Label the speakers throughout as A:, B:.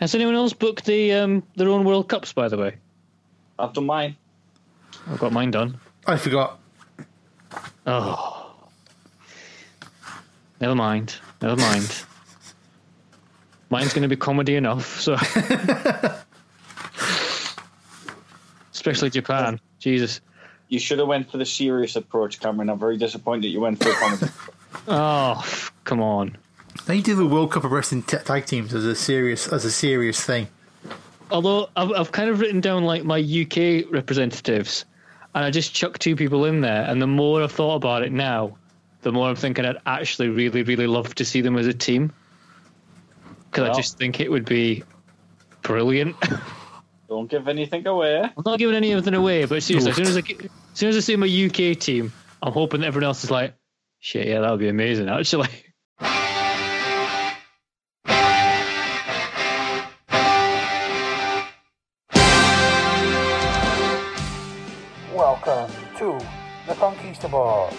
A: Has anyone else booked the um, their own World Cups? By the way,
B: I've done mine.
A: I've got mine done.
C: I forgot.
A: Oh, never mind. Never mind. Mine's going to be comedy enough. So, especially Japan. Jesus.
B: You should have went for the serious approach, Cameron. I'm very disappointed you went for a comedy.
A: Oh, f- come on.
C: They do the World Cup of Wrestling t- tag teams as a serious as a serious thing.
A: Although I've, I've kind of written down like my UK representatives, and I just chucked two people in there. And the more I've thought about it now, the more I'm thinking I'd actually really, really love to see them as a team because I
B: Well.
A: just think it would be brilliant.
B: Don't give anything away.
A: I'm not giving any of them away, but seriously, as soon as I get, as soon as I see my UK team, I'm hoping that everyone else is like, shit, yeah, that would be amazing. Actually,
D: Welcome to The Conquistadors.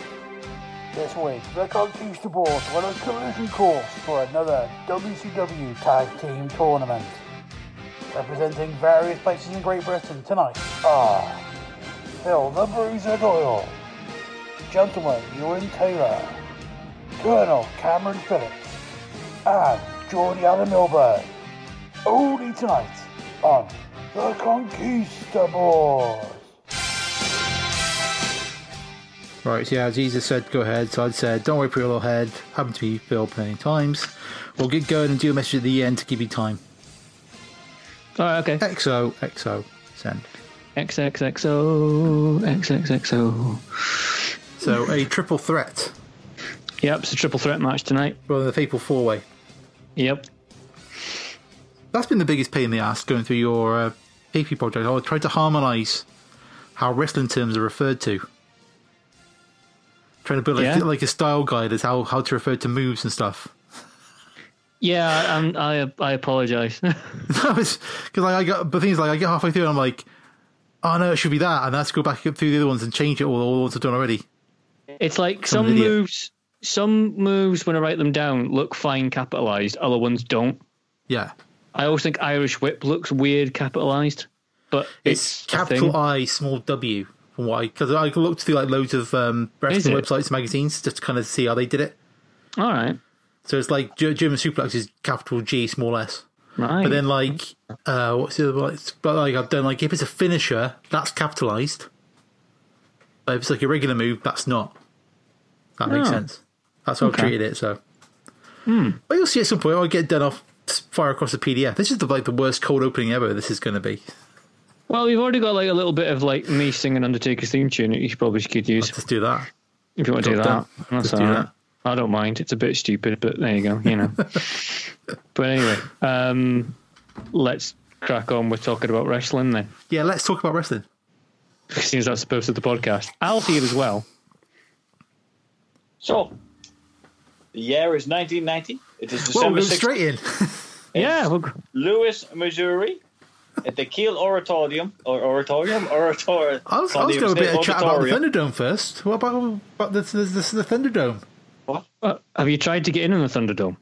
D: This week, The Conquistadors run a collision course for another WCW Tag Team Tournament. Representing various places in Great Britain tonight are Phil the Bruiser Doyle, Gentleman Ewan Taylor, Colonel Cameron Phillips, and Geordie Allen Milburn. Only tonight on The Conquistadors.
C: Right, yeah, Jesus said go ahead, so I said don't worry for your little head. Happened to be filled many times. We'll get going and do a message at the end to give you time.
A: all right, okay.
C: XO, XO, send.
A: XXXO, XXXO.
C: So a triple threat.
A: Yep, it's a triple threat match tonight.
C: Well, the people four way.
A: Yep.
C: That's been the biggest pain in the ass going through your uh, PP project. I tried to harmonise how wrestling terms are referred to. Trying to build like,
A: Yeah.
C: like a style guide as how, how to refer to moves and stuff.
A: Yeah, um, I I apologize.
C: That was because like, I got, but things like I get halfway through and I'm like, oh no, it should be that, and I have to go back through the other ones and change it all. All the ones I've done already.
A: it's like
C: Some
A: some
C: idiot.
A: moves, some moves when I write them down look fine capitalized, other ones don't.
C: Yeah,
A: I always think Irish Whip looks weird capitalized, but
C: it's,
A: it's, a
C: capital
A: thing.
C: I, small W. From what I because I looked through like loads of um, wrestling
A: it?
C: websites, and magazines, just to kind of see how they did it.
A: All right,
C: So it's like Ge- German suplex is capital G, small S.
A: right.
C: But then like, uh, what's the other one? It's- But like I've done like if it's a finisher, that's capitalized. But if it's like a regular move, that's not. That makes
A: Oh.
C: sense. That's how
A: Okay. Hmm.
C: I've treated it. So, but you'll see at some point I'll get done off fire across the PDF. This is the like the worst cold opening ever. This is going to be.
A: well, we've already got like a little bit of like me singing Undertaker's theme tune. that You probably could use
C: Let's do that.
A: if you want to do
C: Got
A: that.
C: that.
A: That's
C: Let's
A: all
C: do
A: right.
C: that.
A: I don't mind. It's a bit stupid, but there you go. You know. but anyway, um, let's crack on. We're talking about wrestling then.
C: Yeah, let's talk about wrestling.
A: Seems that's supposed to the podcast. Al's here as well.
B: So, the year is 1990. It is
C: Well, we're
B: December
C: going
B: 6th.
C: straight in.
A: Yeah, well,
B: Lewis, Missouri, at the Kiel Oratorium or Oratorium Oratorium.
C: I was, I was going to a bit of chat about the Thunderdome first. What about, about this, this, this is the Thunderdome?
A: Uh, have you tried to get in on the Thunderdome?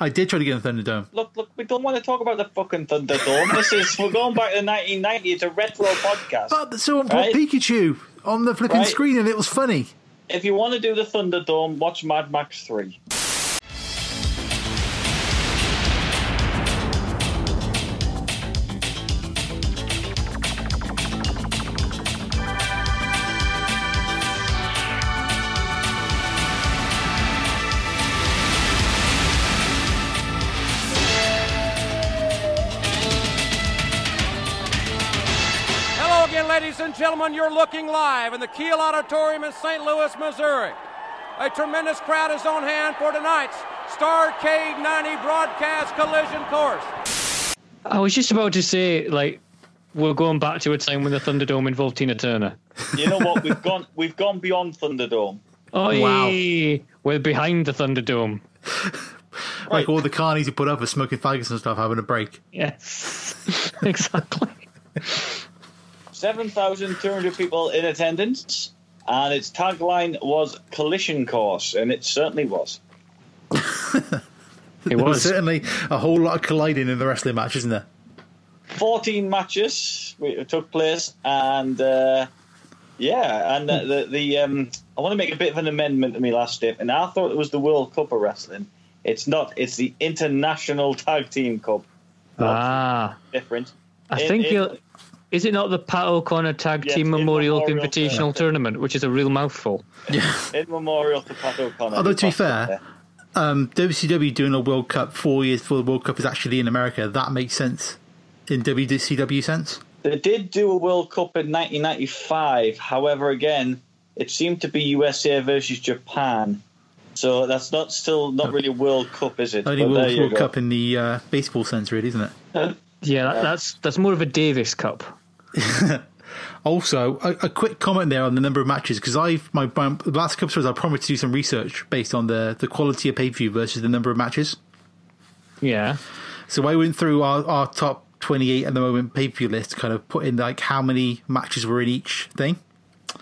C: I did try to get in the Thunderdome.
B: Look, look, we don't want to talk about the fucking Thunderdome. this is we're going back to 1990. It's a retro podcast.
C: But someone
B: Right.
C: put Pikachu on the flipping
B: Right.
C: screen, and it was funny.
B: if you want to do the Thunderdome, watch Mad Max 3.
E: Hello again, ladies and gentlemen. You're looking live in the Kiel Auditorium in St. Louis, Missouri. A tremendous crowd is on hand for tonight's Starcade 90 broadcast collision course.
A: I was just about to say, like, we're going back to a time when the Thunderdome involved Tina Turner.
B: You know what? We've gone we've gone beyond Thunderdome.
A: Oh,
C: Wow.
A: We're behind the Thunderdome.
C: Like all the carnies who put up are smoking fagots and stuff, having a break.
A: Yes, exactly.
B: 7,200 people in attendance, and its tagline was Collision Course, and it certainly was.
A: It was.
C: certainly a whole lot of colliding in the wrestling match, isn't there?
B: 14 matches wi- took place, and uh, yeah, and the, the, the um, I want to make a bit of an amendment to my last statement. I thought it was the World Cup of Wrestling. It's not. It's the International Tag Team Cup.
A: Ah,
B: Different.
A: I
B: It-
A: think
B: it-
A: you'll. Is it not the Pat O'Connor Tag
B: Yes,
A: Team
B: in
A: Memorial
B: Memorial
A: Invitational
B: Tournament.
A: Tournament, which is a real mouthful.
B: in memorial to Pat O'Connor. uh,
C: Although, to be
B: Who passed
C: fair, um, WCW doing a World Cup four years before the World Cup is actually in America. That makes sense in WCW sense.
B: away. they did do a World Cup in 1995. However, again, it seemed to be USA versus Japan. So that's not still not really a World Cup, is it?
C: Only
B: But there
C: World,
B: you
C: World
B: go.
C: Cup in the uh, baseball sense, really, isn't it?
A: Yeah, that, that's that's more of a Davis Cup.
C: Also, a, a quick comment there on the number of matches because I've my, my the last couple of shows I promised to do some research based on the the quality of pay per view versus the number of matches.
A: Yeah,
C: So I went through our, our top twenty eight at the moment pay per view list, kind of put in like how many matches were in each thing.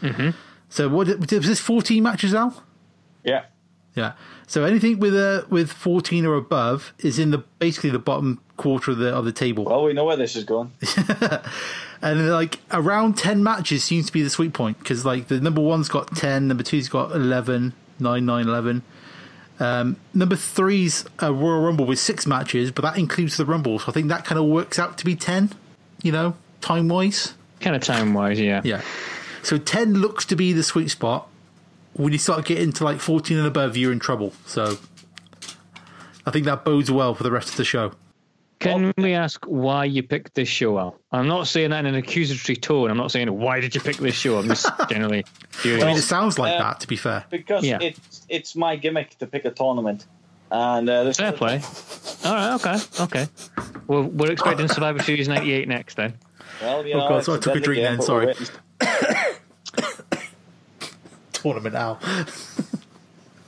C: Mm-hmm. So what was this fourteen matches Al?
B: Yeah.
C: Yeah. So anything with a with fourteen or above is in the basically the bottom quarter of the of the table,
B: Well, we know where this is going.
C: and like around ten matches seems to be the sweet point because like the number one's got ten, number two's got 11, 9, 9, 11. Um, number three's a Royal Rumble with six matches, but that includes the Rumble, so I think that kind of works out to be ten. You know, time wise.
A: kind of time wise. Yeah.
C: Yeah. So 10 looks to be the sweet spot. When you start getting to like 14 and above, you're in trouble. So I think that bodes well for the rest of the show.
A: Can we ask why you picked this show out? I'm not saying that in an accusatory tone. I'm not saying why did you pick this show. I'm just generally curious.
C: I mean, it sounds like
B: uh,
C: that, to be fair.
B: Because
A: Yeah.
B: it's it's my gimmick to pick a tournament. And uh, this
A: Fair play. All right. Okay. Okay. Well, we're expecting Survivor Series '98 next then.
B: Well, you
C: Oh,
B: know,
C: God,
B: it's
C: so I took a
B: deadly
C: drink
B: game,
C: then,
B: but
C: sorry.
B: we're waiting.
C: Tournament now.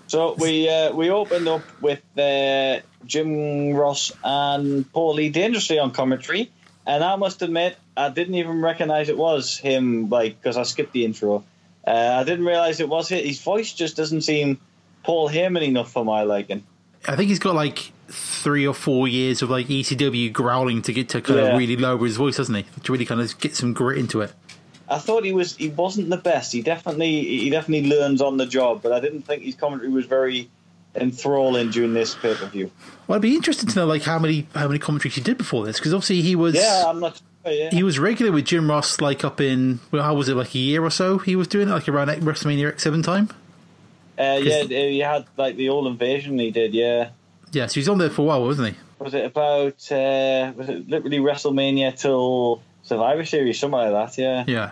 B: So we uh, we opened up with uh, Jim Ross and Paul Lee Dangerously on commentary, and I must admit I didn't even recognise it was him, like because I skipped the intro. Uh, I didn't realise it was his. His voice just doesn't seem Paul Heyman enough for my liking.
C: I think he's got like three or four years of like ECW growling to get to kind
B: Yeah.
C: of really lower his voice, hasn't he? To really kind of get some grit into it.
B: I thought he was he wasn't the best. He definitely he definitely learns on the job, but I didn't think his commentary was very enthralling during this pay per view.
C: Well, I'd be interested to know like how many how many commentaries he did before this because obviously he was
B: Yeah, I'm not. Yeah.
C: he was regular with Jim Ross, like up in well, how was it, like a year or so? He was doing it, like around WrestleMania X Seven time.
B: Uh, yeah,
C: 'Cause-
B: he had like the all invasion. He did, yeah.
C: Yeah, so he's on there for a while, wasn't he?
B: Was it about uh, was it literally WrestleMania till Survivor Series, something like that? Yeah.
C: Yeah.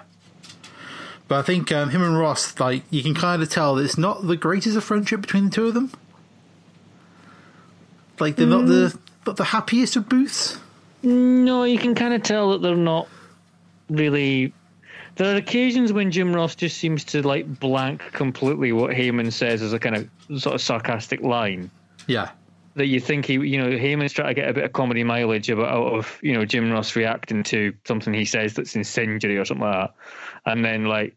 C: But I think um, him and Ross, like, you can kind of tell that it's not the greatest of friendship between the two of them. Like, they're not
B: Mm.
C: the not the happiest of booths.
A: No, you can kind of tell that they're not really. There are occasions when Jim Ross just seems to like blank completely what Heyman says as a kind of sort of sarcastic line
C: Yeah.
A: that you think he, you know, Heyman's trying to get a bit of comedy mileage about out of you know Jim Ross reacting to something he says that's incendiary or something like that, and then like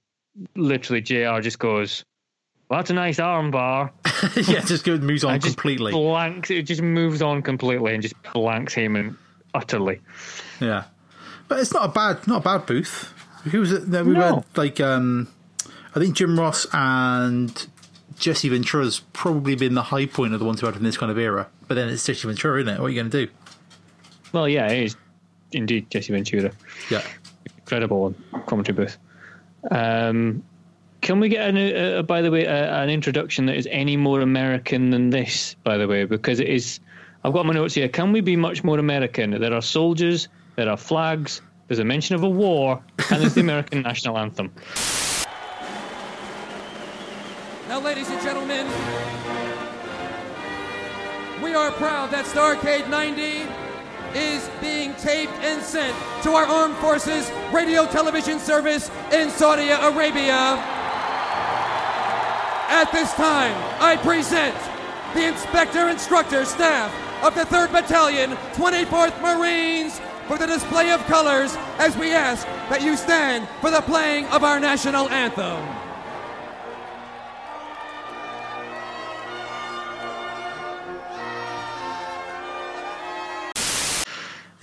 A: literally Jr. just goes, well, "That's a nice arm bar,"
C: yeah, just go moves on
A: and just
C: completely.
A: blanks. It just moves on completely and just blanks Heyman utterly.
C: Yeah, but it's not a bad not a bad booth. Who was it? No, we
A: No.
C: had like um, I think Jim Ross and Jesse Ventura's probably been the high point of the ones who had in this kind of era. But then it's Jesse Ventura, isn't it? What are you going to do?
A: Well, yeah, it is indeed Jesse Ventura.
C: Yeah,
A: Incredible on commentary booth. Um, can we get, an, uh, uh, by the way, uh, an introduction that is any more American than this, by the way? Because it is, I've got my notes here. Can we be much more American? There are soldiers, there are flags, there's a mention of a war, and there's the American national anthem.
E: Now, ladies and gentlemen, we are proud that Starcade 90 is being taped and sent to our Armed Forces Radio Television Service in Saudi Arabia. At this time, I present the Inspector Instructor Staff of the 3rd Battalion, 24th Marines, for the display of colors as we ask that you stand for the playing of our national anthem.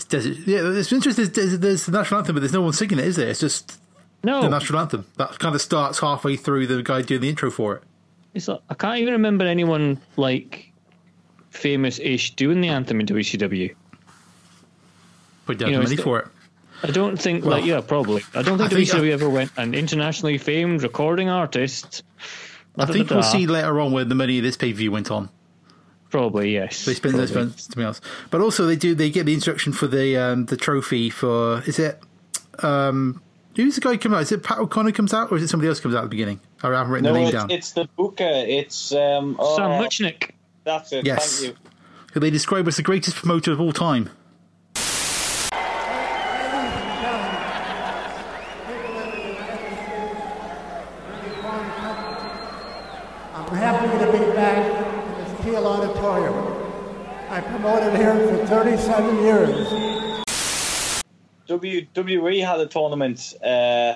C: desert. Yeah, it's interesting. There's, there's the national anthem, but there's no one singing it, is there? It's just the
A: No,
C: national anthem that kind of starts halfway through the guy doing the intro for it.
A: it's like, I can't even remember anyone like famous-ish doing the anthem in WCW.
C: Put down
A: You know,
C: the
A: it's
C: money
A: the-
C: for it.
A: I don't think, like, yeah, probably. I don't think
C: I think-
A: WCW ever went an internationally famed recording artist.
C: I think we'll
A: Da-da-da-da.
C: see later on where the money of this pay per view went on.
A: Probably yes.
C: They spend those
A: Probably.
C: funds something else. But also they do they get the instruction for the um, the trophy for is it um who's the guy who comes out? Is it Pat O'Connor comes out or is it somebody else comes out at the beginning? I haven't written
B: No,
C: the name
B: it's,
C: down.
B: it's the Booker. It's um, oh,
A: Sam Muchnick.
B: That's it.
C: Yes.
B: Thank you.
C: Who they describe as the greatest promoter of all time.
F: I'm happy to be back in this Kiel Auditorium. I promoted here for 37 years.
B: WWE E had a tournament uh,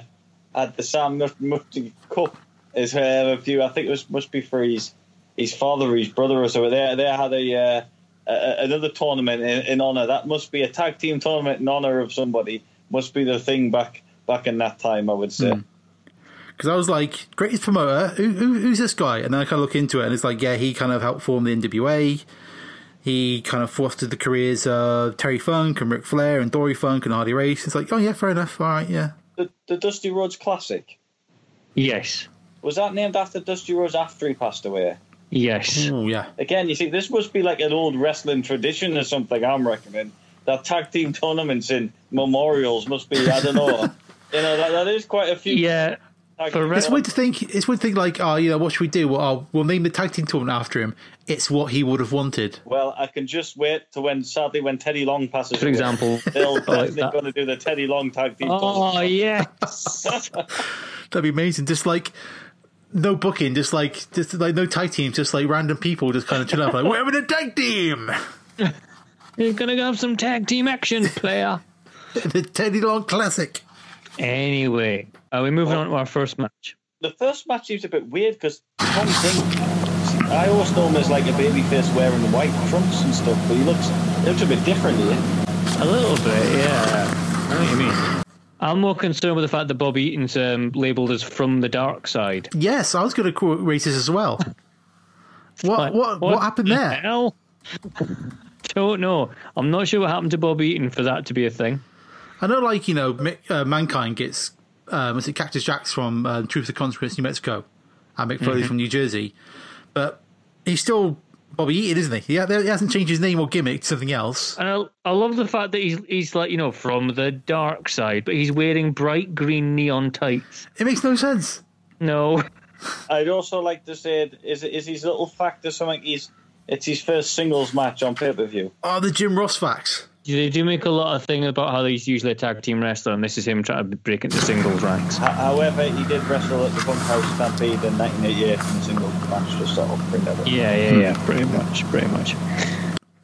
B: at the Sam Mufti Cup. Is uh, a few? I think it was must be for his his father, or his brother, or so. They they had a, uh, a- a another tournament in, in honor. That must be a tag team tournament in honor of somebody. Must be the thing back back in that time. I would say.
C: Because I was like, greatest promoter, who, who, who's this guy? And then I kind of look into it, and it's like, yeah, he kind of helped form the NWA. He kind of fostered the careers of Terry Funk and Ric Flair and Dory Funk and Hardy Race. It's like, oh yeah, fair enough, all right, yeah.
B: The, the Dusty Rhodes Classic
A: Yes.
B: was that named after Dusty Rhodes after he passed away.
A: Yes.
C: Oh yeah,
B: Again, you see, this must be like an old wrestling tradition or something. I'm reckoning that tag team tournaments in memorials must be. I don't know. you know that, that is quite a few.
A: Yeah.
B: tag
A: for
B: team
A: wrestling-
C: It's weird to think. It's weird to think like, oh, you know, what should we do? Well, oh, we'll name the tag team tournament after him. It's what he would have wanted.
B: Well, I can just wait to when, sadly, when Teddy Long passes.
A: For
B: away,
A: example. I
B: they'll
A: like
B: definitely
A: that.
B: going to do the Teddy Long tag team. tournament.
A: Oh yeah.
C: That'd be amazing. Just like no booking, just like just like no tag teams, just like random people just kind of turn up like, we're having a tag team.
A: You're gonna have some tag team action, player.
C: the Teddy Long Classic.
A: anyway, are we moving on to our first match?
B: The first match seems a bit weird because Tom Dink, I always know him as like a babyface wearing white trunks and stuff, but he looks he looks a bit different here.
A: A little bit, yeah. I know what you mean. I'm more concerned with the fact that Bob Eaton's um, labelled as from the dark side.
C: Yes, I was going to quote racist as well. What,
A: Like,
C: what what happened
A: the
C: there?
A: Hell? Don't know. I'm not sure what happened to Bob Eaton for that to be a thing.
C: I know, like you know, Mi- uh, mankind gets um, is it Cactus Jacks from uh, Truth of Consequence, New Mexico, and McFoley
A: Mm-hmm.
C: from New Jersey, but he's still Bobby Eaton, isn't he? Yeah, he hasn't changed his name or gimmick to something else.
A: And I, I love the fact that he's he's like you know from the dark side, but he's wearing bright green neon tights.
C: It makes no sense.
A: No,
B: I'd also like to say, is is his little fact or something? He's it's his first singles match on pay per view.
C: Oh, the Jim Ross facts.
A: they do make a lot of thing about how he's usually a tag team wrestler, and this is him trying to break into singles ranks.
B: However, he did wrestle at the Punk House Stampede in 1988 in singles match, just sort of bring that up.
A: Yeah, yeah, yeah, pretty much, pretty much.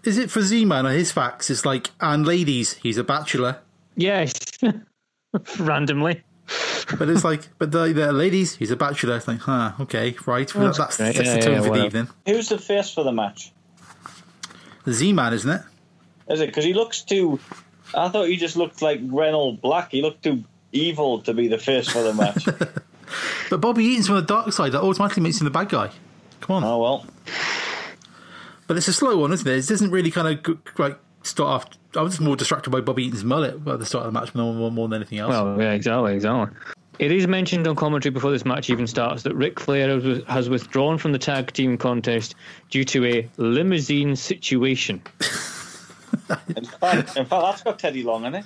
C: Is it for Z-Man and his facts? It's like, and ladies, he's a bachelor.
A: Yes, randomly.
C: But it's like, but the, the ladies, he's a bachelor. It's like, huh, okay, right. Well,
A: That's
C: that's
A: great.
C: that's
A: Yeah,
C: the tone
A: yeah,
C: for the
A: whatever.
C: evening.
B: Who's the face for the match?
C: Z-Man, isn't it?
B: Is it because he looks too? I thought he just looked like Reynold Black. He looked too evil to be the face for the match.
C: But Bobby Eaton's from the dark side. That automatically makes him the bad guy. Come on.
B: oh well,
C: But it's a slow one, isn't it? It doesn't really kind of g- like start off. I was more distracted by Bobby Eaton's mullet at the start of the match more, more, more than anything else.
A: Well, yeah, exactly, exactly. It is mentioned on commentary before this match even starts that Ric Flair has- has withdrawn from the tag team contest due to a limousine situation.
B: in fact, in fact, that's got Teddy Long in it.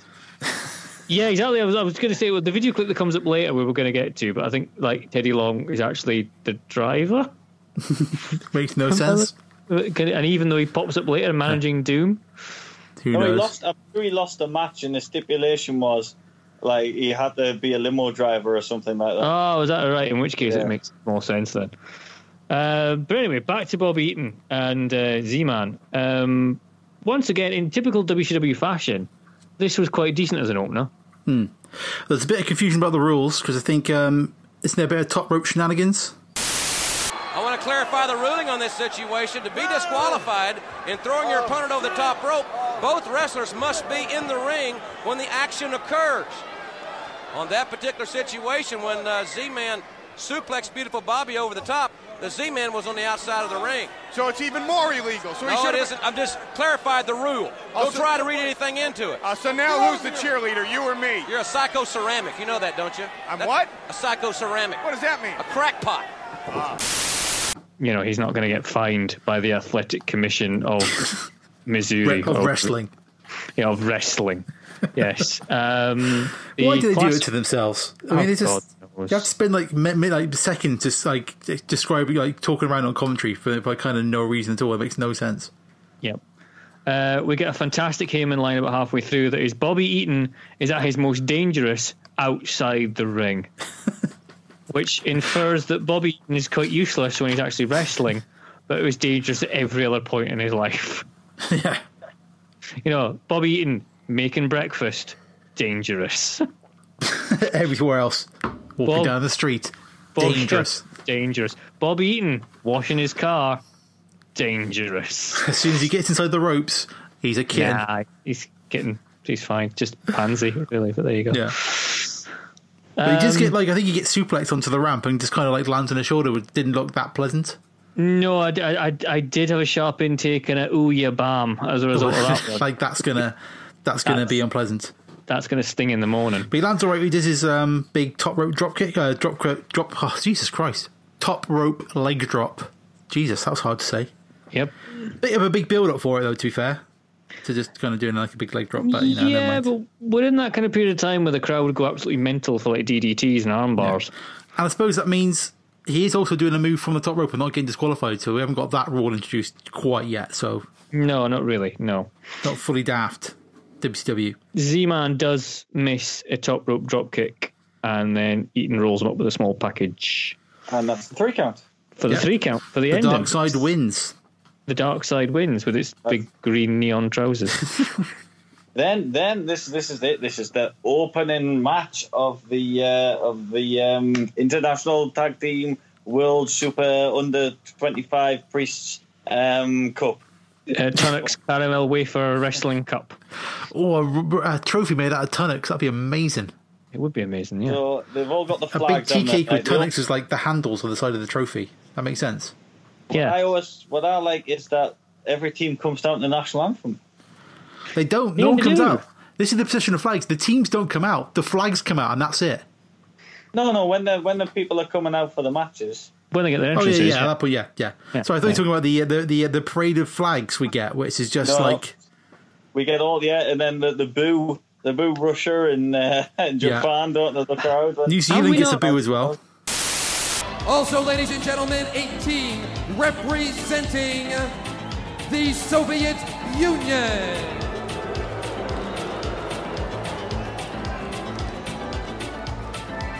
A: Yeah, exactly. I was, I was going to say well, the video clip that comes up later we were going to get to, but I think like Teddy Long is actually the driver,
C: Makes no sense.
A: and even though he pops up later managing Doom,
C: Who
B: No, he
C: knows?
B: lost. I'm sure he lost a match, and the stipulation was like he had to be a limo driver or something like that.
A: Oh, is that right? In which case,
B: Yeah.
A: it makes more sense then. Uh, but anyway, back to Bob Eaton and uh, Z-Man. Um, once again, in typical WCW fashion, this was quite decent as an opener.
C: There's a bit of confusion about the rules because I think um, isn't there a bit of top rope shenanigans?
E: I want to clarify the ruling on this situation. To be disqualified in throwing your opponent over the top rope, Both wrestlers must be in the ring when the action occurs. On that particular situation, when uh, Z-Man suplexed Beautiful Bobby over the top, the Z-Man was on the outside of the ring.
G: So it's even more illegal. So he
E: No,
G: should
E: it isn't. I've just clarified the rule.
G: Oh,
E: Don't try to read anything into it.
G: Uh, so now who's the cheerleader, you or me?
E: You're a psycho ceramic. You know that, don't you?
G: I'm
E: That's-
G: what?
E: A psycho ceramic.
G: What does that mean?
E: A crackpot.
A: You know, he's not going to get fined by the athletic commission of Missouri
C: of
A: or-
C: wrestling.
A: you know, of wrestling. Yes. Um,
C: Why
A: the
C: do they do
A: class-
C: it to themselves? I
A: Oh,
C: mean, it's
A: God
C: just you
A: knows.
C: have to spend like mi- mi- like seconds just like de- describing like talking around on commentary for, for kind of no reason at all. It makes no sense.
A: Yep. Uh, we get a fantastic Heyman line about halfway through that is Bobby Eaton is at his most dangerous outside the ring, which infers that Bobby Eaton is quite useless when he's actually wrestling, but it was dangerous at every other point in his life.
C: yeah,
A: You know, Bobby Eaton making breakfast, dangerous.
C: everywhere else, walking
A: Well-
C: down the street,
A: Bobby-
C: dangerous.
A: Dangerous. Bobby Eaton washing his car, dangerous.
C: As soon as he gets inside the ropes, he's a kid.
A: Nah, he's getting, he's fine. Just pansy, really, but there you go.
C: Yeah. But he does
A: Um,
C: get like I think he gets suplexed onto the ramp and just kind of like lands on his shoulder, which didn't look that pleasant.
A: No, I, I, I- I did have a sharp intake and a ooh yeah bam as a result of that. one.
C: like that's gonna that's gonna be unpleasant.
A: That's going to sting in the morning.
C: But he lands all right. He does his um, big top rope drop kick, uh, drop cro- drop. Oh, Jesus Christ! Top rope leg drop. Jesus, that was hard to say.
A: Yep.
C: Bit of a big build up for it though. To be fair, to just kind of doing like a big leg drop, but you know, never
A: yeah,
C: mind.
A: but we're in that kind of period of time where the crowd would go absolutely mental for like DDTs and arm bars.
C: And I suppose that means he is also doing a move from the top rope and not getting disqualified. So we haven't got that rule introduced quite yet. So
A: No, not really. No.
C: not fully daft. WCW.
A: Z Man does miss a top rope drop kick and then Eaton rolls him up with a small package
B: And that's the three count.
A: for the
C: Yep.
A: three count for the,
C: The
A: end.
C: dark side wins.
A: The dark side wins with its big green neon trousers.
B: Then, then this this is it. This is the opening match of the uh, of the um, international tag team world super under twenty five priests um, cup.
A: uh, Tunnock's Caramel Wafer Wrestling Cup.
C: Oh, a r- r- a trophy made out of tonics. That'd be amazing.
A: It would be amazing, yeah.
B: So they've all got the
C: A
B: flag.
C: big tea cake with
B: I,
C: tonics is like the handles on the side of the trophy. That makes sense.
A: yeah.
B: I always what I like is that every team comes down to the national anthem.
C: They don't.
A: Yeah,
C: no one
A: they
C: comes
A: do.
C: out. This is the position of flags. The teams don't come out. The flags come out, and that's it.
B: No, no. When the when the people are coming out for the matches,
A: when they get their
C: Oh yeah,
A: entrances.
C: yeah,
A: yeah.
C: At that point, yeah, yeah.
A: Yeah,
C: so I
A: yeah.
C: thought you were talking about the uh, the the, uh, the parade of flags we get, which is just
B: No.
C: like
B: we get all yeah, and then the, the boo the boo rusher in, uh, in
C: Yeah.
B: Japan don't they, the crowd.
C: New
A: we
C: Zealand gets a
A: not-
C: boo as well.
E: Also, ladies and gentlemen, 18 representing the Soviet Union.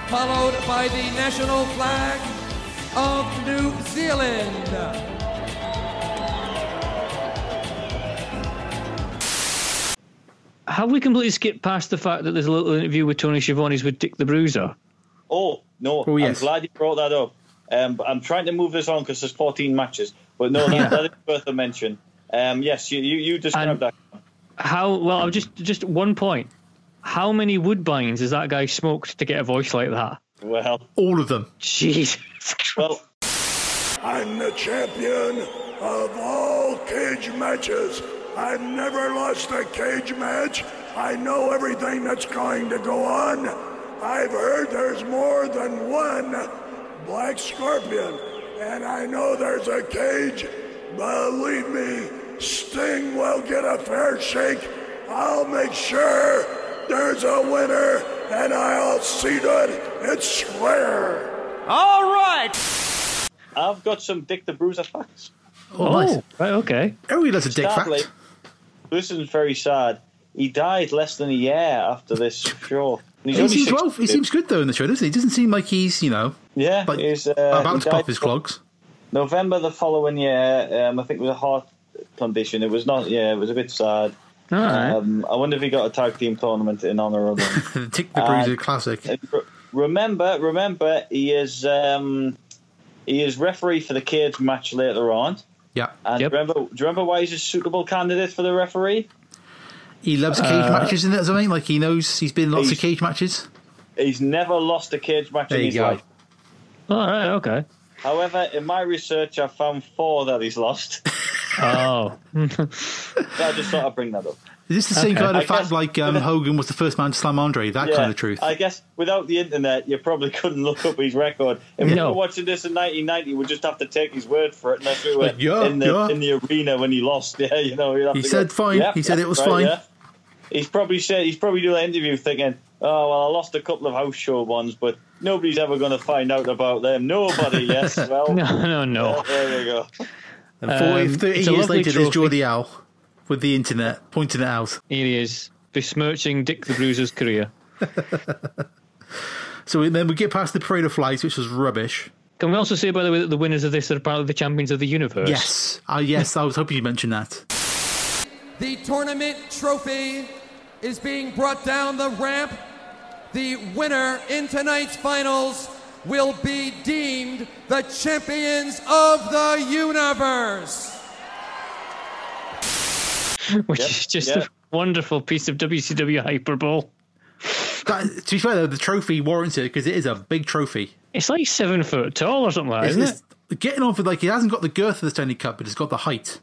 E: Followed by the national flag of New Zealand.
A: Have we completely skipped past the fact that there's a little interview with Tony Schiavone's with Dick the Bruiser?
B: Oh no!
C: Oh, yes.
B: I'm glad you brought that up. Um, but I'm trying to move this on because there's 14 matches. But no, that, that is worth a mention. Um, yes, you you, you described
A: And-
B: that.
A: How well? I've Just just one point. How many woodbines has that guy smoked to get a voice like that?
B: Well,
C: All of them.
A: Jesus.
B: well,
H: I'm the champion of all cage matches. I've never lost a cage match. I know everything that's going to go on. I've heard there's more than one Black Scorpion, and I know there's a cage. Believe me, Sting will get a fair shake. I'll make sure there's a winner, and I'll see that it's square.
E: All right.
B: I've got some Dick the Bruiser facts.
C: Oh,
A: Oh,
C: nice.
A: right, okay.
C: Everybody loves a dick
B: Sadly,
C: fact.
B: this is very sad. He died less than a year after this show. And he's
C: He
B: only
C: seems well.
B: 62.
C: He seems good though in the show, doesn't he? Doesn't seem like he's you know
B: yeah.
C: like
B: he's, uh, he
C: about to
B: died
C: pop his clogs.
B: November the following year. Um, I think it was a heart condition. It was not. Yeah, it was a bit sad.
A: All right.
B: Um, I wonder if he got a tag team tournament in honor of him.
C: The Tick the Bruiser classic.
B: And re- remember, remember, he is um, he is referee for the kids match later on.
C: yeah.
B: And
A: Yep.
B: remember, do you remember why he's a suitable candidate for the referee?
C: He loves cage matches, isn't it? or Something like he knows uh, he's been in lots of
B: he's-
C: cage matches.
B: He's never lost a cage match
I: There
B: in
I: you
B: his
I: go.
B: life.
A: All right, okay.
B: However, in my research, I've found four that he's lost.
A: Oh,
B: so I just thought I'd bring that up.
C: Is this the same kind of
B: I
C: fact
B: guess-
C: like um, Hogan was the first man to slam Andre? That
B: Yeah,
C: kind of truth.
B: I guess without the internet, you probably couldn't look up his record. If we
A: No.
B: were watching this in 1990, we'd just have to take his word for it. Unless we were
C: Like, yeah,
B: in, the,
C: yeah.
B: in the arena when he lost, yeah, you know, you'd have
C: He
B: to
C: said
B: go,
C: fine.
B: "Yep,
C: He said
B: that's
C: it was
B: right,
C: fine."
B: yeah." He's probably said he's probably doing an interview thinking, "Oh well, I lost a couple of house show ones, but nobody's ever going to find out about them. Nobody, yes, well, oh,
A: no, no, no.
B: there you go.
C: and 40,
A: um,
C: 30
A: it's a
C: years
A: lovely
C: later, there's
A: trophy.
C: Jordy Owl with the internet pointing it out.
A: Here he is, besmirching Dick the Bruiser's career.
C: So then we get past the parade of flags, which was rubbish.
A: Can we also say, by the way, that the winners of this are apparently the champions of the universe?
C: Yes, ah, yes, I was hoping you'd mention that.
E: The tournament trophy is being brought down the ramp. The winner in tonight's finals will be deemed the champions of the universe.
A: which
B: Yep,
A: is just
B: yeah.
A: a wonderful piece of WCW hyperbole.
C: That- to be fair though, the trophy warrants it because it is a big trophy.
A: It's like seven foot tall or something like that,
C: It's,
A: isn't it?
C: it's getting on for like it hasn't got the girth of the Stanley Cup, but it's got the height.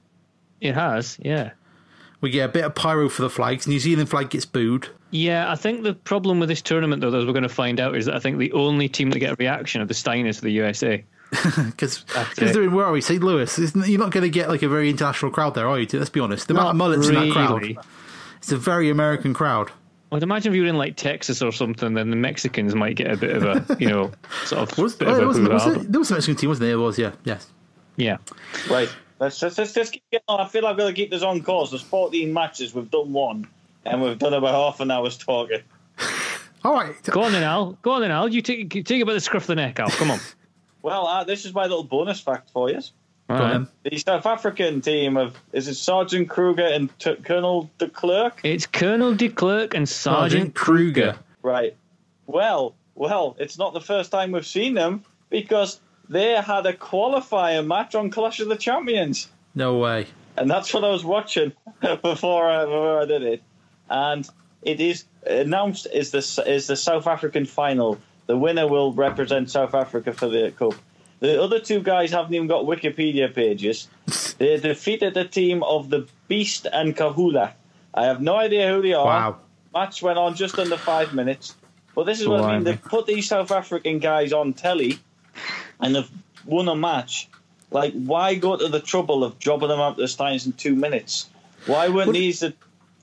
A: It has, yeah.
C: We get a bit of pyro for the flags. New Zealand flag gets booed.
A: Yeah, I think the problem with this tournament, though, as we're going to find out, is that I think the only team that get a reaction are the Steiners of the USA.
C: Because
A: it.
C: they're in where are we? St. Louis. Isn't, you're not going to get like a very international crowd there, are you? Let's be honest. The amount of
A: Not
C: mullets in
A: really.
C: that crowd. It's a very American crowd.
A: I'd imagine if you were in like Texas or something, then the Mexicans might get a bit of a, you know, sort of.
C: Was,
A: bit
C: oh,
A: of
C: there
A: a
C: wasn't- was
A: hoo-ha,
C: there? There was a Mexican team, wasn't there? There was, yeah, yes.
A: but- Yeah.
B: Right. Let's just, let's just keep getting on. I feel I've got to keep this on course. There's 14 matches. We've done one, and we've done about half an hour's talking.
C: All right.
A: Go on then, Al. Go on then, Al. You take, take it by the scruff of the neck, Al. Come on.
B: Well, uh, this is my little bonus fact for you.
A: All
C: Go on um,
A: right.
C: then.
B: The South African team of is it Sergeant Kruger and T- Colonel de Klerk?
A: It's Colonel de Klerk
C: Oh,
A: and Sergeant
C: Sergeant Kruger.
B: Right. Well, well, it's not the first time we've seen them because they had a qualifier match on Clash of the Champions.
C: No way.
B: and that's what I was watching before I, before I did it. And it is announced is the is the South African final. The winner will represent South Africa for the cup. The other two guys haven't even got Wikipedia pages. They defeated the team of the Beast and Kahula. I have no idea who they are.
C: Wow.
B: Match went on just under five minutes. But this is what I mean.
C: Blimey.
B: They've put these South African guys on telly and they've won a match. Like, why go to the trouble of dropping them out to the Steins in two minutes? Why weren't these the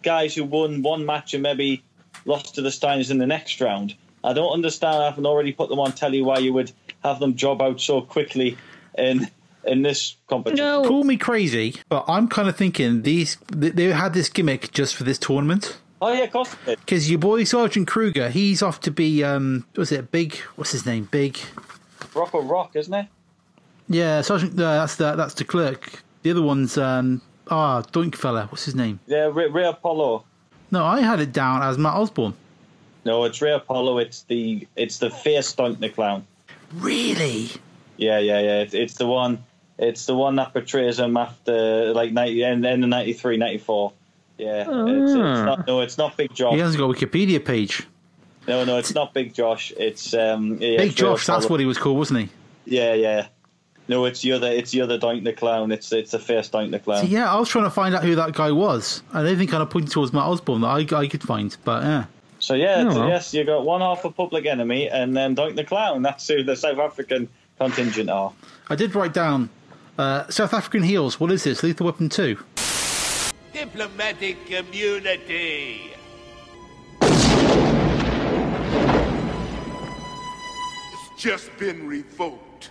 B: guys who won one match and maybe lost to the Steins in the next round? I don't understand. I haven't already put them on telly why you would have them job out so quickly in in this competition.
A: No.
C: Call me crazy, but I'm kind of thinking these th- they had this gimmick just for this tournament.
B: Oh, yeah, of course they did.
C: Because your boy Sergeant Kruger, he's off to be um, was it Big? What's his name? Big?
B: Rock or rock, isn't it?
C: Yeah, Sergeant. Uh, that's the that's the clerk. The other one's um, ah Doink fella. What's his name?
B: Yeah, Ray, Ray Apollo.
C: No, I had it down as Matt Osborne.
B: No, it's Ray Apollo. It's the it's the face stunt the clown.
C: Really?
B: Yeah, yeah, yeah. It's, it's the one. It's the one that portrays him after like ninety and end of 93, 94. Yeah, it's, it's
C: Ah.
B: not, no, it's not Big
C: He
B: Josh.
C: hasn't got a Wikipedia page.
B: No, no, it's not Big Josh. It's um, yeah,
C: Big
B: it's Ray
C: Josh. That's
B: Apollo.
C: what he was called, wasn't he?
B: Yeah, yeah. No, it's the other. It's the other Doink the Clown. It's it's the face Doink the Clown.
C: So, yeah, I was trying to find out who that guy was. And everything kind of pointed towards Matt Osborne that I, I could find. But yeah,
B: So yeah,
A: Oh,
B: it's-
A: well.
B: yes, you got one half of Public Enemy and then Doink the Clown. That's who the South African contingent are.
C: I did write down uh, South African heels. What is this? Lethal Weapon Two.
J: Diplomatic community.
G: It's just been revoked.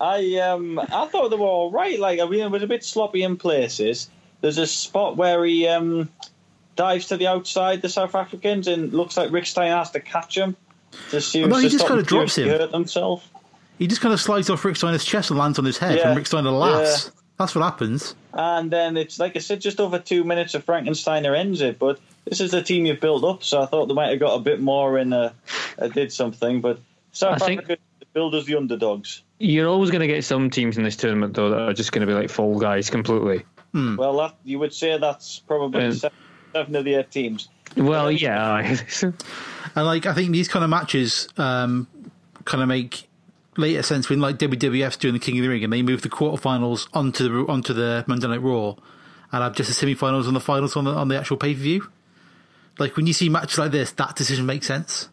B: I um I thought they were all right. Like I mean, it was a bit sloppy in places. There's a spot where he um dives to the outside, the South Africans, and looks like Rick Stein has to catch him to see.
C: Oh, No, he
B: to
C: just
B: stop
C: kinda
B: him
C: drops him.
B: Hurt himself.
C: He just kind of slides off Rick Steiner's chest and lands on his head,
B: Yeah.
C: and Rick Steiner laughs. That's what happens.
B: And then it's like I said, just over two minutes of Frankensteiner ends it. But this is the team you've built up, so I thought they might have got a bit more in. Uh, uh, did something, but South
A: I think-
B: Africa build as the underdogs.
A: You're always going to get some teams in this tournament,
C: Hmm.
A: though, that are just going to be like fall guys completely.
B: Well, that, you would say that's probably
A: Yeah.
B: the South seven of their teams.
A: Well, yeah.
C: And like I think these kind of matches um, kind of make later sense when like WWF's doing the King of the Ring and they move the quarterfinals onto the onto the Monday Night Raw and have just the semifinals and the finals on the on the actual pay per view. Like when you see matches like this, that decision makes sense.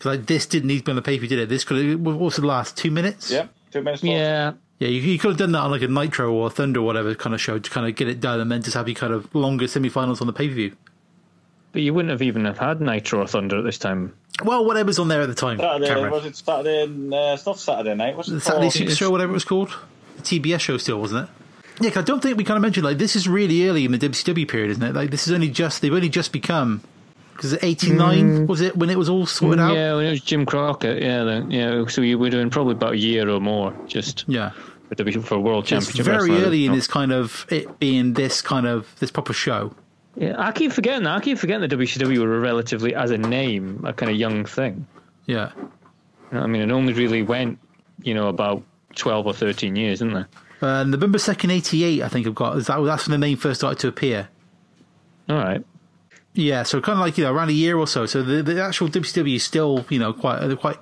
C: 'Cause, like this didn't need to be on the pay per view, did it? This could have what was the last two minutes?
B: Yep, two minutes. left.
A: yeah.
C: Yeah, you, you could have done that on like a Nitro or Thunder or whatever kind of show to kind of get it done and then just have you kind of longer semifinals on the pay per view.
A: But you wouldn't have even have had Nitro or Thunder at this time.
C: Well, whatever's on there at the time.
B: Saturday,
C: Cameron.
B: was Oh, it Saturday? Uh, it's not Saturday night. Was
C: the
B: it
C: Saturday
B: called?
C: Super Show, whatever it was called. The TBS show still, wasn't it? Yeah, 'cause I don't think we kind of mentioned like this is really early in the WCW period, isn't it? Like this is only just they've only just become because eighty nine was it when it was all sorted out?
A: Mm, Yeah, when it was Jim Crockett. Yeah, then, yeah. So you would have been probably about a year or more just
C: Yeah.
A: for, the- for World
C: It's
A: Championship.
C: very
A: Wrestling.
C: early in this kind of it being this kind of this proper show.
A: Yeah, I keep forgetting that. I keep forgetting that WCW were a relatively, as a name, a kind of young thing.
C: Yeah,
A: You know what I mean, it only really went, you know, about 12 or 13 years, didn't it?
C: and Uh, November second eighty eight, I think I've got is that that's when the name first started to appear.
A: All right.
C: Yeah, so kind of like you know around a year or so. So the, the actual WCW is still you know quite they're quite,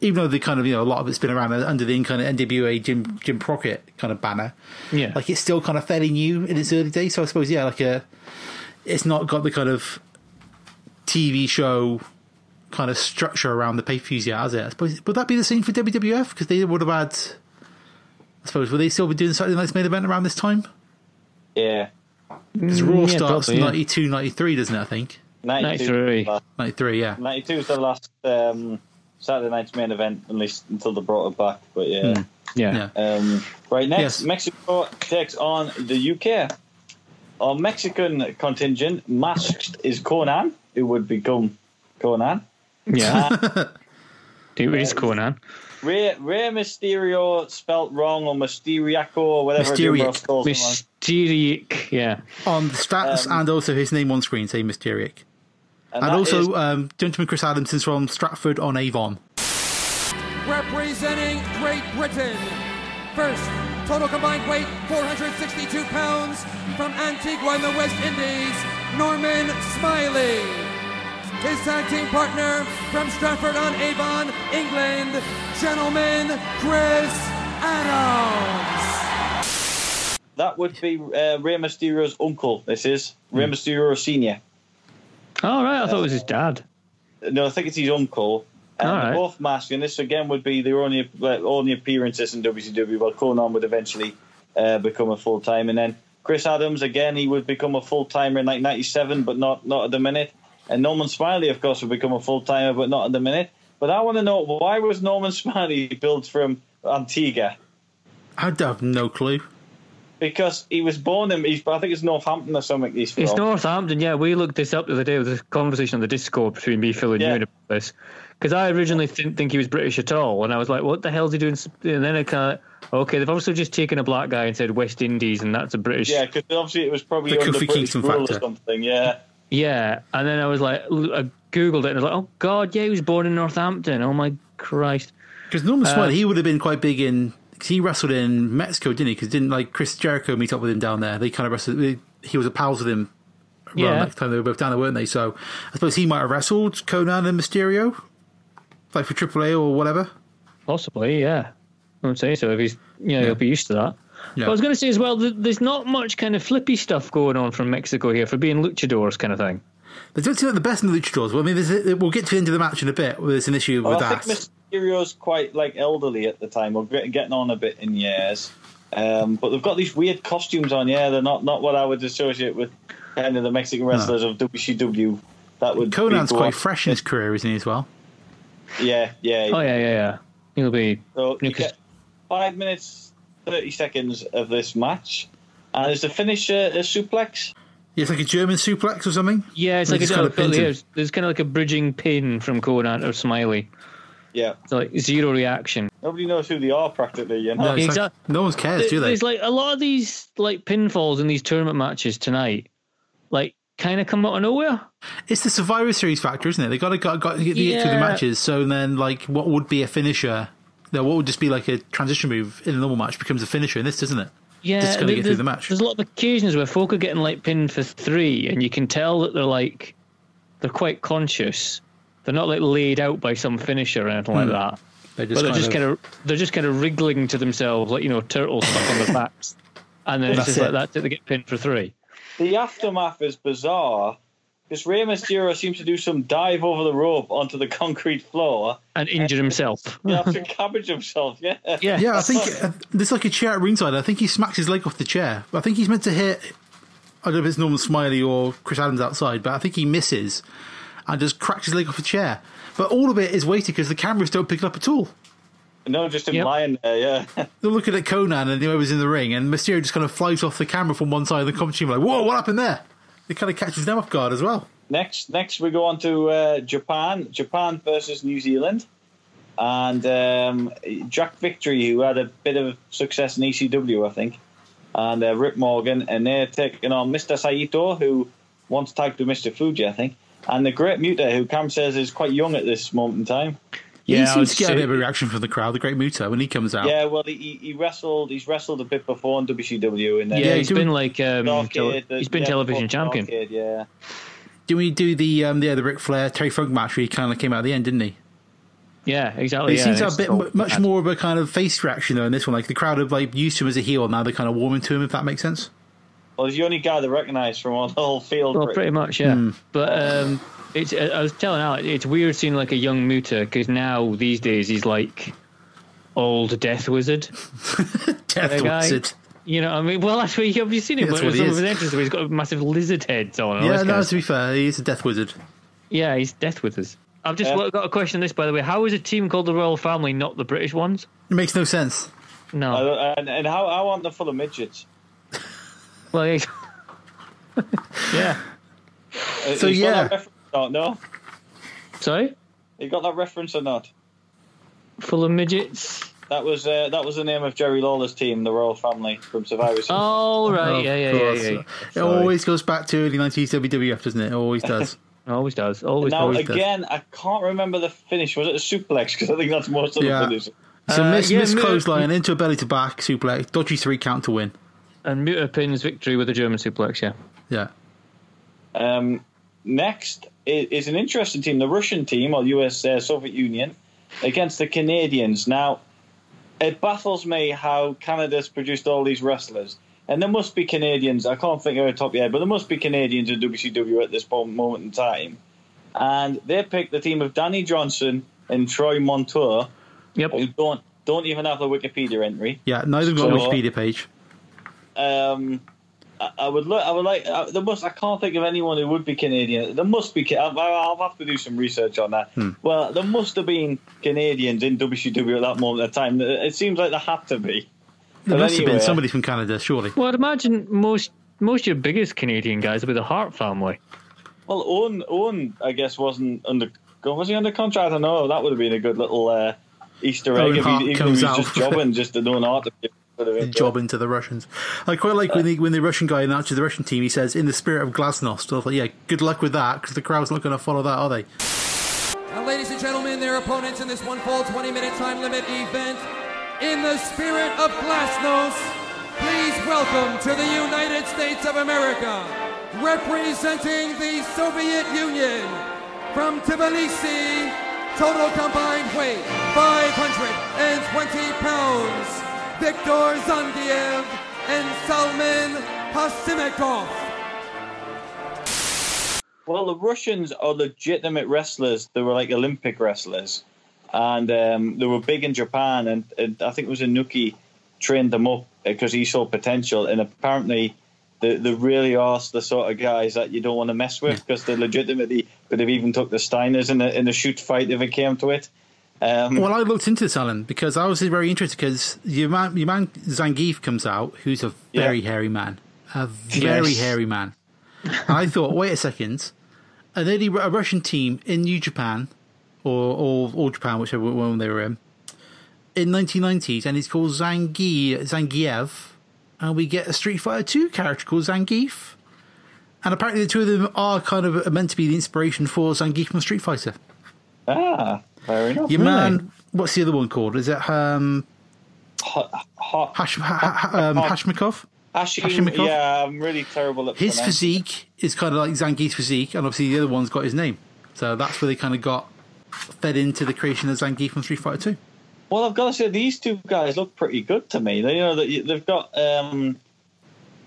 C: even though the kind of you know a lot of it's been around uh, under the kind of NWA Jim Jim Crockett kind of banner.
A: Yeah.
C: Like it's still kind of fairly new in its early days. So I suppose yeah, like a, it's not got the kind of TV show kind of structure around the pay per views yet, has it? I suppose would that be the same for WWF because they would have had. I suppose would they still be doing Saturday Night's main event around this time?
B: Yeah,
C: Because Raw
A: Mm, yeah,
C: starts
A: probably, yeah.
C: 92, 93, doesn't it? I think
A: 93.
C: 93, yeah.
B: 92 was the last um, Saturday night's main event, at least until they brought it back. But yeah.
A: yeah.
C: Yeah.
B: Um, right next,
C: Hmm. Yes.
B: Mexico takes on the UK. Our Mexican contingent masked is Conan, who would become Conan. Uh,
A: Yeah. It is Conan.
B: Rey, Rey Mysterio spelt wrong or Mysteriaco or whatever.
C: Mysteriac.
B: Jim Ross calls him on.
A: Mysteriac. Yeah.
C: on the stats
B: Um,
C: and also his name on screen, say Mysteric. And,
B: that
C: also,
B: is-
C: um, Gentleman Chris Adamson's from Stratford on Avon.
E: representing Great Britain. First, total combined weight 462 pounds from Antigua in the West Indies, Norman Smiley. His tag team partner from Stratford on Avon, England, gentleman Chris Adams.
B: that would be uh, Rey Mysterio's uncle. This is
A: Hmm.
B: Rey Mysterio Senior.
A: All right. I thought it was his dad.
B: No, I think it's his uncle. And
A: All right.
B: both masked, and this again would be their only like, only appearances in WCW. While Conan would eventually uh, become a full time, and then Chris Adams again, he would become a full timer in like '97, but not not at the minute. And Norman Smiley, of course, would become a full timer, but not at the minute. But I want to know why was Norman Smiley built from Antigua?
C: I d- have no clue.
B: Because he was born in, he's, I think it's Northampton or something. He's from.
A: It's Northampton. Yeah, we looked this up the other day with a conversation on the Discord between me, Phil, and
B: Yeah.
A: you about this. Because I originally didn't think he was British at all, and I was like, "What the hell's he doing?" s- And then I kind of, okay, they've obviously just taken a black guy and said West Indies, and that's a British.
B: Yeah, because obviously it was probably
C: The
B: under
C: Kofi
B: British
C: Kingston
B: rule
C: factor.
B: or something. Yeah,
A: Yeah, and then I was like, l- I googled it and I was like, oh god, yeah, he was born in Northampton. Oh my Christ.
C: Because Norman
B: Um,
C: Smiley, he would have been quite big in. Cause he wrestled in Mexico, didn't he? Because didn't like Chris Jericho meet up with him down there? They kind of wrestled. They, he was a pals with him. around
A: Yeah.
C: that time they were both down there, weren't they? So I suppose he might have wrestled Conan and Mysterio, like for AAA or whatever.
A: Possibly, yeah. I would say so. If he's, you know, he'll be used to that.
C: Yeah.
A: But I was going to say as well, th- there's not much kind of flippy stuff going on from Mexico here for being luchadors kind of thing.
C: They don't seem like the best in the luchadors. Well, I mean, there's a, we'll get to the end of the match in a bit. Where there's an issue
B: well,
C: with
B: I
C: that.
B: think Mysterio's quite like elderly at the time, or get- getting on a bit in years. Um, but they've got these weird costumes on. Yeah, they're not not what I would associate with kind of the Mexican wrestlers of WCW. That would be
C: Conan's
B: cool.
C: quite fresh in his career, isn't he, as well?
B: Yeah, yeah.
A: Oh yeah, yeah, yeah. He'll be
B: So you
A: Yeah, 'cause-
B: get five minutes thirty seconds of this match, and is the finish a, a suplex?
C: Yeah, It's like a German suplex or something.
A: yeah. It's
C: They
A: like a
C: just kinda
A: kind
C: pinned him.
A: there's, there's kind of like a bridging pin from Conan or Smiley.
B: Yeah.
A: It's like zero reaction.
B: Nobody knows who they are practically. You know.
C: No, it's like-
A: Exact-
C: no one cares, do
A: There-
C: they?
A: There's like a lot of these like pinfalls in these tournament matches tonight, like kind of come out of nowhere.
C: It's the Survivor Series factor, isn't it? They got to got, got to get through the
A: Yeah.
C: matches. So then, like, what would be a finisher? No, what would just be like a transition move in a normal match becomes a finisher in this, doesn't it?
A: Yeah,
C: Just gotta
A: there-
C: get through
A: there's-
C: the match.
A: There's a lot of occasions where folk are getting like pinned for three, and you can tell that they're like they're quite conscious. They're not like laid out by some finisher or anything like
C: Hmm.
A: that.
I: They just
A: But they're
I: kind
A: just
I: of-
A: kind of they're just kind of wriggling to themselves, like you know, turtles stuck on their backs, and then it's
C: That's
A: just
C: it.
A: like that's it. They get pinned for three.
B: The aftermath is bizarre because Rey Mysterio seems to do some dive over the rope onto the concrete floor
A: and injure himself.
B: and have to cabbage himself. Yeah.
A: Yeah.
C: Yeah, I think uh, there's like a chair at ringside. I think he smacks his leg off the chair. I think he's meant to hit. I don't know if it's Norman Smiley or Chris Adams outside, but I think he misses and just cracks his leg off the chair. But all of it is wasted because the cameras don't pick it up at all.
B: No, just him
A: Yep.
B: lying there. Yeah.
C: They're looking at Conan and whoever's in the ring, and Mysterio just kind of flies off the camera from one side of the commentary. Like, whoa, what happened there? It kind of catches them off guard as well.
B: Next, next we go on to uh, Japan. Japan versus New Zealand, and um, Jack Victory, who had a bit of success in ECW, I think, and uh, Rip Morgan, and they're taking on Mr. Saito, who once tagged with Mr. Fuji, I think, and the Great Muta, who Cam says is quite young at this moment in time.
A: Yeah, uh,
C: he
A: I would
C: seems to get
A: say-
C: a bit of a reaction from the crowd. The Great Muta when he comes out.
B: Yeah, well, he, he wrestled. He's wrestled a bit before in WCW, and then
A: Yeah,
C: Yeah,
A: he's
C: do-
A: been like um, tele-
B: Arcade, the-
A: he's been
B: yeah,
A: television
B: Arcade,
A: champion.
B: yeah.
C: Do we do the um, yeah the Ric Flair Terry Funk match where he kind of came out at the end, didn't he?
A: Yeah, exactly.
C: But he
A: yeah,
C: seems to have
A: it's
C: a bit
A: all
C: mu- much
A: bad.
C: more of a kind of face reaction though in this one. Like the crowd have like used him as a heel, now they're kind of warming to him. If that makes sense.
B: Well, he's the only guy they recognise from all the whole field.
A: Well,
B: pretty
A: pretty much, yeah.
C: Hmm.
A: But um, it's I I was telling Alec, it's weird seeing like a young Muta because now these days he's like old Death Wizard.
C: Death
A: guy.
C: Wizard.
A: You know, what I mean, well, that's what you have you seen him.
C: That's
A: with some
C: what
A: of his
C: he is.
A: entrances where he's got massive lizard heads on. and all
C: Yeah,
A: this kind
C: no.
A: of
C: To be fair, he's a Death Wizard.
A: Yeah, he's Death Wizards. I've just
B: Yeah.
A: got a question. on This, by the way, how is a team called the Royal Family not the British ones?
C: It makes no sense.
A: No,
B: I don't- Uh, and, and how how aren't they full of midgets?
A: well, yeah. yeah.
C: So,
B: He's Uh, got
C: yeah.
B: that reference or not? No,
A: Sorry,
B: you got that reference or not?
A: full of midgets.
B: That was uh, that was the name of Jerry Lawler's team, the Royal Family from Survivor Series.
A: Oh right,
C: Of
A: yeah, yeah,
C: course.
A: yeah, yeah.
C: It always goes back to early nineties WWF, doesn't it? It always does.
A: Always does. Always.
B: now
A: does.
C: always does.
B: again, I can't remember the finish. Was it a suplex? Because I think that's most of the
C: Yeah.
B: finish.
C: so
A: Uh,
C: miss,
A: yeah,
C: miss
A: Mu-
C: clothesline into a belly to back suplex, dodgy three count to win.
A: And Muta pins victory with a German suplex. Yeah.
C: Yeah.
B: Um, next is, is an interesting team, the Russian team or US uh, Soviet Union against the Canadians. Now, it baffles me how Canada's produced all these wrestlers, and there must be Canadians. I can't think of a top yet, but there must be Canadians in WCW at this po- moment in time. And they picked the team of Danny Johnson and Troy Montour,
A: Yep.
B: who don't don't even have the Wikipedia entry.
C: Yeah. Neither of them got a
B: So-
C: Wikipedia page.
B: Um, I, I would look. I would like. I, there must. I can't think of anyone who would be Canadian. There must be. Ca- I, I'll have to do some research on that.
C: Hmm.
B: Well, there must have been Canadians in WCW at that moment of time. It seems like there had to be. But
C: There must have
B: anyway,
C: been somebody from Canada, surely.
A: Well, I'd imagine most most of your biggest Canadian guys will be the Hart family.
B: Well, Owen, Owen, I guess, wasn't under. Was he under contract? I don't know. That would have been a good little uh, Easter egg
C: Owen
B: if
C: Hart
B: he, even if
C: comes
B: he was
C: out.
B: just jobbing, just to know an art.
C: job into the Russians. I quite like when the when the Russian guy announces the Russian team. He says, "In the spirit of glasnost." I was like, "Yeah, good luck with that," because the crowd's not going to follow that, are they?
E: Now, ladies and gentlemen, their opponents in this one full 20 minute time limit event, in the spirit of Glasnost, please welcome to the United States of America, representing the Soviet Union, from Tbilisi, total combined weight 520 pounds, Viktor Zandiev and Salman Hasimekov.
B: Well, the Russians are legitimate wrestlers. They were like Olympic wrestlers, and um, they were big in Japan. And, and I think it was Inuki trained them up because he saw potential. And apparently, they, they really are the sort of guys that you don't want to mess with because they legitimately could have even took the Steiners in a, in a shoot fight if it came to it. Um,
C: Well, I looked into this, Alan, because I was very interested. Because your man, your man Zangief comes out, who's a very
B: Yeah.
C: hairy man, a very
A: Yes.
C: hairy man. And I thought, wait a second, are they the- a Russian team in New Japan or or, or Japan, whichever one they were in, in 1990s, and it's called Zangie Zangiev, and we get a Street Fighter 2 character called Zangief. And apparently, the two of them are kind of meant to be the inspiration for Zangief from Street Fighter.
B: ah, fair enough.
C: Your man, what's the other one called? Is it um,
B: Ho- Hot
C: Hash, ha, ha, um,
B: Oh.
C: Hashmikov.
B: Hashim-
C: Hashimikov?
B: Yeah, I'm really terrible at
C: His
B: pronouncing.
C: physique is kind of like Zangief's physique, and obviously the other one's got his name. So that's where they kind of got fed into the creation of Zangief from Street Fighter Two.
B: Well, I've got to say these two guys look pretty good to me. They, you know, they- they've got, um,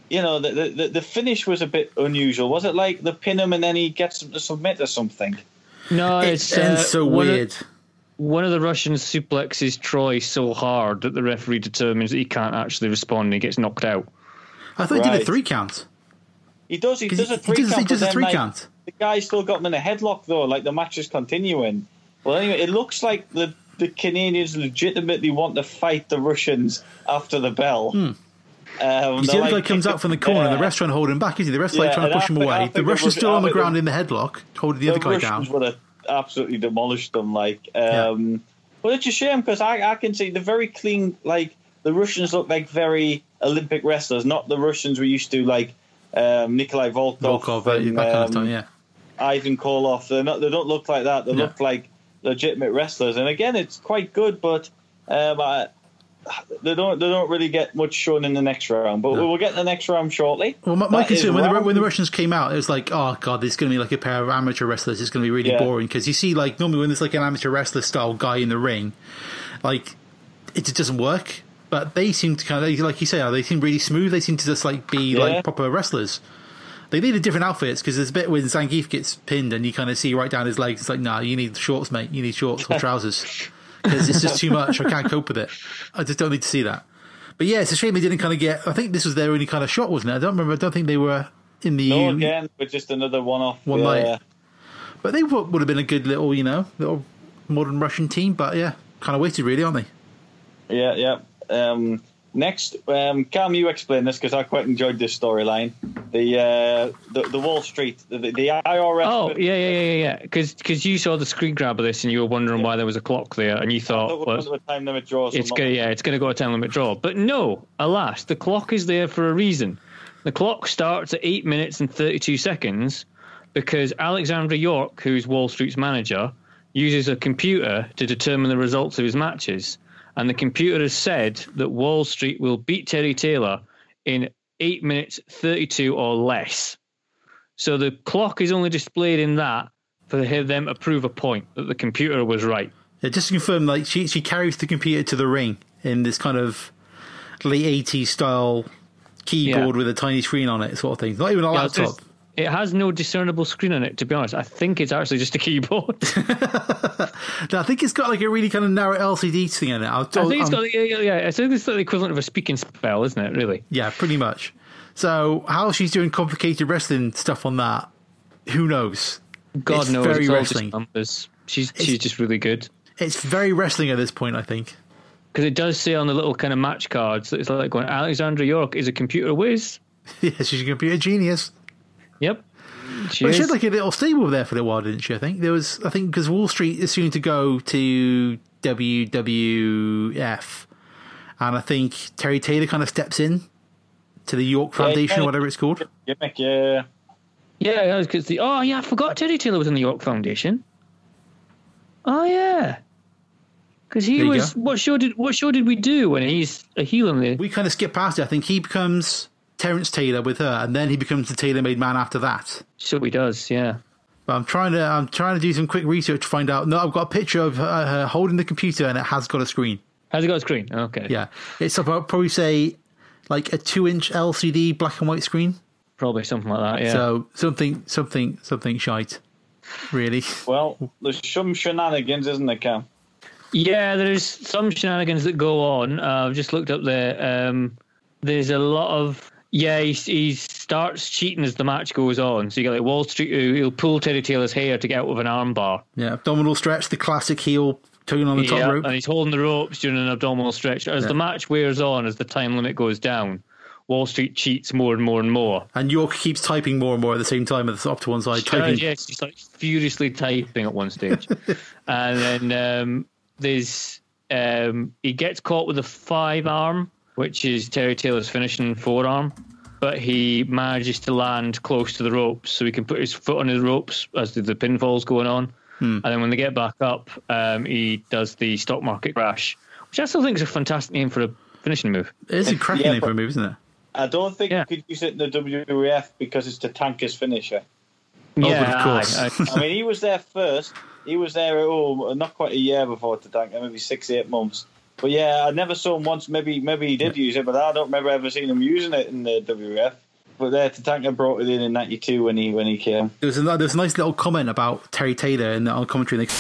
B: you know, the, the the finish was a bit unusual. Was it like the pin him and then he gets him to submit or something?
A: No, it's uh, one of-
C: weird.
A: one of the Russians suplexes Troy so hard that the referee determines that he can't actually respond and he gets knocked out.
C: I thought he did a
B: Right.
C: three count.
B: He does. He
C: 'Cause
B: does
C: he-
B: a
C: he
B: three
C: does- he
B: count.
C: does
B: but
C: a
B: then,
C: three
B: like,
C: count.
B: The guy still got him in a headlock though. Like the match is continuing. Well, anyway, it looks like the the Canadians legitimately want to fight the Russians after the bell. Um,
C: Hmm. You see,
B: they're
C: the other guy
B: like-
C: comes out from the corner, and the
B: Yeah.
C: rest trying to hold him back. Is he? The rest like
B: Yeah,
C: trying to
B: and I
C: push him
B: think- I
C: away.
B: think
C: The
B: it
C: rest is
B: was-
C: still on
B: I
C: the
B: think it
C: ground in the headlock, holding the other guy down.
B: Russians would have absolutely demolished them. Like, um, but it's a shame because I, I can see the very clean. Like the Russians look like very Olympic wrestlers, not the Russians we used to like. Um, Nikolai Volkov,
C: Volkov, uh,
B: and,
C: that kind of
B: um,
C: time, yeah.
B: Ivan Koloff. They're not. They don't look like that. They
C: Yeah.
B: look like legitimate wrestlers. And again, it's quite good, but um, I, they don't. They don't really get much shown in the next round. But we'll get the next round shortly.
C: Well, my, my
B: That is
C: concern when the,
B: round-
C: when the Russians came out, it was like, oh god, there's going to be like a pair of amateur wrestlers. It's going to be really
B: Yeah.
C: boring because you see, like normally when there's like an amateur wrestler style guy in the ring, like it just doesn't work. But they seem to kind of like you say, they seem really smooth. They seem to just like be
B: Yeah.
C: like proper wrestlers. They needed different outfits because there's a bit when Zangief gets pinned and you kind of see right down his legs. It's like, nah, you need shorts, mate. You need shorts or trousers because it's just too much. I can't cope with it. I just don't need to see that. But yeah, it's a shame they didn't kind of get. I think this was their only kind of shot, wasn't it? I don't remember. I don't think they were in the
B: No,
C: U.
B: again, but just another one-off.
C: One
B: uh,
C: night. But they would, would have been a good little, you know, little modern Russian team. But yeah, kind of waited, really, aren't they?
B: Yeah, yeah. Um, next, um, Cam, you explain this because I quite enjoyed this storyline. The, uh, the the Wall Street, the, the IRS.
A: Oh, yeah, yeah, yeah, yeah, yeah. Because you saw the screen grab of this and you were wondering why there was a clock there and you
B: I
A: thought,
B: thought we
A: well,
B: were the time limit draws.
A: it's
B: I'm not-
A: gonna, yeah, it's going to go to time limit draw. But no, alas, the clock is there for a reason. The clock starts at eight minutes and thirty-two seconds because Alexandra York, who's Wall Street's manager, uses a computer to determine the results of his matches, and the computer has said that Wall Street will beat Terry Taylor in eight minutes thirty-two or less. So the clock is only displayed in that for them to prove a point that the computer was right.
C: Yeah, just to confirm, like she she carries the computer to the ring in this kind of late '80s style keyboard
A: Yeah.
C: with a tiny screen on it, sort of thing. Not even a
A: Yeah, it's
C: laptop.
A: just- It has no discernible screen on it, to be honest. I think it's actually just a keyboard.
C: No, I think it's got like a really kind of narrow LCD thing in it. I'll,
A: I think it's
C: I'm-
A: got, yeah, yeah, yeah. I think it's the equivalent of a speaking spell, isn't it? Really?
C: Yeah, pretty much. So how she's doing complicated wrestling stuff on that, who knows?
A: God
C: It's
A: knows.
C: very
A: it's all
C: wrestling.
A: just numbers. She's she's just really good
C: It's very wrestling at this point, I think.
A: because it does say on the little kind of match cards that it's like going Alexandra York is a computer whiz.
C: Yeah, she's a computer genius.
A: Yep. She
C: But she
A: is.
C: had like a little stable there for a while, didn't she? I think there was, I think, because Wall Street is soon to go to WWF, and I think Terry Taylor kind of steps in to the York Foundation
B: yeah.
C: or whatever it's called.
B: Gimmick, yeah.
A: yeah, yeah. Because the oh yeah, I forgot Teddy Taylor was in the York Foundation. Oh yeah. Because he
C: There you
A: was.
C: go.
A: What show did what show did we do when he's a heel in the?
C: We kind of skip past it. I think he becomes Terrence Taylor with her, and then he becomes the Taylor Made Man after that.
A: so he does. Yeah.
C: But I'm trying to, I'm trying to do some quick research to find out. No, I've got a picture of her, her holding the computer, and it has got a screen.
A: Has it got a screen? Okay.
C: Yeah, it's about probably say like a two-inch LCD black and white screen.
A: Probably something like that. Yeah.
C: So something, something, something shite. Really,
B: Well, there's some shenanigans, isn't there, Cam?
A: yeah, there's some shenanigans that go on. Uh, I've just looked up there. Um, there's a lot of yeah. He, he starts cheating as the match goes on. So you get like Wall Street. who- He'll pull Teddy Taylor's hair to get out with an armbar.
C: yeah. Abdominal stretch, the classic heel tugging on the top
A: Yeah,
C: rope.
A: and he's holding the ropes during an abdominal stretch. As the match wears on, as the time limit goes down, Wall Street cheats more and more and more.
C: and York keeps typing more and more at the same time, at the off to one side,
A: Uh,
C: typing.
A: yes, he's like furiously typing at one stage, and then um, there's um, he gets caught with a five arm, which is Terry Taylor's finishing forearm, but he manages to land close to the ropes, so he can put his foot on his ropes as the, the pinfall's going on,
C: Hmm.
A: and then when they get back up, um, he does the stock market crash, which I still think is a fantastic name for a finishing move.
C: It is a cracking
B: Yeah,
C: name for a
B: but-
C: move, isn't it?
B: I don't think
A: Yeah.
B: you could use it in the WWF because it's the tanker's finisher.
C: Oh, but
A: yeah,
C: of course.
A: aye, aye.
B: I mean, he was there first. He was there oh, not quite a year before the tanker, maybe six, eight months. But yeah, I never saw him once. Maybe maybe he did use it, but I don't remember ever seeing him using it in the WWF. But there, Tatanka brought it in in '92 when he when he came.
C: There was, a, there was a nice little comment about Terry Taylor in the on commentary. They,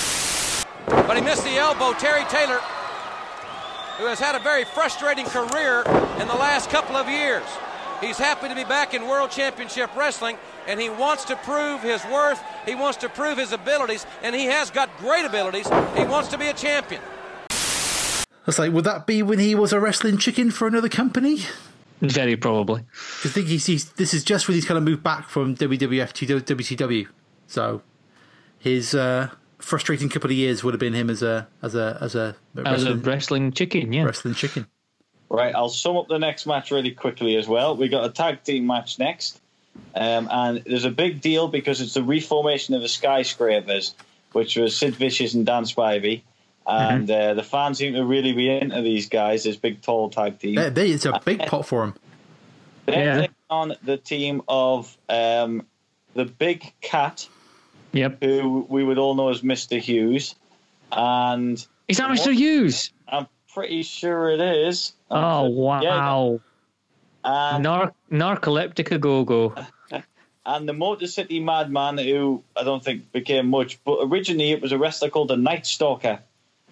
E: But he missed the elbow. Terry Taylor, who has had a very frustrating career in the last couple of years. He's happy to be back in World Championship Wrestling, and he wants to prove his worth. He wants to prove his abilities, and he has got great abilities. He wants to be a champion.
C: it's like, would that be when he was a wrestling chicken for another company?
A: Very probably.
C: I think he's, he's this is just when he's kind of moved back from WWF to WCW. So his uh, frustrating couple of years would have been him as a as a as a
A: As a
C: wrestling,
A: wrestling chicken, yeah.
C: wrestling chicken.
B: Right, I'll sum up the next match really quickly as well. We got a tag team match next, um, and there's a big deal because it's the reformation of the skyscrapers, which was Sid Vicious and Dan Spivey, and uh, the fans seem to really be into these guys. This big tall tag team.
C: They, they- it's a big pot for him.
B: They're
A: Yeah.
B: taking on the team of um, the Big Cat,
A: Yep.
B: who we would all know as Mister Hughes, and
A: Is that Mr. Hughes?
B: I'm pretty sure it is.
A: Oh, wow.
B: And
A: Nar- narcoleptica go go.
B: and the Motor City Madman, who I don't think became much, but originally it was a wrestler called the Night Stalker.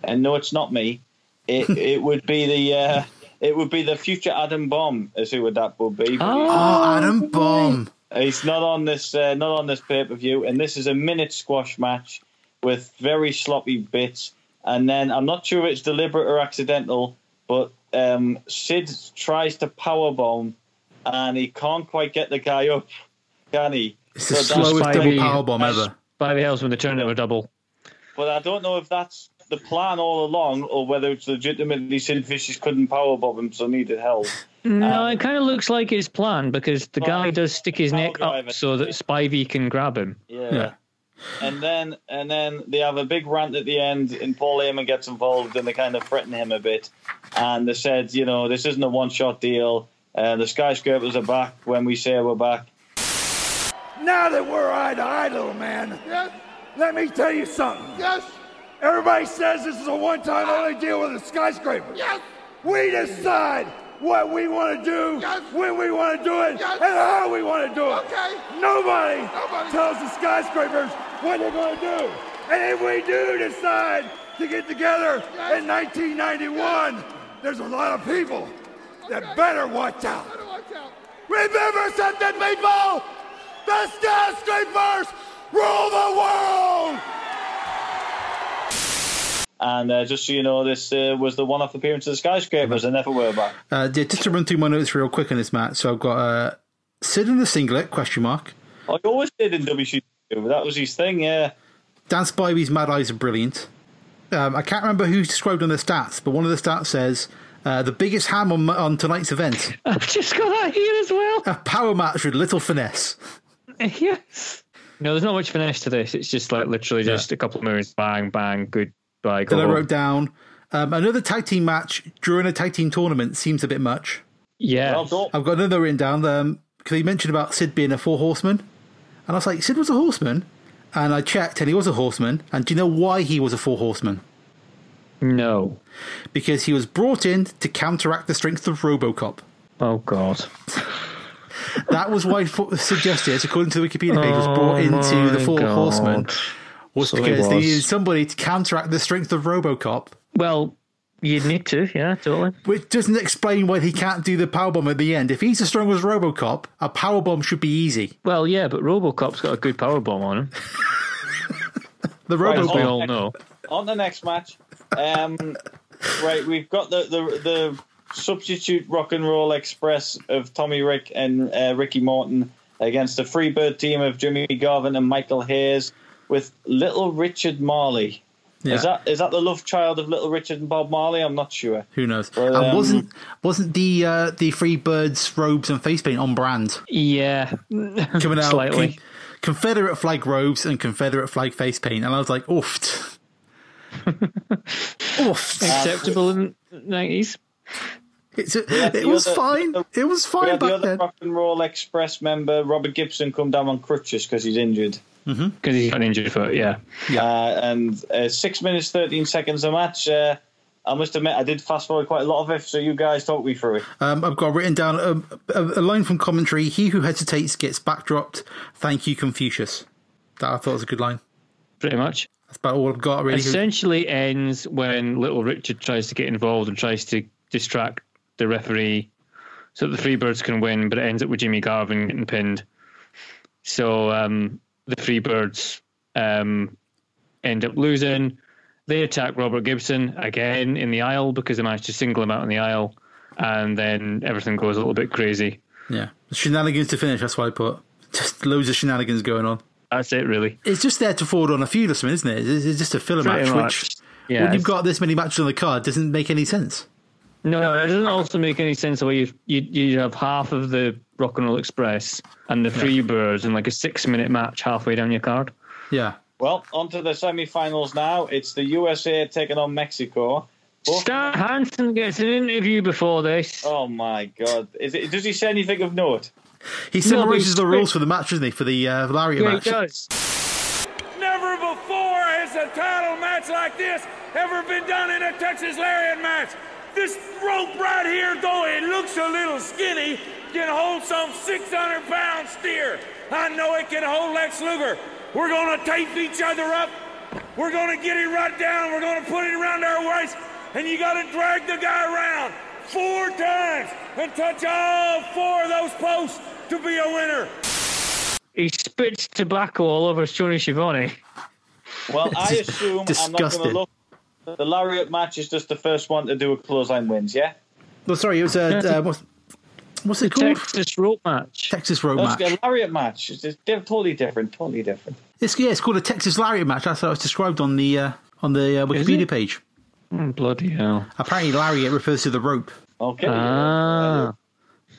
B: And no, it's not me. It it would be the uh, it would be the future Adam Bomb, is who that would be.
A: Ah,
C: Oh, Adam Bomb.
B: He's not on this uh, not on this pay per view, and this is a minute squash match with very sloppy bits. And then I'm not sure if it's deliberate or accidental, but um, Sid tries to power bomb, and he can't quite get the guy up, can he?
C: It's
B: So
C: the
B: that's
C: slowest
A: why
C: double
A: we-
C: power bomb ever.
A: By the hells when they turn into a double.
B: But I don't know if that's the plan all along, or whether it's legitimately Sid Vicious couldn't powerbomb him, so needed help.
A: No, it kind of looks like it's planned because the guy does stick his neck
B: Driver.
A: up so that Spivey can grab him.
B: Yeah.
C: Yeah.
B: And then and then they have a big rant at the end, and Paul Heyman gets involved, and they kind of threaten him a bit. And they said, you know, this isn't a one shot deal. Uh, the skyscrapers are back when we say we're back.
H: Now that we're eye to eye, little man, yes. let me tell you something. Yes. Everybody says this is a one time only deal with a skyscraper. Yes. We decide what we want to do, yes. when we want to do it, yes. and how we want to do it. Okay. Nobody, Nobody tells the skyscrapers what they're going to do. And if we do decide to get together in 1991, there's a lot of people that better watch out. Remember something, people! The skyscrapers rule the world!
B: And uh, just so you know, this uh, was the one off appearance of the skyscrapers, and never were back.
C: Uh, yeah, just to run through my notes real quick on this match. So I've got uh, Sid in the singlet question mark.
B: I always did in WCW, that was his thing, yeah.
C: Dan Spivey's mad eyes are brilliant. Um, I can't remember who's described on the stats, but one of the stats says uh, the biggest ham on, on tonight's event.
A: I've just got that here as well.
C: A power match with little finesse.
A: yes. No, there's not much finesse to this. It's just like literally just a couple of moves, bang, bang, goodbye. Go
C: Then I
A: home.
C: wrote down um, another tag team match during a tag team tournament seems a bit much.
A: yeah.
B: Well done.
C: I've got another written down because he mentioned about Sid being a four horseman, and I was like, Sid was a horseman, and I checked, and he was a horseman. And do you know why he was a four horseman?
A: no.
C: Because he was brought in to counteract the strength of RoboCop.
A: Oh, God.
C: That was why Fo- Sid as according to the Wikipedia page, was brought into the
A: Oh, my
C: Four
A: God.
C: Horsemen was
A: So he
C: because they
A: was.
C: needed somebody to counteract the strength of RoboCop,
A: Well, you'd need to, yeah, totally.
C: which doesn't explain why he can't do the powerbomb at the end. If he's as strong as RoboCop, a powerbomb should be easy.
A: Well, yeah, but Robocop's got a good power bomb on him,
C: The
B: Right,
A: as we
C: RoboCop.
A: all know.
B: on the next match. Um, right, we've got the, the the substitute rock and roll express of Tommy Rick and uh, Ricky Morton against the Freebird team of Jimmy Garvin and Michael Hayes with Little Richard Marley.
C: Yeah.
B: oh, Is that is that the love child of Little Richard and Bob Marley? I'm not sure.
C: Who knows?
B: Well,
C: and
B: um,
C: wasn't wasn't the uh, the Free Birds robes and face paint on brand
A: Yeah.
C: coming out?
A: Slightly.
C: Con- Confederate flag robes and Confederate flag face paint, and I was like, oofed, oofed.
A: Acceptable in the 90s.
C: It's a,
B: had
C: it
B: the
C: was
B: other-
C: fine.
B: the other-
C: It was
B: We
C: fine
B: had the
C: back
B: other
C: then.
B: Rock and Roll Express member Robert Gibson come down on crutches because he's injured.
A: because he's got an injured foot. Yeah,
B: Uh, and uh, six minutes thirteen seconds a match. Uh, I must admit, I did fast forward quite a lot of it, so you guys talk me through it.
C: Um, I've got written down um, a, a line from commentary: "He who hesitates gets backdropped." Thank you, Confucius. That I thought was a good line.
A: pretty much.
C: That's about all I've got really.
A: Essentially ends when little Richard tries to get involved and tries to distract the referee so that the Freebirds can win, but it ends up with Jimmy Garvin getting pinned. So um, the Freebirds um, end up losing. They attack Robert Gibson again in the aisle because they managed to single him out in the aisle, and then everything goes a little bit crazy.
C: Yeah, shenanigans to finish. That's what I put. Just loads of shenanigans going on.
A: That's it, really.
C: It's just there to forward on a feud or something, isn't it? It's, it's just a filler
A: Pretty
C: match,
A: much.
C: which
A: Yeah,
C: when you've
A: it's-
C: got this many matches on the card, doesn't make any sense.
A: No, no, it doesn't also make any sense the way you you you have half of the Rock and Roll Express and the Freebirds in like a six minute match halfway down your card.
C: Yeah,
B: Well, on to the semi-finals now. It's the USA taking on Mexico.
C: Oh.
B: Both-
A: Stan Hansen gets an interview before this.
B: oh my God! Is it, does he say anything of note?
C: he summarises
A: he's-
C: the rules for the match, doesn't he? For the uh, Lariat
A: yeah, he
C: match.
A: does.
E: Never before has a title match like this ever been done in a Texas Lariat match. This rope right here, though it looks a little skinny, can hold some 600 pound steer. I know it can hold Lex Luger. We're going to tape each other up. We're going to get it right down. We're going to put it around our waist. And you got to drag the guy around four times and touch all four of those posts to be a winner.
A: He spits tobacco all over Tony Schiavone.
B: Well, I assume I'm not going
C: disgusting.
B: to look. The lariat match is just the first one to do a clothesline wins. Yeah.
C: No, sorry, it was a uh, what's, what's it called?
A: Texas rope match.
C: Texas Road
B: That's
C: match.
B: a lariat match. It's just diff- totally different. Totally different.
C: It's yeah, it's called a Texas Lariat match. That's how it's described on the uh, on the uh,
A: Is
C: Wikipedia
A: it?
C: page.
A: Mm, Bloody hell.
C: Apparently, Lariat refers to the rope.
B: Okay.
C: Uh,
A: Ah,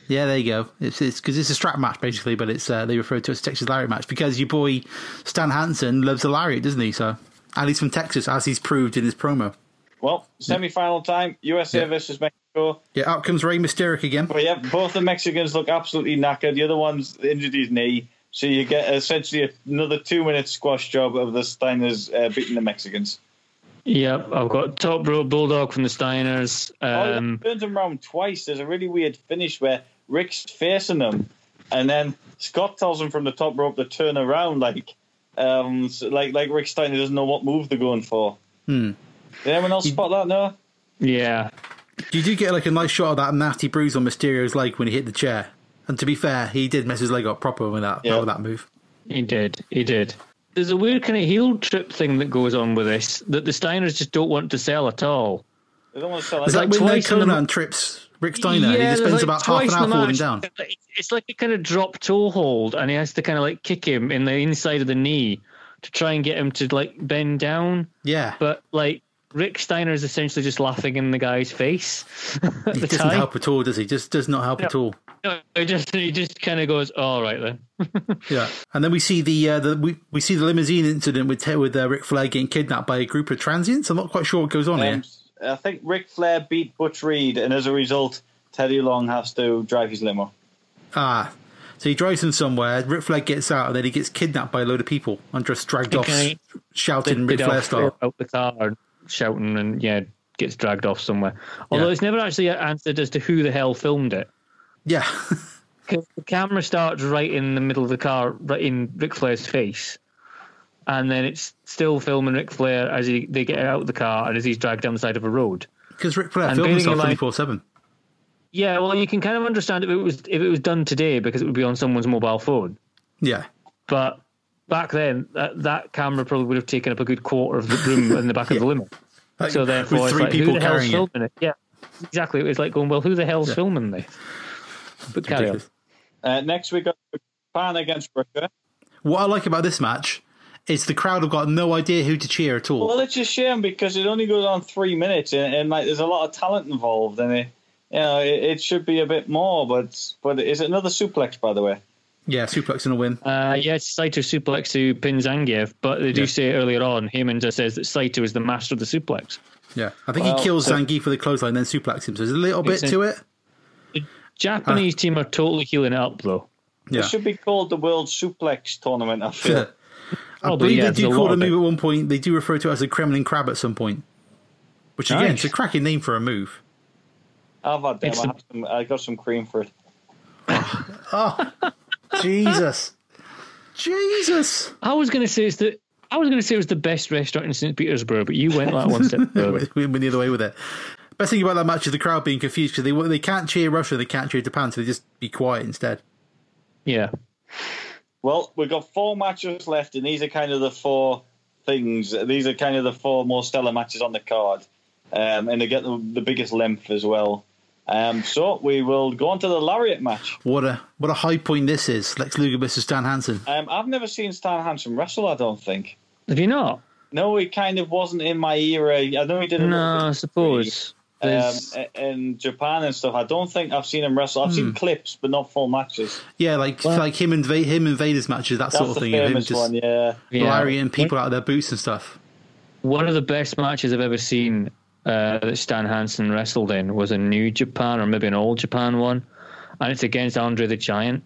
C: Yeah, there you go. It's it's because it's a strap match basically, but it's uh, they refer to it as Texas Lariat match because your boy Stan Hansen loves a lariat, doesn't he? So, and he's from Texas, as he's proved in his promo.
B: Well, semi-final time. USA
C: Yeah.
B: versus Mexico.
C: Yeah, out comes Rey Mysterio again.
B: But yeah, both the Mexicans look absolutely knackered. The other one's injured his knee. So you get essentially another two-minute squash job of the Steiners uh, beating the Mexicans.
A: yep. I've got top rope bulldog from the Steiners. Um,
B: oh, he turns them round twice. There's a really weird finish where Rick's facing them, and then Scott tells him from the top rope to turn around, like, um, s- like like Rick Steiner doesn't know what move they're going for. Hmm. Did anyone else spot that? No.
A: yeah.
C: You do get like a nice shot of that nasty bruise on Mysterio's leg when he hit the chair. And to be fair, he did mess his leg up proper with that
B: Yeah.
C: with that move.
A: He did. He did. There's a weird kind of heel trip thing that goes on with this that the Steiners just don't want to sell at all.
B: They don't want to sell
C: It's
B: it.
C: like,
A: like
C: when uh,
A: twice in the
C: Conan
A: ma-
C: trips Rick Steiner, and he just
A: there's
C: spends
A: like
C: about half
A: twice
C: an
A: in
C: hour
A: the
C: holding
A: match,
C: down.
A: it's- It's like a kind of drop toe hold, and he has to kind of like kick him in the inside of the knee to try and get him to like bend down.
C: Yeah,
A: But like Rick Steiner is essentially just laughing in the guy's face at
C: he
A: the
C: doesn't
A: time.
C: help at all, does he? Just does not help at all.
A: No, he just he just kind of goes, "All right then."
C: Yeah, and then we see the uh, the we, we see the limousine incident with with uh, Ric Flair getting kidnapped by a group of transients. I'm not quite sure what goes on here.
B: Um, I think Ric Flair beat Butch Reed, and as a result, Teddy Long has to drive his limo.
C: Ah, so he drives them somewhere. Ric Flair gets out, and then he gets kidnapped by a load of people and just dragged off,
A: Okay.
C: shouting Ric
A: Did
C: Flair
A: Alf
C: style.
A: out the car and shouting and yeah gets dragged off somewhere although
C: Yeah.
A: it's never actually answered as to who the hell filmed it
C: Yeah,
A: because the camera starts right in the middle of the car right in Ric Flair's face and then it's still filming Ric Flair as he, they get out of the car and as he's dragged down the side of a road
C: because Ric Flair
A: And
C: filmed
A: beating
C: himself
A: in line-
C: 24 seven.
A: yeah well you can kind of understand if it was if it was done today because it would be on someone's mobile phone
C: Yeah,
A: but back then that, that camera probably would have taken up a good quarter of the room in the back of the limo
C: Like,
A: So therefore,
C: with
A: it's
C: three
A: like,
C: people
A: who the
C: carrying
A: hell's
C: it.
A: filming it? Yeah, exactly. It was like going, well, who the hell's filming this? But carry on.
C: ridiculous.
B: Uh, next, we got Japan against Russia.
C: What I like about this match is the crowd have got no idea who to cheer at all.
B: Well, it's a shame because it only goes on three minutes, and, and like there's a lot of talent involved, and it, you know it, it should be a bit more. But but it's another suplex, by the way.
C: yeah, suplex and a win.
A: Uh, yeah, it's Saito suplex who pins Angiev, but they do
C: Yeah.
A: say earlier on, Heyman just says that Saito is the master of the suplex.
C: Yeah, I think
B: Well,
C: he kills
A: so-
C: Zangief with a clothesline, then suplexes him. So there's a little bit
A: Exactly.
C: to it.
A: Japanese team are totally healing it up though.
C: Yeah,
B: It should be called the World Suplex Tournament, I feel.
C: I
A: Probably,
C: believe
A: yeah,
C: they
A: there's
C: do
A: a
C: call
A: lot
C: the
A: of
C: move
A: it.
C: at one point. They do refer to it as a Kremlin crab at some point, which again, it's a
A: Nice.
C: cracking name for a move.
B: I've had them.
A: It's
B: I,
A: the-
B: have some, I got some cream for it.
C: Jesus, Jesus!
A: I was gonna say it's the I was gonna say it was the best restaurant in St. Petersburg, but you went that one step further.
C: we went the other way with it. Best thing about that match is the crowd being confused because they they can't cheer Russia, they can't cheer Japan, so they just be quiet instead.
A: Yeah.
B: Well, we've got four matches left, and these are kind of the four things. These are kind of the four more stellar matches on the card, um, and they get the, the biggest length as well. Um, so we will go on to the lariat match.
C: What a what a high point this is. Lex Luger versus Dan Hansen.
B: Um, I've never seen Stan Hansen wrestle. I don't think.
A: Have you not?
B: No, he kind of wasn't in my era. I know he did. a little
A: No,
B: bit
A: I
B: of
A: suppose.
B: free, Um,
A: There's-
B: i- in Japan and stuff, I don't think I've seen him wrestle. I've seen clips, but not full matches.
C: Yeah, like like him and Va- him and Vader's matches, that
B: That's
C: sort of
B: the
C: thing. of him
B: famous
C: just
B: one, yeah.
A: yeah.
C: lariating people out of their boots and stuff.
A: One of the best matches I've ever seen uh, that Stan Hansen wrestled in was a New Japan or maybe an Old Japan one, and it's against Andre the Giant,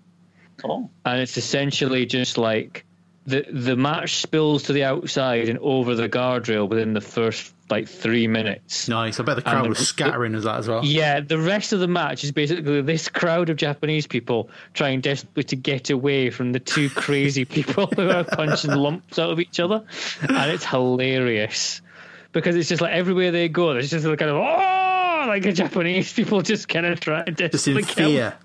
B: Oh,
A: and it's essentially just like the the match spills to the outside and over the guardrail within the first like three minutes.
C: Nice. I bet the crowd
A: the-
C: was scattering as that as well.
A: Yeah, the rest of the match is basically this crowd of Japanese people trying desperately to get away from the two crazy people who are punching lumps out of each other. And it's hilarious because it's just like everywhere they go, there's just the kind of, oh, like the Japanese people just kind of try to
C: Just in fear.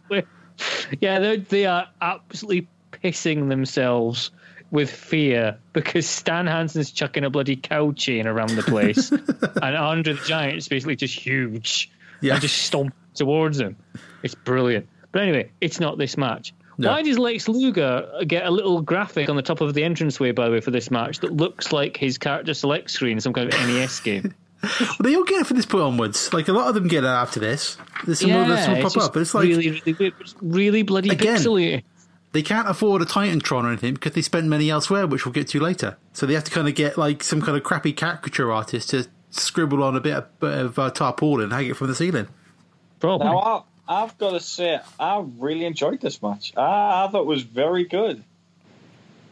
A: Yeah, they they are absolutely pissing themselves with fear because Stan Hansen's chucking a bloody cow chain around the place, and Andre the Giant's basically just huge
C: Yeah.
A: and just stomp towards him. It's brilliant. But anyway, it's not this match.
C: No.
A: Why does Lex Luger get a little graphic on the top of the entranceway, by the way, for this match that looks like his character select screen, in some kind of NES game?
C: But they all get it from this point onwards. Like a lot of them get it after this. There's some of them pop
A: just
C: up. But it's like
A: really, really, weird. It's really bloody
C: Again,
A: pixely.
C: they can't afford a Titantron or anything because they spent money elsewhere, which we'll get to later. So they have to kind of get like some kind of crappy caricature artist to scribble on a bit of, bit of uh, tarpaulin and hang it from the ceiling.
A: Probably.
B: Now, I, I've got to say, I really enjoyed this match. I, I thought it was very good.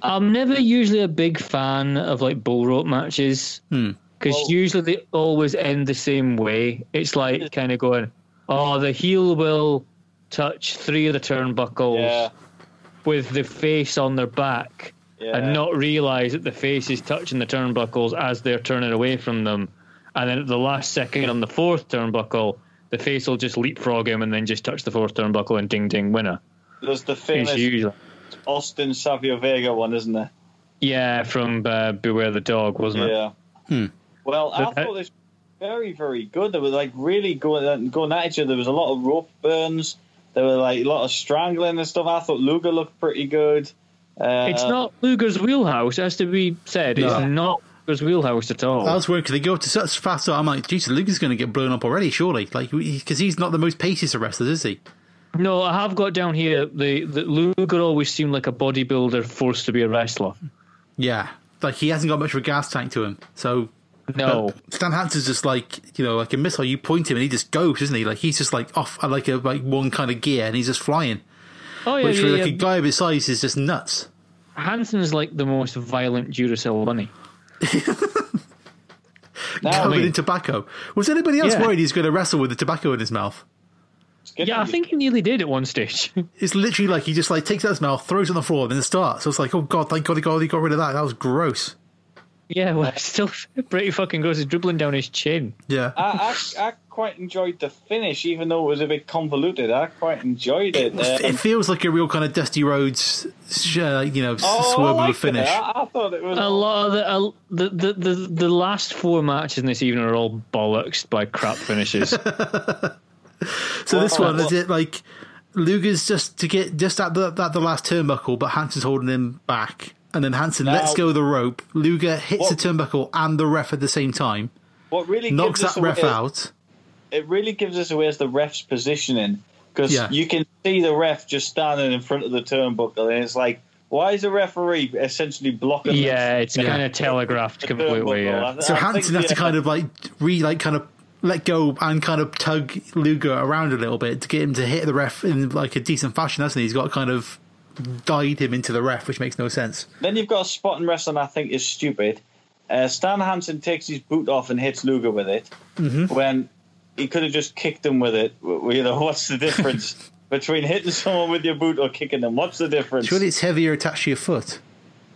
A: I'm never usually a big fan of like bull rope matches because
B: Well-
A: usually they always end the same way. It's like kind of going, oh, the heel will touch three of the turnbuckles
B: Yeah,
A: with the face on their back
B: yeah.
A: and not realize that the face is touching the turnbuckles as they're turning away from them. And then at the last second on the fourth turnbuckle, the face will just leapfrog him and then just touch the fourth turnbuckle and ding ding winner.
B: There's the famous
A: It's usually.
B: Austin Savio Vega one, isn't there?
A: Yeah, from uh, Beware the Dog, wasn't it?
B: Yeah.
C: Hmm.
B: Well, I
A: Okay.
B: thought this was very, very good. They were like really going uh, going at each other. There was a lot of rope burns. There were like a lot of strangling and stuff. I thought Luger looked pretty good. Uh,
A: It's not Luger's wheelhouse, it has to be said.
C: Um, No.
A: It's not Luger's wheelhouse at all.
C: I was worried because they go up to such fast. I'm like, Jesus, Luger's going to get blown up already, surely. Like, because he's not the most paciest of wrestlers, is he?
A: no, I have got down here the, the Luger always seemed like a bodybuilder forced to be a wrestler.
C: Yeah, like he hasn't got much of a gas tank to him. So
A: No,
C: But Stan Hansen's just like you know, like a missile. You point him and he just goes, isn't he? Like he's just like off uh, like a like one kind of gear and he's just flying.
A: oh yeah,
C: Which for
A: yeah,
C: like a
A: yeah.
C: guy of his size is just nuts.
A: Hansen's like the most violent Duracell bunny.
B: now.
C: Covered
A: mean-
C: in tobacco. Was anybody else
A: Yeah.
C: worried he's going to wrestle with the tobacco in his mouth?
B: it's good
A: Yeah, I
B: for you.
A: think he nearly did at one stage.
C: It's literally like he just like takes out his mouth, throws it on the floor, and then starts. So it's like, oh god, thank God he got, he got rid of that. That was gross.
A: yeah, well, it's still pretty fucking gross. He's dribbling down his chin.
C: Yeah,
B: I, I, I quite enjoyed the finish, even though it was a bit convoluted. I quite enjoyed it. Um,
C: it feels like a real kind of Dusty Roads, sh- uh, you know, s- swerve of a
B: liked
C: finish.
B: It. Oh, I, I thought it was
A: A lot of the, uh, the, the, the, the last four matches in this evening are all bollocks by crap finishes.
C: So this
B: Well,
C: one is it like Luger's just to get just at the, at the last turnbuckle, but Hansen's holding him back, and then Hansen
B: Now-
C: lets go of the rope. Luger hits
B: What-
C: the turnbuckle and the ref at the same time,
B: what really
C: knocks
B: gives us uh,
C: that ref
B: away,
C: out.
B: It really gives us away is the ref's positioning because
C: Yeah.
B: you can see the ref just standing in front of the turnbuckle, and it's like, Why is the referee essentially blocking? this?
A: Yeah, it's
C: Yeah.
A: kind of telegraphed
B: Third bubble.
A: completely. Yeah.
B: I-
C: So
B: I
C: Hanson
B: think,
C: has to
B: yeah,
C: kind of like re like kind of let go and kind of tug Luger around a little bit to get him to hit the ref in like a decent fashion, hasn't he? He's got to kind of guide him into the ref, which makes no sense.
B: Then you've got a spot in wrestling I think is stupid. Uh, Stan Hansen takes his boot off and hits Luger with it
C: Mm-hmm.
B: when he could have just kicked him with it. W- You know, what's the difference between hitting someone with your boot or kicking them? What's the difference?
C: Surely it's heavier attached to your foot.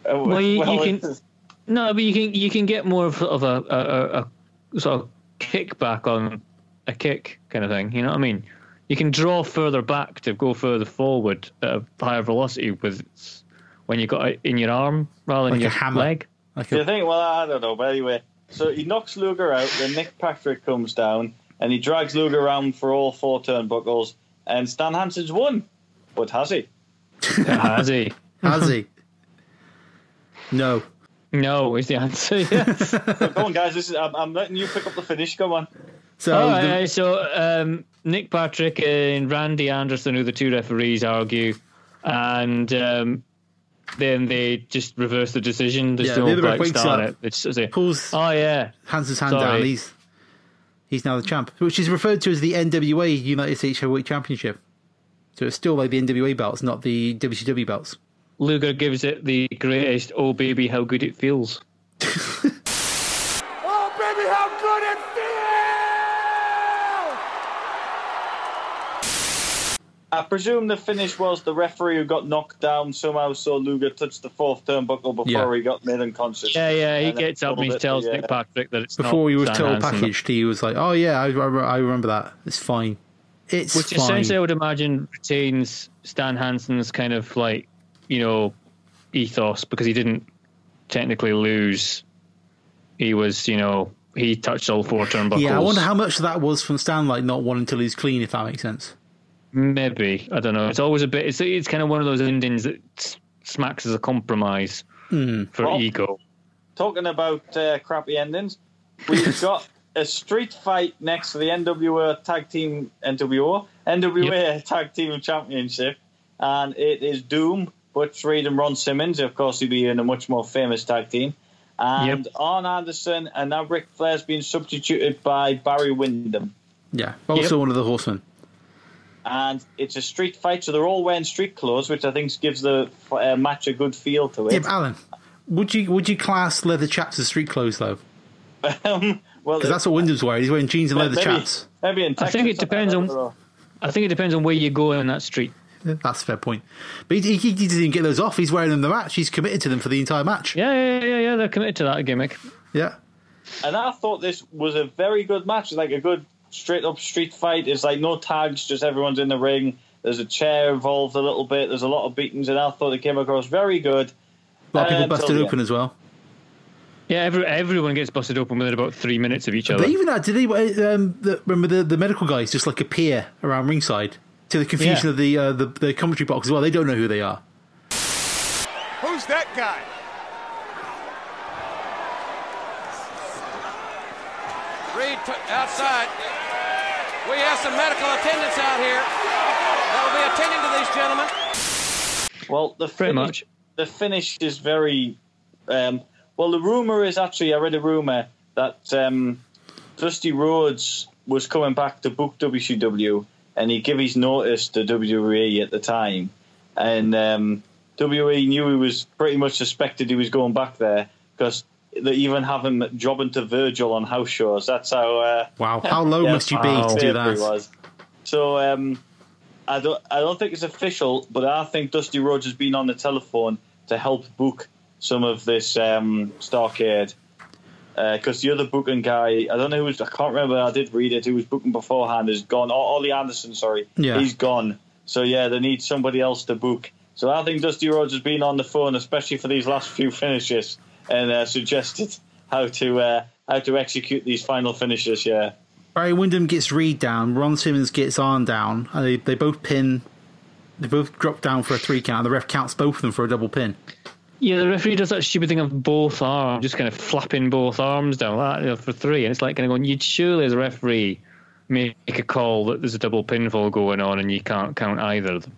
B: Uh, w-
A: Well, you- you can-
B: it's-
A: No, but you can you can get more of, of a, a, a, a sort of kickback on a kick kind of thing. You know what I mean? You can draw further back to go further forward at a higher velocity with when you got it in your arm rather than
C: Like a
A: your
C: hammer.
A: leg.
C: Like
B: Do you
C: a,
B: think? Well, I don't know. But anyway, so he knocks Luger out. Then Nick Patrick comes down and he drags Luger around for all four turnbuckles. And Stan Hansen's won, but has he?
A: Has he?
C: has he? No.
A: No, is the answer. Yes.
B: Go on, guys. This is, I'm, I'm letting you pick up the finish. Come on.
C: So
A: All
C: the-
A: right, uh, so um, Nick Patrick and Randy Anderson, who the two referees argue, and um, then they just reverse the decision. There's
C: Yeah,
A: no
C: the other
A: black
C: ref wakes
A: star on
C: up,
A: it. It's just a-
C: pulls
A: oh yeah,
C: Hansen's hand
A: Sorry.
C: down. He's he's now the champ, which is referred to as the NWA United States Heavyweight Championship. So it's still like the NWA belts, not the WCW belts.
A: Luger gives it the greatest. Oh baby, how good it feels.
G: Oh, baby, how good it feels!
B: I presume the finish was the referee who got knocked down somehow saw Luger touch the fourth turnbuckle before
C: Yeah.
B: he got made unconscious.
A: Yeah, yeah. He
B: And then
A: gets up and he
B: pulled it,
A: tells
B: yeah.
A: Nick Patrick that it's
C: Before
A: not
C: he was
A: Stan Hansen.
C: telepackaged, he was like, "Oh yeah, I, I, I remember that. It's fine. It's
A: which
C: fine."
A: essentially I would imagine retains Stan Hansen's kind of like you know ethos because he didn't technically lose. He was you know he touched all four turnbuckles.
C: yeah, I wonder how much of that was from Stan like not wanting to lose clean, if that makes sense.
A: maybe I don't know. It's always a bit. It's it's kind of one of those endings that s- smacks as a compromise
C: Hmm.
A: for
B: Well-
A: ego.
B: Talking about uh, crappy endings, we've got a street fight next to the NWA Tag Team NWO NWA Tag Team Championship, and it is Doom, Butch Reed, and Ron Simmons. Of course, he'd be in a much more famous tag team. And
A: Yep.
B: Arn Anderson and now Ric Flair's being substituted by Barry Windham.
C: Yeah, also one of the horsemen.
B: and it's a street fight, so they're all wearing street clothes, which I think gives the uh, match a good feel to
C: Yeah,
B: it.
C: but Alan, would you would you class leather chaps as street clothes though?
B: Um, well,
C: Because that's what Wyndham's wearing. He's wearing jeans and leather
B: Uh, maybe,
C: chaps.
B: Maybe in
A: I think it
B: Texas,
A: depends
B: don't
A: on-
B: know.
A: I think it depends on where you go in that street.
C: That's a fair point. But he, he, he didn't even get those off. He's wearing them the match. He's committed to them for the entire match.
A: Yeah, yeah, yeah, yeah, yeah. They're committed to that gimmick.
C: Yeah.
B: And I thought this was a very good match. It's like a good straight up street fight. It's like no tags, just everyone's in the ring. There's a chair involved a little bit. There's a lot of beatings, and I thought it came across very good.
C: A lot of people
B: Um,
C: busted
B: so, yeah.
C: open as well.
A: Yeah, every, everyone gets busted open within about three minutes of each other.
C: But even that, did they um, the, remember the, the medical guys just like appear around ringside to the confusion
A: Yeah.
C: of the, uh, the the commentary box as well? They don't know who they are.
G: Who's that guy?
E: Reed t- outside. We have some medical attendants out here that will be attending to these gentlemen.
B: Well, the
A: Pretty
B: finish,
A: much.
B: the finish is very. Um, well, the rumor is actually I read a rumor that um, Dusty Rhodes was coming back to book WCW, and he gave his notice to WWE at the time, and um, WWE knew he was pretty much suspected he was going back there because they even have him jobbing to Virgil on house shows. That's how. Uh,
C: Wow, how low
B: yeah,
C: must you
A: wow.
C: be to do
B: Savory
C: that?
B: was. So um, I don't I don't think it's official, but I think Dusty Rhodes has been on the telephone to help book some of this um, Starcade. Because the other booking guy, I don't know who was, I can't remember. I did read it. Who was booking beforehand is gone. Oh, Ollie Anderson, sorry,
C: Yeah.
B: he's gone. So yeah, they need somebody else to book. So I think Dusty Rhodes has been on the phone, especially for these last few finishes, and uh, suggested how to uh, how to execute these final finishes. Yeah.
C: Barry Windham gets Reed down. Ron Simmons gets Arn down, and they, they both pin. They both drop down for a three count. and The ref counts both of them for a double pin.
A: Yeah, the referee does that stupid thing of both arms, just kind of flapping both arms down like that for three, and it's like kind of going, you'd surely as a referee make a call that there's a double pinfall going on and you can't count either of them.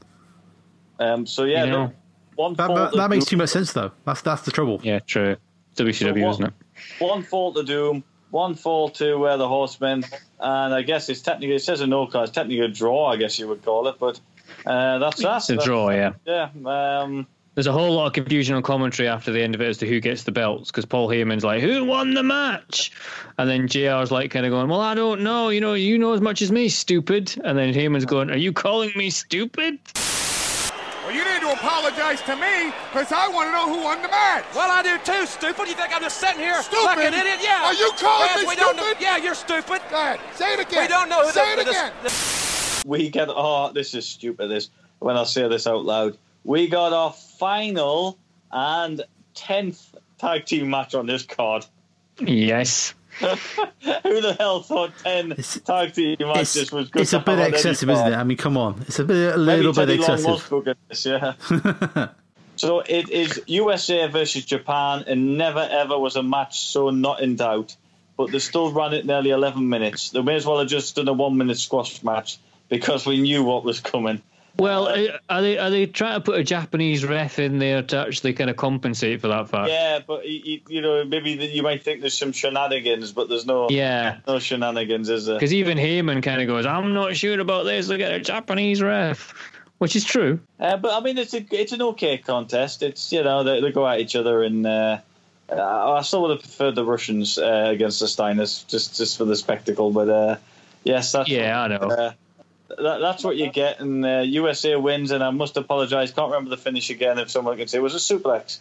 B: Um, so yeah,
A: You know?
B: the- One
C: That,
B: fall
C: that,
B: to
C: that makes
B: Doom,
C: too much sense though. That's that's the trouble.
A: Yeah, true. WCW,
B: So what-
A: isn't it?
B: one fall to Doom, one fall to uh, the Horsemen, and I guess it's technically it says a no card, it's technically a draw, I guess you would call it, but uh, that's that.
A: It's a draw, yeah.
B: Yeah. Um,
A: There's a whole lot of confusion on commentary after the end of it as to who gets the belts because Paul Heyman's like, "Who won the match?" And then JR's like, kind of going, "Well, I don't know. You know, you know as much as me, stupid." And then Heyman's going, "Are you calling me stupid?"
G: Well, you need to apologize to me because I want to know who won the match.
E: Well, I do too, stupid. You think I'm just sitting here
G: Stupid?
E: like an idiot? Yeah.
G: Are you calling
E: yes,
G: me
E: we don't know-
G: stupid?
E: Yeah, you're stupid.
G: Go ahead. Say it again.
E: We don't know who
G: Say
E: the,
G: it
E: the-
G: again.
E: the-
B: we get oh this is stupid this when I say this out loud. We got our final and tenth tag team match on this card.
A: Yes.
B: Who the hell thought ten
C: It's-
B: tag team
C: It's,
B: matches was good?
C: it's
B: to
C: a
B: have
C: bit
B: on any
C: excessive,
B: card?
C: isn't it? I mean, come on, it's a bit a
B: Maybe
C: little bit
B: Teddy Long was
C: excessive.
B: booking this, yeah. so it is USA versus Japan, and never ever was a match so not in doubt. But they still ran it nearly 11 minutes. They may as well have just done a one minute squash match because we knew what was coming.
A: Well, uh, are they are they trying to put a Japanese ref in there to actually kind of compensate for that fact?
B: Yeah, but you, you know, maybe that you might think there's some shenanigans, but there's no
A: Yeah.
B: no shenanigans, is there?
A: Because even Heyman kind of goes, "I'm not sure about this. Look at a Japanese ref," which is true.
B: Uh, but I mean, it's a, it's an okay contest. It's you know they, they go at each other, and uh, uh, I still would have preferred the Russians uh, against the Steiners just just for the spectacle. But uh, yes, that's
A: Yeah, I know.
B: Uh, that, that's what you get, and uh, USA wins. And I must apologise, can't remember the finish again. If someone can say it was a suplex.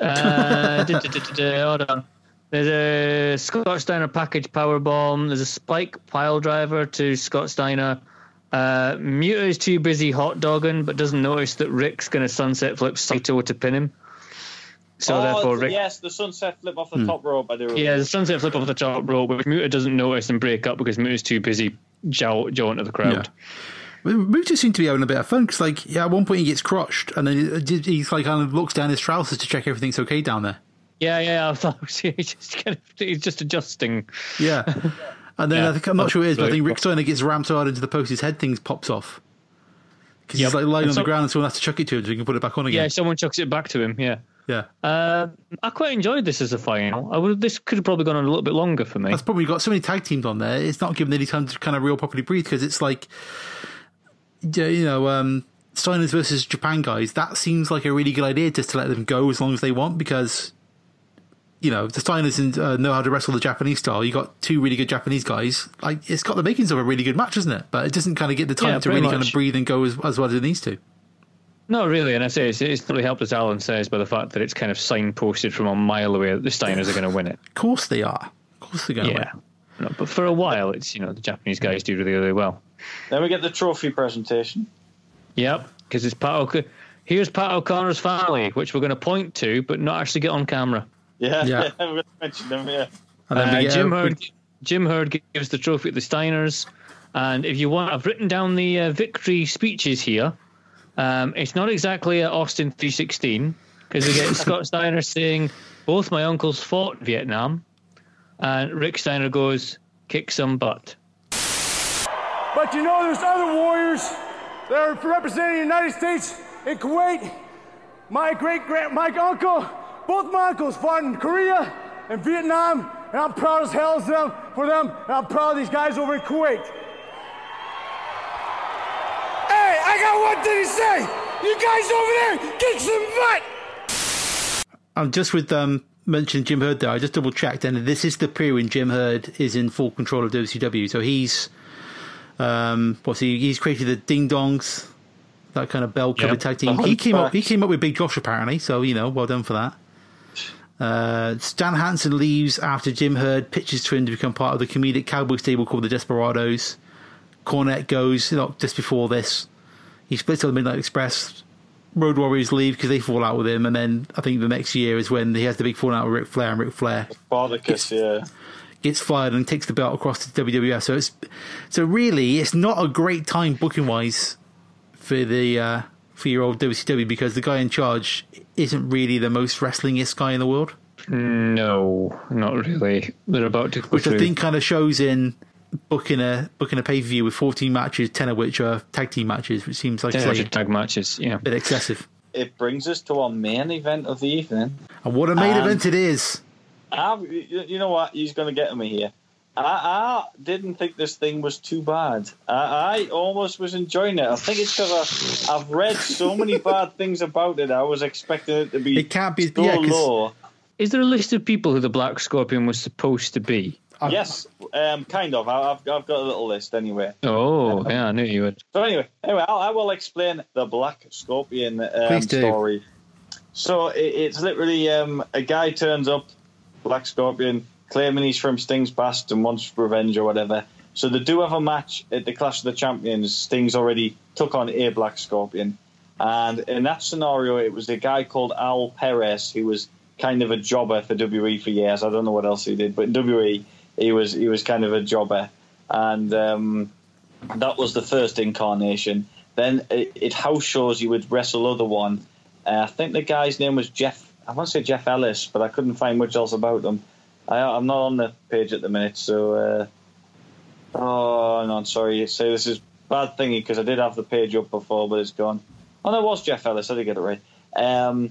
A: Uh, duh, duh, duh, duh, duh, hold on. There's a Scott Steiner package power bomb. There's a spike pile driver to Scott Steiner. Uh, Muta is too busy hot dogging, but doesn't notice that Rick's going to sunset flip Saito to pin him. So
B: oh,
A: therefore, Rick.
B: yes, the sunset flip off the top rope. I do. remember.
A: Yeah, the sunset flip off the top rope, which Muta doesn't notice and break up because Muta's too busy jow- jawing to the crowd.
C: Muta seemed to be having a bit of fun because, like, yeah, at one point he gets crushed, and then he- he's like, kind of looks down his trousers to check everything's okay down there.
A: Yeah, yeah, I thought he's just, kind of, he's just adjusting.
C: Yeah. And then
A: Yeah.
C: I think I'm not sure it is, but I think
A: Right.
C: Rick Steiner gets rammed so hard into the post, his head things pops off because
A: Yep.
C: he's like lying
A: And
C: on
A: so-
C: the ground, and someone has to chuck it to him so he can put it back on
A: Yeah,
C: again.
A: someone chucks it back to him. Yeah.
C: Yeah,
A: Uh, I quite enjoyed this as a final. I would this could have probably gone on a little bit longer for me.
C: that's probably got so many tag teams on there. It's not given any time to kind of real properly breathe because it's like, yeah, you know, um, Steiners versus Japan guys. That seems like a really good idea just to let them go as long as they want because. You know the Steiners and, uh, know how to wrestle the Japanese style. You got two really good Japanese guys. Like it's got the makings of a really good match, isn't it? But it doesn't kind of get the time
A: Yeah,
C: to
A: pretty
C: really kind
A: much.
C: of breathe and go as, as well as it needs to.
A: Not really, and I say it's, it's probably helped as Alan says by the fact that it's kind of signposted from a mile away that the Steiners are going to win it.
C: Of course they are. Of course they're going
A: Yeah, no, but for a while, it's you know the Japanese guys do really really well.
B: Then we get the trophy presentation.
A: Yep, because it's Pat. O'C- Here's Pat O'Connor's family, which we're going to point to, but not actually get on camera.
B: Yeah,
C: Yeah.
B: we're going to mention them. Yeah.
C: And then
A: Uh,
C: we get
A: Jim
C: a-
A: Hurd. Jim Hurd gives the trophy to the Steiners, and if you want, I've written down the uh, victory speeches here. Um, it's not exactly at Austin three sixteen because we get Scott Steiner saying, "Both my uncles fought in Vietnam," and Rick Steiner goes, "Kick some butt."
D: But you know, there's other warriors that are representing the United States in Kuwait. My great grand, my uncle, both my uncles fought in Korea and Vietnam, and I'm proud as hell as them for them, and I'm proud of these guys over in Kuwait.
G: Hey, I got one thing to say. You guys over there, kick some butt.
C: I'm just with um mentioned Jim Hurd there. I just double checked, and this is the period when Jim Hurd is in full control of WCW. So he's um what's he? He's created the Ding Dongs, that kind of bell covered
A: Yep.
C: tag team.
B: The
C: He came up.
B: Hunchbacks.
C: He came up with Big Josh apparently. So you know, well done for that. Uh, Stan Hansen leaves after Jim Hurd pitches to him to become part of the comedic cowboy stable called the Desperados. Cornette goes you know, just before this. He splits up the Midnight Express. Road Warriors leave because they fall out with him, and then I think the next year is when he has the big fallout with Ric Flair, and Ric Flair
B: Spartacus, yeah.
C: gets fired and takes the belt across to WWF. So it's so really it's not a great time booking wise for the uh, for your old WCW because the guy in charge isn't really the most wrestlingist guy in the world,
A: No, not really. They're about to go
C: which
A: through.
C: I think kind of shows in booking a booking a pay per view with fourteen matches, ten of which are tag team matches, which seems like
A: Ten
C: it's
A: hundred
C: like a
A: tag matches. Yeah,
C: bit excessive.
B: it brings us to our main event of the evening.
C: And what a main
B: Um,
C: event it is.
B: I, you you know what? He's going to get me here. I, I didn't think this thing was too bad. I, I almost was enjoying it. I think it's because I've read so many bad things about it. I was expecting it to be
C: It can't be-
B: so
C: yeah, 'cause-
B: low.
A: Is there a list of people who the Black Scorpion was supposed to be?
C: I-
B: yes, um, kind of. I, I've, I've got a little list anyway.
A: Oh, yeah, I knew you would.
B: So anyway, anyway, I'll, I will explain the Black Scorpion um,
C: Please do.
B: story. So it, it's literally um, a guy turns up, Black Scorpion, claiming he's from Sting's past and wants revenge or whatever. So they do have a match at the Clash of the Champions. Sting's already took on a Black Scorpion, and in that scenario, it was a guy called Al Perez who was kind of a jobber for WWE for years. I don't know what else he did, but in WWE, he was he was kind of a jobber, and. Um, that was the first incarnation. Then it, it house shows you would wrestle other one. Uh, I think the guy's name was Jeff. I want to say Jeff Ellis, but I couldn't find much else about him. I, I'm not on the page at the minute, so. Uh, oh no, I'm sorry. So this is bad thingy because I did have the page up before, but it's gone. Oh, no, it was Jeff Ellis. I did get it right. Um,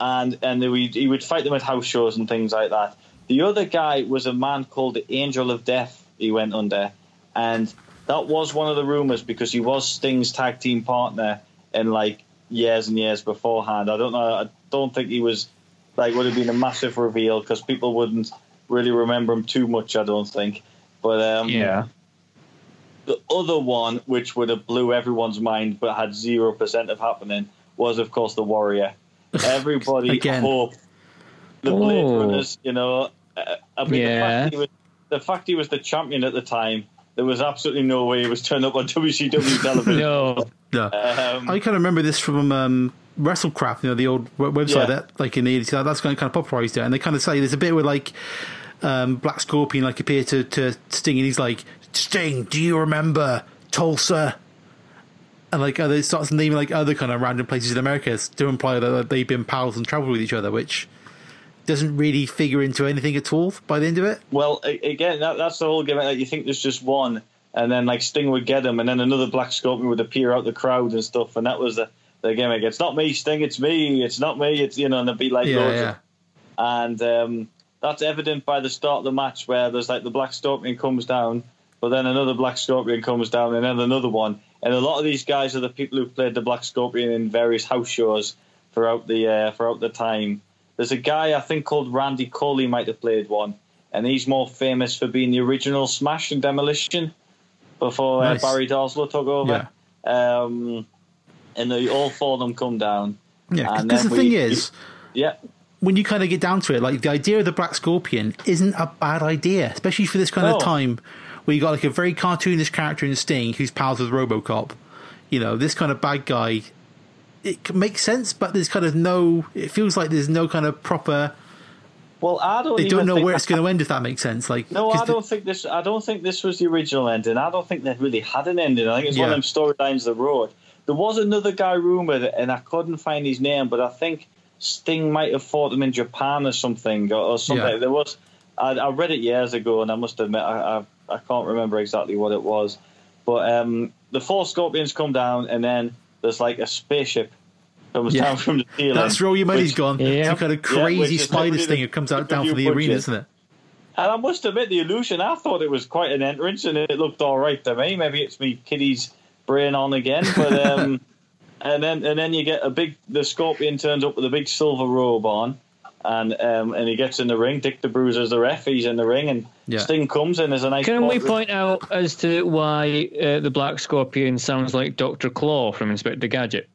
B: and and we he would fight them at house shows and things like that. The other guy was a man called the Angel of Death. He went under, and that was one of the rumors because he was Sting's tag team partner in like years and years beforehand. I don't know. I don't think he was like would have been a massive reveal because people wouldn't really remember him too much. I don't think. But um,
A: Yeah.
B: the other one, which would have blew everyone's mind but had zero percent of happening, was of course the Warrior. Everybody
C: Again.
B: hoped the Blade
A: Oh.
B: Runners, you know. Uh, I mean,
A: Yeah.
B: the, fact he was, the fact he was the champion at the time, there was absolutely no way he was turned up on WCW television.
A: No.
C: No.
B: Um,
C: I kind of remember this from um, WrestleCraft, you know, the old w- website
B: Yeah.
C: that, like in the 80s, that- that's kind of, kind of popularized it. And they kind of say there's a bit where, like, um, Black Scorpion, like, appeared to, to Sting, and he's like, Sting, do you remember Tulsa? And, like, uh, they starts naming, like, other kind of random places in America to imply that, that they've been pals and traveled with each other, which doesn't really figure into anything at all by the end of it.
B: Well, a- again, that, that's the whole gimmick. Like you think there's just one, and then like Sting would get him, and then another Black Scorpion would appear out the crowd and stuff, and that was the, the gimmick. It's not me, Sting. It's me. It's not me. It's you know, and it'd be like
C: Yeah,
B: loads of-
C: yeah.
B: and um, that's evident by the start of the match where there's like the Black Scorpion comes down, but then another Black Scorpion comes down, and then another one. And a lot of these guys are the people who've played the Black Scorpion in various house shows throughout the uh, throughout the time. There's a guy I think called Randy Coley might have played one, and he's more famous for being the original Smash and Demolition before
C: Nice.
B: uh, Barry Darslow took over. Um, and they, all four of them come down.
C: Yeah,
B: And
C: because the
B: then
C: thing
B: we-
C: is,
B: Yeah,
C: when you kind of get down to it, like the idea of the Black Scorpion isn't a bad idea, especially for this kind
B: No.
C: of time where you got like a very cartoonish character in Sting who's pals with Robocop. You know, this kind of bad guy, it c- makes sense, but there's kind of no, it feels like there's no kind of proper,
B: Well, I don't.
C: they don't
B: even
C: know
B: think
C: where it's going to end, if that makes sense. Like,
B: No,
C: 'cause
B: I
C: the-
B: don't think this. I don't think this was the original ending. I don't think they really had an ending. I think it's
C: Yeah.
B: one of them storylines they wrote. There was another guy rumored, and I couldn't find his name, but I think Sting might have fought him in Japan or something, or, or something.
C: Yeah.
B: There was. I, I read it years ago, and I must admit, I, I, I can't remember exactly what it was. But um, the four scorpions come down, and then there's like a spaceship comes
C: Yeah.
B: down from the ceiling.
C: that's where all your money's
B: which-
C: gone.
A: Yeah.
C: Some kind of
B: Yeah, which
C: crazy
B: is
C: spider
B: literally
C: thing
B: the-
C: that comes out
B: the
C: down from the
B: new
C: arena,
B: budget.
C: isn't it?
B: And I must admit, the illusion, I thought it was quite an entrance and it looked all right to me. Maybe it's me kiddies' brain on again. But um, and then and then you get a big the scorpion turns up with a big silver robe on and um, and he gets in the ring. Dick the Bruiser's the ref, he's in the ring and
C: Yeah.
B: Sting comes in as a nice
A: Can we
B: portrait.
A: point out as to why uh, the Black Scorpion sounds like Dr. Claw from Inspector Gadget?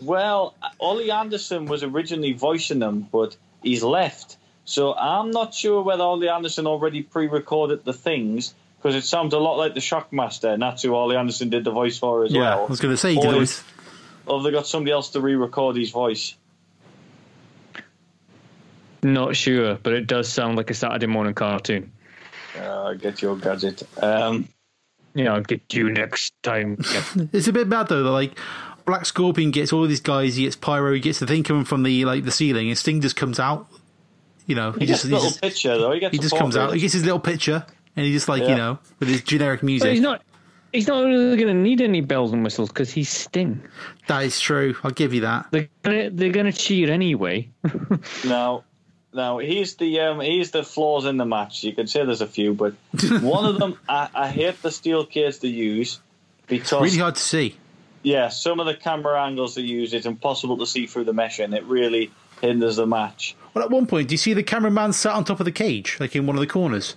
B: Well, Ollie Anderson was originally voicing them, but he's left. So I'm not sure whether Ollie Anderson already pre-recorded the things because it sounds a lot like the Shockmaster, and that's who Ollie Anderson did the voice for as
C: Yeah,
B: well.
C: I was going to say, you
B: Or
C: could
B: if-
C: always,
B: or they got somebody else to re-record his voice.
A: Not sure, but it does sound like a Saturday morning cartoon.
B: Uh, get your gadget. Um,
A: You know, I'll get you next time.
C: It's a bit bad though. That like Black Scorpion gets all these guys. He gets Pyro. He gets the thing coming from the like the ceiling, and Sting just comes out. You know, he,
B: he gets
C: just
B: a
C: he
B: little
C: just,
B: picture though. He gets
C: he
B: a
C: just comes
B: portrait.
C: out. He gets his little picture, and he just like you
B: Yeah.
C: know with his generic
A: But
C: music.
A: he's not. he's not really going to need any bells and whistles because he's Sting.
C: That is true. I'll give you that.
A: They're gonna, they're going to cheer anyway.
B: No, no, he's the um, he's the flaws in the match. You could say there's a few, but one of them I, I hate the steel cage they use because
C: Really hard to see.
B: yeah, some of the camera angles they use it's impossible to see through the mesh, and it really hinders the match.
C: Well, at one point, do you see the cameraman sat on top of the cage, like in one of the corners?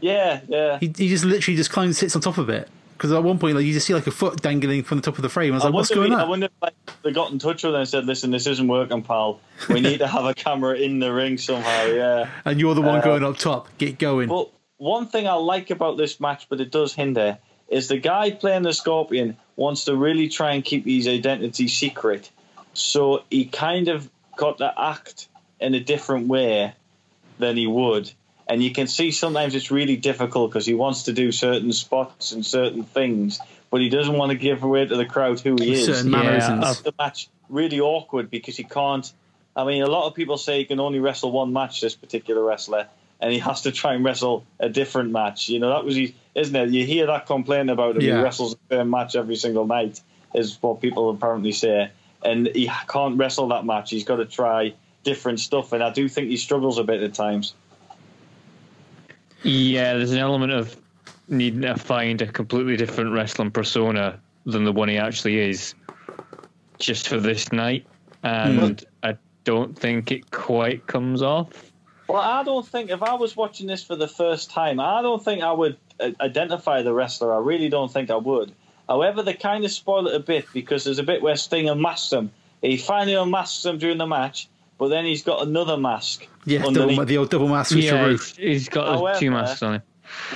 B: Yeah, yeah.
C: He, he just literally just climbs, sits on top of it. Because at one point, like you just see like a foot dangling from the top of the frame. I was
B: I
C: like, "What's
B: wonder if-
C: going
B: I
C: on?"
B: wonder if like, they got in touch with them and said, "Listen, this isn't working, pal. We need to have a camera in the ring somehow." Yeah.
C: And you're the one going up top. Get going.
B: But one thing I like about this match, but it does hinder, is the guy playing the Scorpion wants to really try and keep his identity secret. So he kind of got to act in a different way than he would. And you can see sometimes it's really difficult because he wants to do certain spots and certain things, but he doesn't want to give away to the crowd who he is.
C: Certain mannerisms.
A: Yeah,
B: That's the match really awkward because he can't. I mean, a lot of people say he can only wrestle one match. This particular wrestler, and he has to try and wrestle a different match. You know, that was his, isn't it? You hear that complaint about him.
C: Yeah.
B: He wrestles the same match every single night, is what people apparently say, and he can't wrestle that match. He's got to try different stuff, and I do think he struggles a bit at times.
A: yeah, there's an element of needing to find a completely different wrestling persona than the one he actually is, just for this night, and I don't think it quite comes off.
B: Well, I don't think if I was watching this for the first time, I don't think I would uh, identify the wrestler. I really don't think I would. However, they kind of spoil it a bit because there's a bit where Sting unmasks him. He finally unmasks him during the match, but then he's got another mask.
C: yeah, double,
B: underneath.
C: ma- the old double mask with the
A: Yeah,
C: roof.
A: he's- he's got the
B: However-
A: two masks on. Him.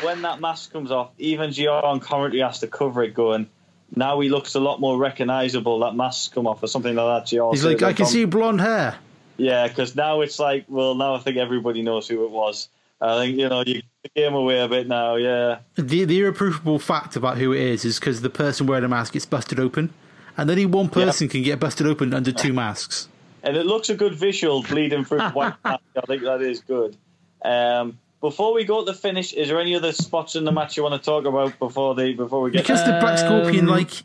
B: When that mask comes off, even GR on commentary has to cover it, going, now he looks a lot more recognisable. That mask's come off or something like that. GR
C: He's
B: said
C: like,
B: on
C: "I can
B: com-
C: see blonde hair."
B: Yeah, because now it's like, well, now I think everybody knows who it was. I think you know you game away a bit now. Yeah.
C: The the irreprovable fact about who it is is because the person wearing a mask gets busted open, and only one person can get busted open under two masks.
B: and it looks a good visual bleeding through the white mask. I think that is good. Um, before we go to the finish, is there any other spots in the match you want to talk about before the before we get?
C: Because the Black Scorpion
A: Um,
C: like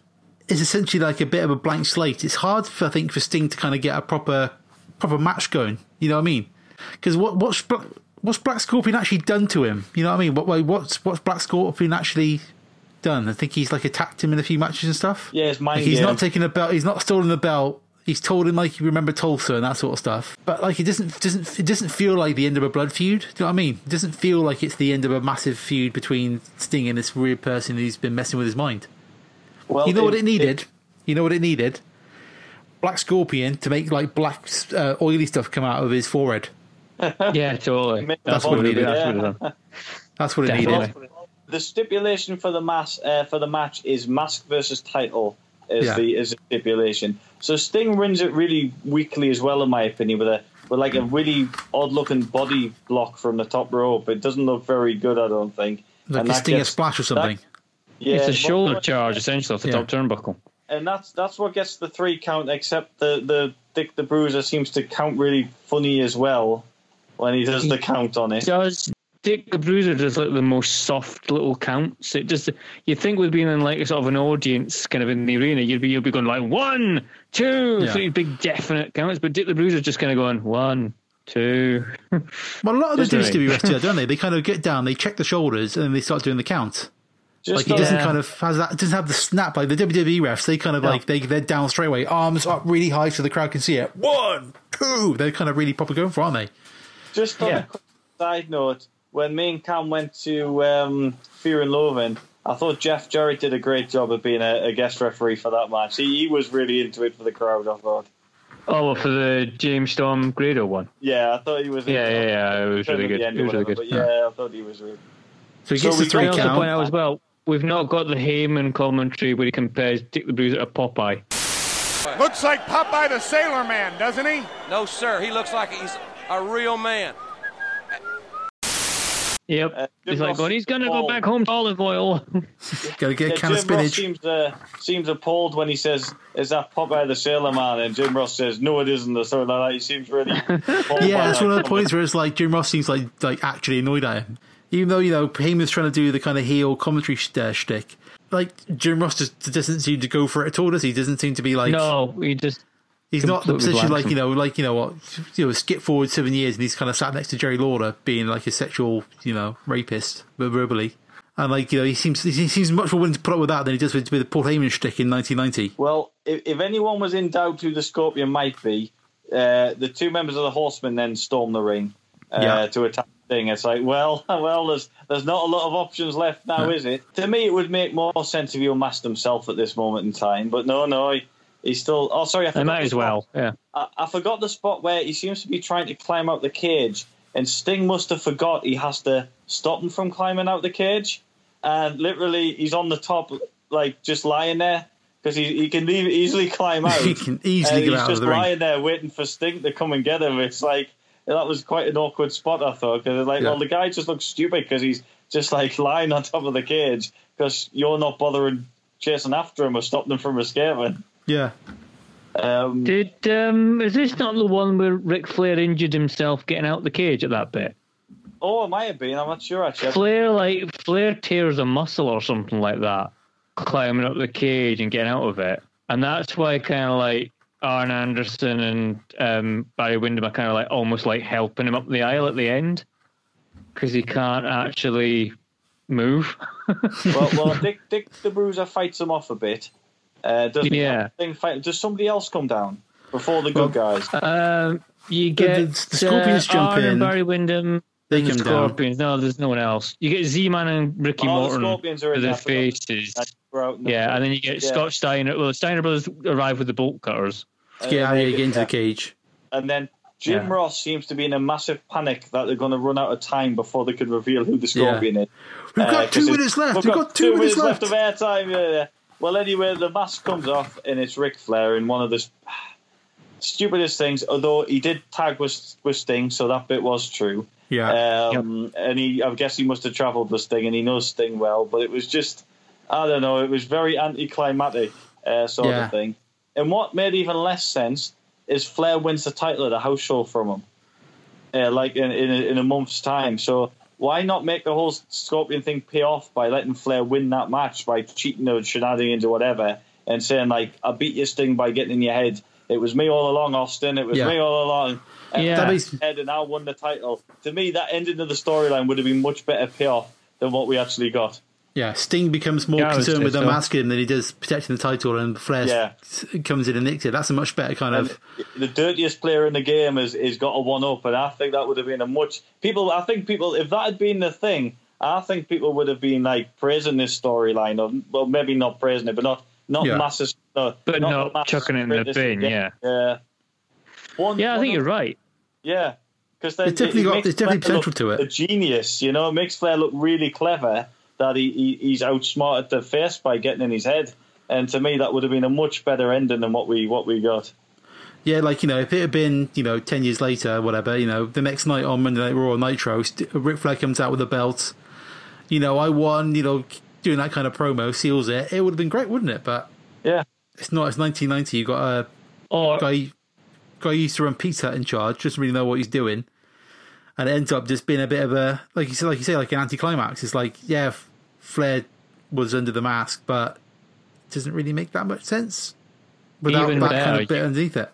C: is essentially like a bit of a blank slate. It's hard for I think for Sting to kind of get a proper proper match going. You know what I mean? Because what what's Bla- what's Black Scorpion actually done to him? You know what I mean? What what- what's what's Black Scorpion actually done? I think he's like attacked him in a few matches and stuff.
B: yeah, it's mind
C: Like, he's
B: game.
C: not taking a belt. He's not stolen the belt. He's told him like you remember Tulsa and that sort of stuff. But like it doesn't doesn't it doesn't feel like the end of a blood feud. Do you know what I mean? It doesn't feel like it's the end of a massive feud between Sting and this weird person who's been messing with his mind.
B: well,
C: You know what it needed? You know what it needed? Black Scorpion to make like black uh, oily stuff come out of his forehead.
A: Yeah, totally.
B: Make
A: That's
B: the
A: what it
C: body,
A: is. That's
B: yeah.
A: what it is.
C: That's what it
A: Definitely.
C: needed.
B: the stipulation for the mass uh, for the match is mask versus title is
C: Yeah.
B: the is the stipulation. So Sting wins it really weakly as well, in my opinion, with a with like a really odd looking body block from the top rope. It doesn't look very good, I don't think.
C: Like
B: And
C: a
B: that
C: Stinger
B: gets-
C: splash or something.
B: yeah,
A: It's a
B: but-
A: shoulder charge, essentially, off the
C: Yeah.
A: top turnbuckle.
B: and that's that's what gets the three count. Except the the Dick the Bruiser seems to count really funny as well when he does the count on it.
A: does Dick the Bruiser does like the most soft little counts. It just you think with being in like sort of an audience kind of in the arena, you'd be you'd be going like one, two,
C: Yeah.
A: three big definite counts, but Dick the Bruiser just kind of going one, two.
C: Well, a lot of the
A: Doesn't it?
C: WWF do that, don't they? They kind of get down, they check the shoulders, and then they start doing the count.
B: Just
C: Like he doesn't
A: Yeah.
C: kind of has that doesn't have the snap like the WWE refs. They kind of like they they're down straight away, arms up really high so the crowd can see it. One, two. They're kind of really proper going for, aren't they?
B: Just on
A: Yeah.
B: a quick side note, when me and Cam went to um, Fear and Loathing, I thought Jeff Jarrett did a great job of being a, a guest referee for that match. He, he was really into it for the crowd. I thought,
A: Oh, well, for the James Storm Grado one.
B: yeah, I thought he was.
A: Yeah,
B: into
A: yeah, yeah. It was really
B: At
A: good.
B: the end
A: It
B: or
A: was really
B: whatever,
A: good.
B: But yeah, I thought he was. Really...
C: So he gets
B: So
C: the
B: we
C: three
A: I also point
C: count.
A: out as well, we've not got the Heyman commentary where he compares Dick the Bruiser to Popeye.
G: Looks like Popeye the Sailor Man, doesn't he?
E: No, sir. He looks like he's a real man.
A: Yep.
B: Uh,
A: he's
B: Jim
A: like
B: Ross-
A: going, he's gonna
B: Oh.
A: go back home to olive oil.
C: Got to get a
B: Yeah,
C: can of
B: Jim Ross
C: spinach.
B: seems uh, seems appalled when he says, "Is that Popeye the Sailor Man?" And Jim Ross says, "No, it isn't." Or something like that. He seems really.
C: Yeah, that's one of the points where it's like Jim Ross seems like like actually annoyed at him. He- even though you know Heyman's trying to do the kind of heel commentary sh- uh, shtick, like Jim Ross just doesn't seem to go for it at all. Does he? Doesn't seem to be like
A: no, he just
C: he's not in the
A: completely
C: position
A: blanks
C: like you know like you know what you know skip forward seven years and he's kind of sat next to Jerry Lawler being like a sexual you know rapist ver- verbally. And like you know, he seems he seems much more willing to put up with that than he does with, with the Paul Heyman shtick in 1990.
B: Well, if, if anyone was in doubt who the Scorpion might be, uh, the two members of the Horsemen then storm the ring uh,
C: Yeah.
B: to attack Sting. It's like, well, well, there's there's not a lot of options left now, is it? To me, it would make more sense if he unmasked himself at this moment in time. But no, no, he, he's still. Oh, sorry, I
A: They
B: forgot
A: might
B: the
A: as
B: spot.
A: well. Yeah.
B: I, I forgot the spot where he seems to be trying to climb out the cage, and Sting must have forgot he has to stop him from climbing out the cage. And literally, he's on the top, like just lying there because he, he can leave, easily climb out.
C: He can easily
B: and
C: get
B: uh, he's
C: out of
B: just
C: the ring.
B: lying there waiting for Sting to come and get him. It's like that was quite an awkward spot, I thought, because like,
C: Yeah.
B: well, the guy just looks stupid because he's just like lying on top of the cage because you're not bothering chasing after him or stopping him from escaping.
C: Yeah,
B: Um,
A: Did um is this not the one where Ric Flair injured himself getting out the cage at that bit?
B: oh, it might have been. I'm not sure actually.
A: Flair like Flair tears a muscle or something like that, climbing up the cage and getting out of it, and that's why kind of like Arn Anderson and um, Barry Windham are kind of like almost like helping him up the aisle at the end because he can't actually move.
B: well, well, Dick, Dick the Bruiser fights him off a bit. Uh, does
A: Yeah.
B: thing fight? Does somebody else come down before the good guys?
A: Um, you get
C: the- the Scorpions
A: uh,
C: jump
A: Arn
C: in.
A: and Barry Windham.
C: they
A: The
C: come down.
A: Scorpions. No, there's no one else. You get Z-Man and Ricky
B: All the
A: Morton.
B: Scorpions are
A: with
B: in
A: their
B: that, but not-
A: faces.
B: We're out in the-
A: Yeah, and then you get
B: Yeah.
A: Scott Steiner. Well, Steiner brothers arrive with the bolt cutters.
C: To get out of here, get into
B: Yeah.
C: the cage.
B: And then Jim
A: Yeah.
B: Ross seems to be in a massive panic that they're going to run out of time before they could reveal who the
C: Yeah.
B: Scorpion is.
C: We've
B: Uh,
C: got
B: 'cause
C: two
B: it-
C: minutes left. We've got two minutes left.
B: of airtime. Yeah, yeah. Well, anyway, the mask comes off and it's Ric Flair in one of the s- stupidest things. Although he did tag with with Sting, so that bit was true.
C: Yeah.
B: Um, And he, I guess he must have travelled with Sting, and he knows Sting well. But it was just, I don't know, it was very anticlimactic uh, sort
C: Yeah.
B: of thing. And what made even less sense is Flair wins the title at a house show from him, uh, like in in a, in a month's time. So why not make the whole Scorpion thing pay off by letting Flair win that match by cheating or shenanigans or whatever, and saying like, "I beat your Sting by getting in your head. It was me all along, Austin. It was
C: Yeah.
B: me all along." And
A: Yeah.
C: That makes-
B: head and now won the title. To me, that ending of the storyline would have been much better payoff than what we actually got.
C: Yeah, Sting becomes more
A: Yeah, I would
C: concerned
A: say
C: with
A: so.
C: unmasking him than he does protecting the title, and Flair
B: Yeah.
C: s- comes in and nicks it. That's a much better kind
B: And
C: of.
B: the dirtiest player in the game has, has got a one up, and I think that would have been a much people. I think people, if that had been the thing, I think people would have been like praising this storyline, or well, maybe not praising it, but not not
C: Yeah.
B: massive, no,
A: But not
B: massive
A: chucking it in the
B: criticism.
A: bin, yeah.
B: yeah. One-
A: Yeah, I
B: one
A: think
B: of-
A: you're right.
B: Yeah, because
C: It's definitely got- there's definitely potential to it.
B: A genius, you know, it makes Flair look really clever that he, he he's outsmarted the face by getting in his head. And to me, that would have been a much better ending than what we what we got.
C: Yeah, like, you know, if it had been, you know, 10 years later, whatever, you know, the next night on Monday Night Raw or Nitro, St- Ric Flair comes out with a belt. You know, I won, you know, doing that kind of promo seals it. It would have been great, wouldn't it? But
B: Yeah,
C: it's not. It's 1990. you got
A: Or
C: a guy, guy who used to run pizza in charge, doesn't really know what he's doing. And it ends up just being a bit of a, like you said, like you say, like an anticlimax. It's like, yeah, F- Flair was under the mask, but it doesn't really make that much sense without
A: Even
C: that kind
A: better,
C: of bit underneath it.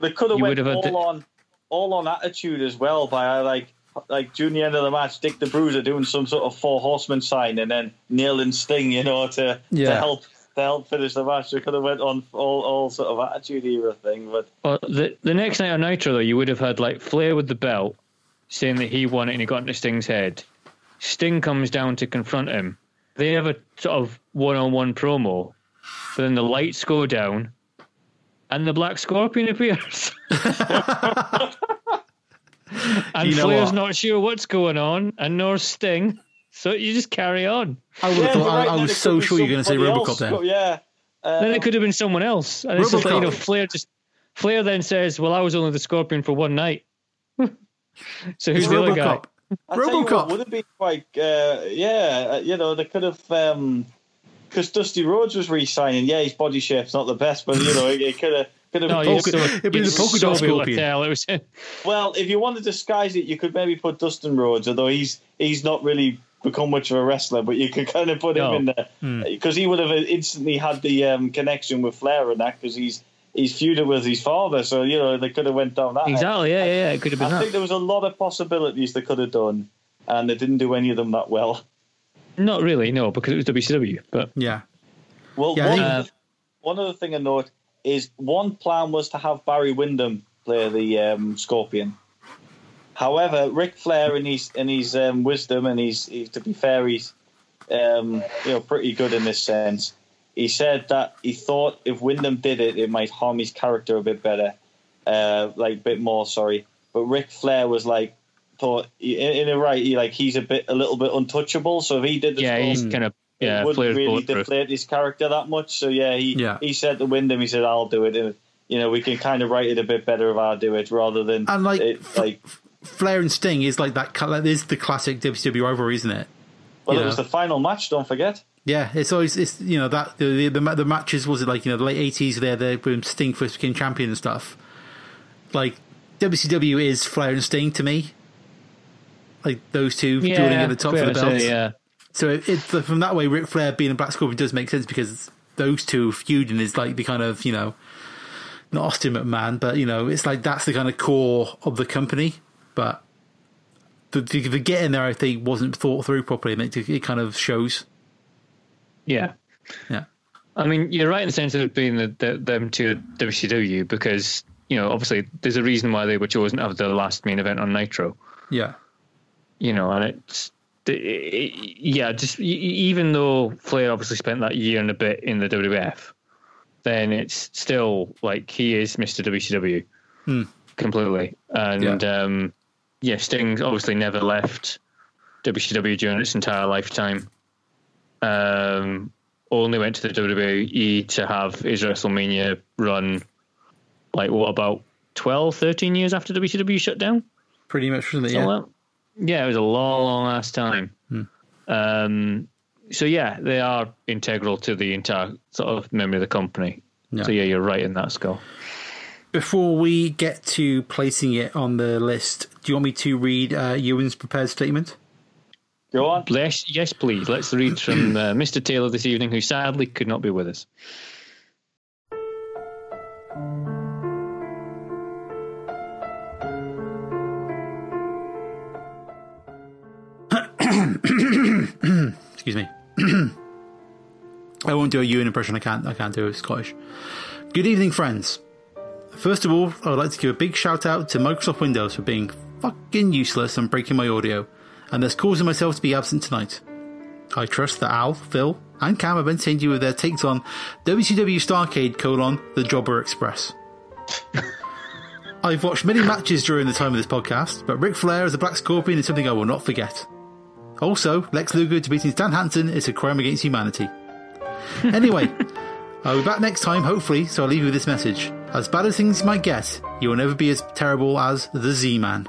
B: they could have
A: You
B: went
A: would have
B: all
A: had to-
B: on all on attitude as well by like like during the end of the match, Dick the Bruiser doing some sort of four horseman sign and then nailing Sting, you know, to
C: Yeah.
B: to help to help finish the match. They could have went on all all sort of attitude era thing, but
A: Well, the the next night on Nitro, though, you would have had like Flair with the belt, saying that he won it and he got into Sting's head. Sting comes down to confront him. They have a sort of one-on-one promo, but then the lights go down, and the Black Scorpion appears. and
C: You know
A: Flair's
C: what?
A: not sure what's going on, and nor Sting. So you just carry on.
C: I would have
B: Yeah,
C: thought.
B: but right
C: I, I
B: then
C: was
B: it
C: so
B: could be
C: sure you were going to say
B: somebody
C: RoboCop
B: else.
C: then.
B: Yeah. Uh,
A: then it could have been someone else. And it's just like, you know,
C: Robocop.
A: Flair just Flair then says, "Well, I was only the Scorpion for one night." so who's
C: It's
A: the other guy?
C: RoboCop.
B: I tell you what,
C: RoboCop.
B: would have been quite, uh, yeah, uh, you know, they um, could have, because Dusty Rhodes was re-signing. Yeah, his body shape's not the best, but you know, it, could have Could have
A: No,
B: been
A: you
C: polka-
A: still,
C: it'd be
A: you'd
C: the polka
A: still
C: dot
A: be able to
C: scorpion.
A: tell it was-
B: Well, if you want to disguise it, you could maybe put Dustin Rhodes, although he's he's not really become much of a wrestler, but you could kind of put
A: No. Hmm.
B: him in there because he would have instantly had the um, connection with Flair and that because he's he's feuded with his father, so you know they could have went down that.
A: exactly. Yeah, yeah, yeah. It could have
B: I
A: been that.
B: think there was a lot of possibilities they could have done, and they didn't do any of them that well.
A: Not really, no, because it was WCW. But
C: Yeah.
B: Well,
C: Yeah, I
B: one,
C: think-
B: other, one other thing I note is one plan was to have Barry Windham play the um, Scorpion. However, Ric Flair in his in his um, wisdom and he's he, to be fair, he's um, you know pretty good in this sense. He said that he thought if Wyndham did it, it might harm his character a bit better, uh, like a bit more. Sorry, but Ric Flair was like thought in, in a right. He like he's a bit a little bit untouchable. So if he did the
A: yeah, he's
B: Scorpion,
A: kind of
B: it
A: yeah,
B: wouldn't
A: player's
B: really
A: bulletproof.
B: deflate his character that much. So yeah, he
C: Yeah.
B: he said to Wyndham, he said, "I'll do it." And, you know, we can kind of write it a bit better if I do it rather than
C: And, like,
B: it,
C: f-
B: like
C: Flair and Sting is like that. cl- That is the classic WCW rivalry, isn't it?
B: well,
C: yeah.
B: it was the final match. Don't forget.
C: Yeah, it's always it's you know that the the, the, ma- the matches was it like you know the late eighties there the when Sting first became champion and stuff. Like WCW is Flair and Sting to me. Like those two dueling at the top for the
A: pretty much,
C: belt.
A: yeah.
C: So it, it, from that way, Ric Flair being a Black Scorpion does make sense because those two feuding is like the kind of you know not Austin McMahon, but you know it's like that's the kind of core of the company. But the the, the get in there, I think, wasn't thought through properly, and it, it kind of shows.
A: Yeah.
C: Yeah.
A: I mean, you're right in the sense of it being the, the, them to WCW because, you know, obviously there's a reason why they were chosen to have the last main event on Nitro,
C: Yeah.
A: you know, and it's, it, it- yeah, just e- e- even though Flair obviously spent that year and a bit in the WWF, then it's still like he is Mr. WCW completely. And,
C: Yeah.
A: um, yeah, Sting obviously never left WCW during its entire lifetime. Um, only went to the WWE to have his WrestleMania run, like, what, about 12, 13 years after WCW shut down?
C: Pretty much, wasn't it?
A: yeah.
C: Yeah.
A: yeah, it was a long, long ass time.
C: Hmm.
A: Um, so yeah, they are integral to the entire sort of memory of the company.
C: Yeah.
A: So yeah, you're right in that skull.
C: Before we get to placing it on the list, do you want me to read uh, Ewan's prepared statement?
B: Go on.
A: Yes, yes, please. Let's read from uh, Mr. Taylor this evening, who sadly could not be with us.
C: Excuse me. I won't do a Ewan impression. I can't. I can't do it. Scottish. Good evening, friends. First of all, I would like to give a big shout out to Microsoft Windows for being fucking useless and breaking my audio, and thus causing myself to be absent tonight. I trust that Al, Phil, and Cam have entertained you with their takes on WCW Starcade colon The Jobber Express. I've watched many matches during the time of this podcast, but Ric Flair as the Black Scorpion is something I will not forget. Also, Lex Luger defeating Stan Hansen is a crime against humanity. Anyway, I'll be back next time, hopefully, so I'll leave you with this message. As bad as things might get, you will never be as terrible as the Z Man.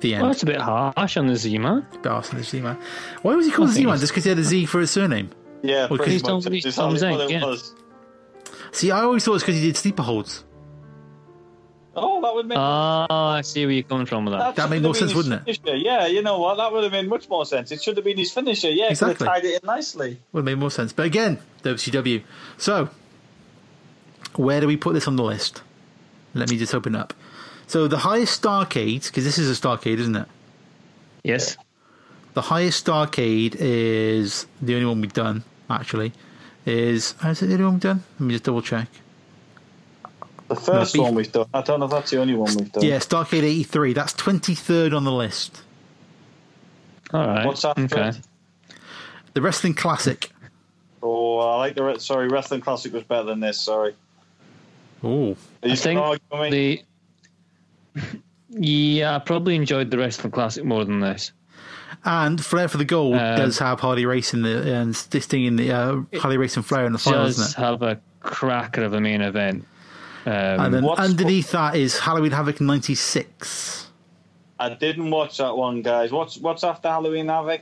C: The end.
A: Well, that's a bit harsh on the Z man.
C: Arsenal the Z-Man. Why was he called
A: I think
C: Z-Man?
A: it's-
C: Just because he had a Z for his surname?
B: Yeah,
C: Well,
B: pretty
A: he's
B: much.
A: Tom- he's
B: That's
A: Tom
B: what
A: Zink,
B: it
A: yeah.
B: was.
C: See, I always thought it's because he did sleeper holds.
B: Oh, that would make
A: Ah, I see where you're coming from with that.
C: that made
B: should have
C: more
B: been
C: sense,
B: his
C: wouldn't it?
B: Finisher. Yeah, you know what? That would have made much more sense. It should have been his finisher. Yeah, it
C: Exactly.
B: could have tied it in nicely.
C: Would have made more sense. But again, WCW. So, where do we put this on the list? Let me just open up. So, the highest Starcade, because this is a Starcade, isn't it?
A: Yes.
C: The highest Starcade is the only one we've done, actually. Is, is it the only one we've done? Let me just double check.
B: The first
C: beef-
B: one we've done. I don't know if that's the only one we've done.
C: Yeah, Starcade 83. That's 23rd on the list.
A: All right.
B: What's after
A: Okay.
B: it?
C: The Wrestling Classic.
B: Oh, I like the re- sorry. Wrestling Classic was better than this. Sorry.
C: Oh.
B: Are you
A: I think
B: arguing?
A: the yeah, I probably enjoyed the wrestling classic more than this.
C: And Flair for the Gold
A: Um,
C: does have Harley Race in the and this thing in the uh, Harley Race and Flair in the final,
A: does
C: isn't it?
A: have a cracker of a main event.
C: And then
B: What's-
C: underneath that is Halloween Havoc '96,
B: I didn't watch that one, guys. What's what's after Halloween Havoc?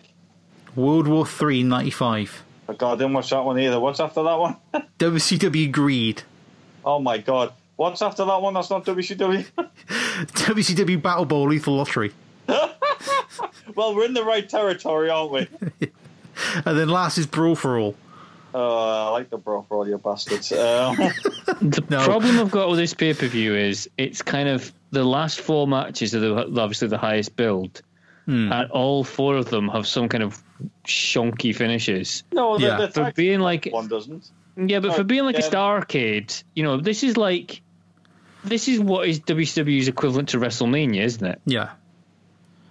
C: World War Three '95,
B: Oh, God, I didn't watch that one either. What's after that one?
C: WCW Greed,
B: oh my God. What's after that one? That's not WCW.
C: WCW Battle Bowl Lethal Lottery,
B: well, we're in the right territory, aren't we?
C: and then last is Brawl for All.
B: Oh, I like the bro for all you bastards. Um,
A: The
C: No.
A: problem I've got with this pay per view is it's kind of the last four matches are the, obviously the highest build,
C: Hmm.
A: and all four of them have some kind of shonky finishes.
B: no, the,
C: Yeah.
B: the
A: For
B: tag
A: being like,
B: one doesn't.
A: yeah, but for being like a
B: Yeah.
A: Starcade, you know, this is like, this is what is WWE's equivalent to WrestleMania, isn't it?
C: Yeah,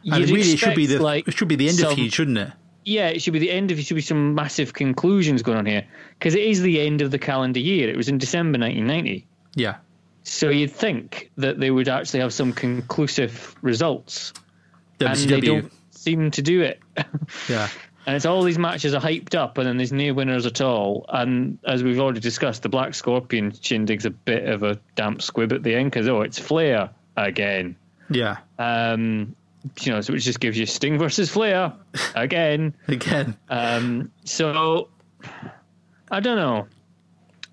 C: and
A: You'd
C: really it should be
A: expect,
C: the it should be the end
A: some-
C: of feud, shouldn't it?
A: yeah, it should be the end of it should be some massive conclusions going on here because it is the end of the calendar year. It was in December 1990.
C: Yeah,
A: So you'd think that they would actually have some conclusive results, and they
C: WCW.
A: don't seem to do it.
C: Yeah,
A: And it's all these matches are hyped up, and then there's no winners at all. And as we've already discussed, the Black Scorpion shindig's a bit of a damp squib at the end because oh, it's Flair again.
C: yeah.
A: Um, you know, so it just gives you Sting versus Flair again.
C: Again,
A: Um, so I don't know.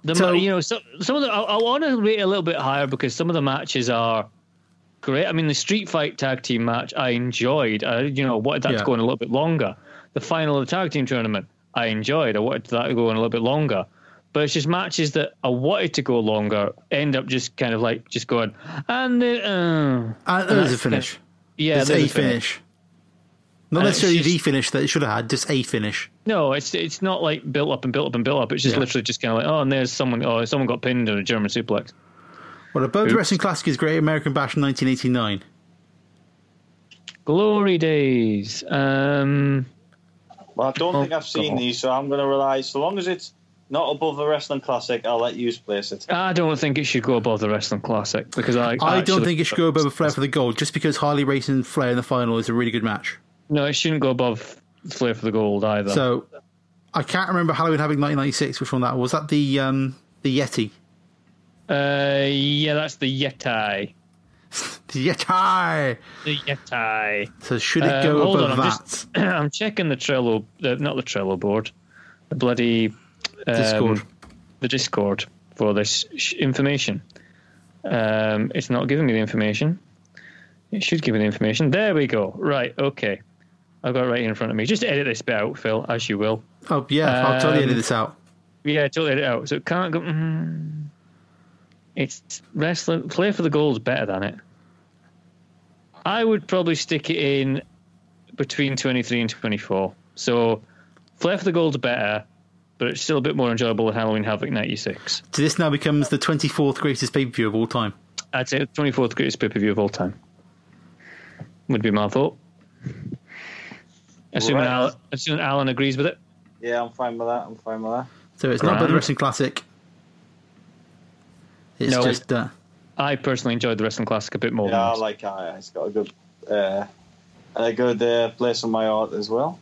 A: The
C: So-
A: ma- you know so, some of the I, I want to rate a little bit higher because some of the matches are great. I mean, the street fight tag team match I enjoyed. I you know wanted that
C: Yeah.
A: to go on a little bit longer. The final of the tag team tournament I enjoyed. I wanted that to go on a little bit longer. But it's just matches that I wanted to go longer end up just kind of like just going and the uh,
C: and there's a
A: that's-
C: finish.
A: yeah
C: There's
A: there's
C: a finish. Not
A: And it's
C: necessarily the
A: just-
C: finish that it should have had, just a finish.
A: No, it's it's not like built up and built up and built up. It's just
C: Yeah.
A: literally just kind of like, oh, and there's someone, oh, someone got pinned in a German suplex.
C: Well, above the
A: Oops.
C: Wrestling Classic is Great American Bash 1989.
A: Glory days. Um,
B: Well, I don't think I've seen
A: God.
B: these, so I'm going to rely. So long as it's not above the wrestling classic, I'll let you place it.
A: I don't think it should go above the wrestling classic because I.
C: I don't
A: actually-
C: think it should go above Flair for the gold, just because Harley Racing and Flair in the final is a really good match.
A: No, it shouldn't go above Flair for the Gold either.
C: So I can't remember Halloween having 1996. Which one that was? That the um, the Yeti,
A: uh, yeah, that's the Yeti.
C: the Yeti.
A: The Yeti.
C: So should it go
A: Um, hold
C: above
A: on, I'm
C: that?
A: just- I'm checking the Trello, the, not the Trello board, the bloody um,
C: Discord.
A: the Discord for this sh- information. Um, it's not giving me the information. It should give me the information. There we go. Right. Okay. I've got it right here in front of me. Just edit this bit out, Phil, as you will.
C: Oh yeah, I'll totally edit
A: um,
C: this out.
A: Yeah, totally edit it out. So it can't go. Mm, it's wrestling. Play for the gold's better than it. I would probably stick it in between 23 and 24. So Flair for the Gold's better, but it's still a bit more enjoyable than Halloween Havoc 96.
C: So this now becomes the 24th greatest pay per view of all time.
A: I'd say the 24th greatest pay per view of all time. Would be my thought. Assuming,
B: Right.
A: Alan, assuming Alan agrees with it.
B: Yeah, I'm fine with that. I'm fine with that.
C: So it's not above
A: Grand.
C: the Wrestling Classic. It's
A: No,
C: just uh,
A: I personally enjoyed the Wrestling Classic a bit more.
B: Yeah, I
A: than this.
B: like it. It's got a good, uh, a good uh, place in my heart as well.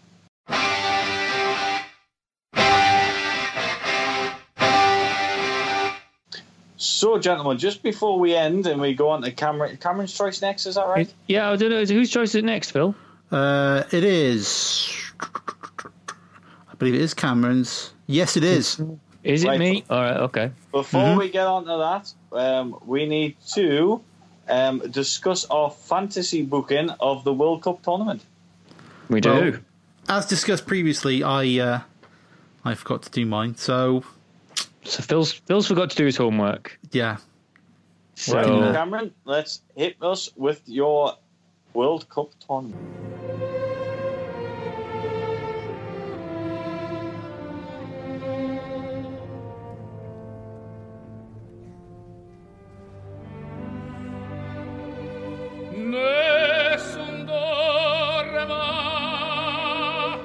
B: So, gentlemen, just before we end and we go on to Cameron, Cameron's choice next, is that right?
A: yeah, I don't know. Whose choice is it next, Phil?
C: Uh, it is. I believe it is Cameron's. Yes, it is.
A: Is it
B: Right.
A: me? All right, okay.
B: Before we get on to that, um, we need to um, discuss our fantasy booking of the World Cup tournament.
A: We do.
C: Well- As discussed previously, I uh, I forgot to do mine. So
A: so Phil's Phil's forgot to do his homework.
C: yeah,
A: So
B: Right, Cameron, let's hit us with your World Cup tournament.
J: Nessun dorme va,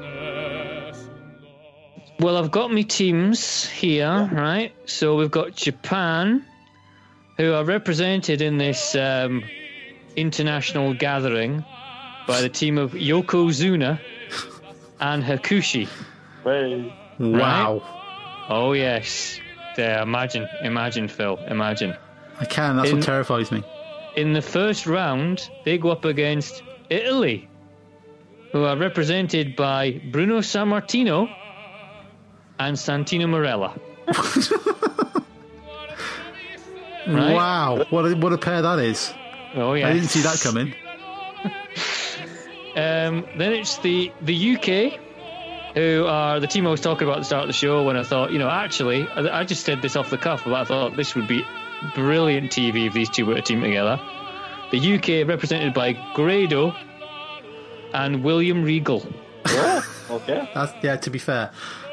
J: nessun dorme.
A: well, I've got my teams here, right? So we've got Japan, who are represented in this um, international gathering by the team of Yokozuna and Hakushi.
B: Hey.
C: Wow.
A: Oh yes. There, imagine, imagine, Phil, imagine.
C: I can. That's
A: In-
C: what terrifies me.
A: In the first round, they go up against Italy, who are represented by Bruno Sammartino and Santino Morella. Right?
C: Wow. What a, what a pair that is.
A: Oh yeah,
C: I didn't see that coming.
A: Um, then it's the the UK, who are the team I was talking about at the start of the show. When I thought, you know, actually, I, I just said this off the cuff, but I thought this would be brilliant TV if these two were a team together. The UK represented by Grado and William Regal.
B: Okay.
C: That's, yeah, to be fair.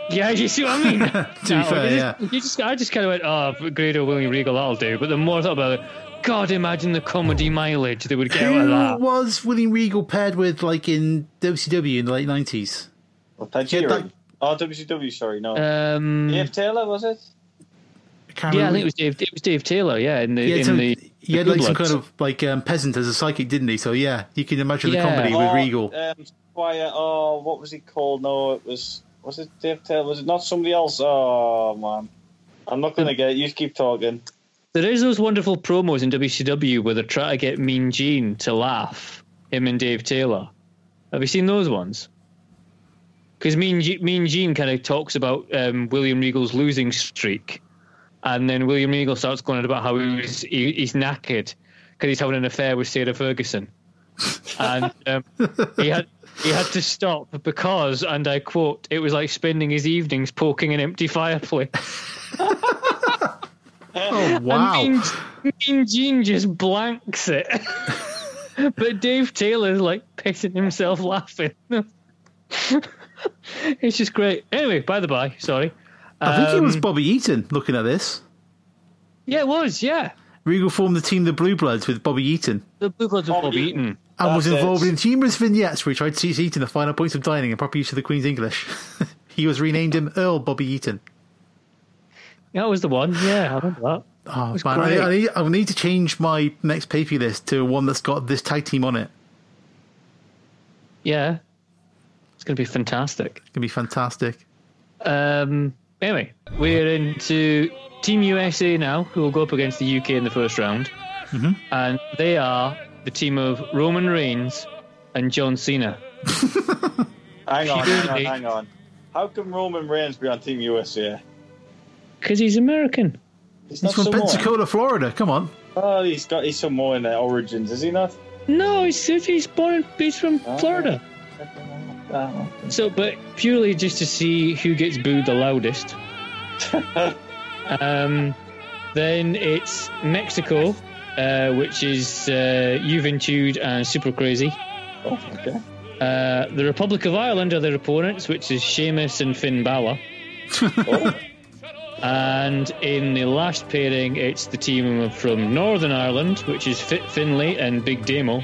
A: Yeah, you see what I mean.
C: To be
A: That one.
C: fair,
A: You
C: yeah.
A: just- You just, I just kind of went, oh, Grado, William Regal, that'll do. But the more I thought about it, God, imagine the comedy mileage they would get out of
C: Who
A: that.
C: was William Regal paired with, like in WCW in the late nineties?
B: Well, thank
C: Yeah,
B: you.
C: that-
B: Oh, WCW, sorry, no.
A: Um,
B: Dave Taylor, was it?
A: Yeah, I think it was Dave. It was Dave Taylor. Yeah, in the
C: He had,
A: in
C: some,
A: the.
C: he
A: the
C: had like some
A: Bloodbloods.
C: kind of like um, peasant as a psychic, didn't he? So yeah, you can imagine
A: Yeah.
C: the comedy with
B: Oh,
C: Regal.
B: Um, Squire, oh, what was he called? No, it was. Was it Dave Taylor? Was it not somebody else? Oh, man. I'm not going to get it. You keep talking.
A: There is those wonderful promos in WCW where they're trying to get Mean Gene to laugh. Him and Dave Taylor. Have you seen those ones? Because Mean Ge- Mean Gene kind of talks about um, William Regal's losing streak, and then William Regal starts going on about how he was, he, he's knackered because he's having an affair with Sarah Ferguson, and um, he had he had to stop because, and I quote, it was like spending his evenings poking an empty fireplace.
C: Oh wow!
A: And Mean, mean Gene just blanks it. but Dave Taylor's like pissing himself laughing. it's just great. Anyway, by the by, sorry.
C: I think it was
A: Um,
C: Bobby Eaton. Looking at this,
A: Yeah, it was. Yeah,
C: Regal formed the team the Blue Bloods with Bobby Eaton
A: the Blue Bloods of
B: Bobby
A: Bob Eaton.
C: and was
B: That's it.
C: involved in humorous vignettes where he tried to teach Eaton the finer points of dining and proper use of the Queen's English. he was renamed him Earl Bobby Eaton.
A: That was the one. Yeah, I remember that.
C: Oh
A: was
C: man, I,
A: great.
C: I, need, I need to change my next pay per list to one that's got this tag team on it.
A: Yeah, it's gonna be fantastic.
C: It's gonna be fantastic.
A: Um, anyway, we're into Team USA now, who will go up against the UK in the first round, and they are the team of Roman Reigns and John Cena.
B: Hang on, hang on,
A: Purely.
B: hang on. How can Roman Reigns be on Team USA?
A: Because he's American.
B: He's
C: He's
B: not
C: from
B: Samoan.
C: Pensacola, Florida. Come on.
B: Oh, he's got he's some more in their origins, is he not?
A: No, he's he's born in, he's from Florida. So, but purely just to see who gets booed the loudest. um, then it's Mexico, uh, which is uh, Juventud and Super Crazy.
B: Okay.
A: Uh, the Republic of Ireland are their opponents, which is Seamus and Finn Balor. and in the last pairing, it's the team from Northern Ireland, which is Fit Finlay and Big Demo,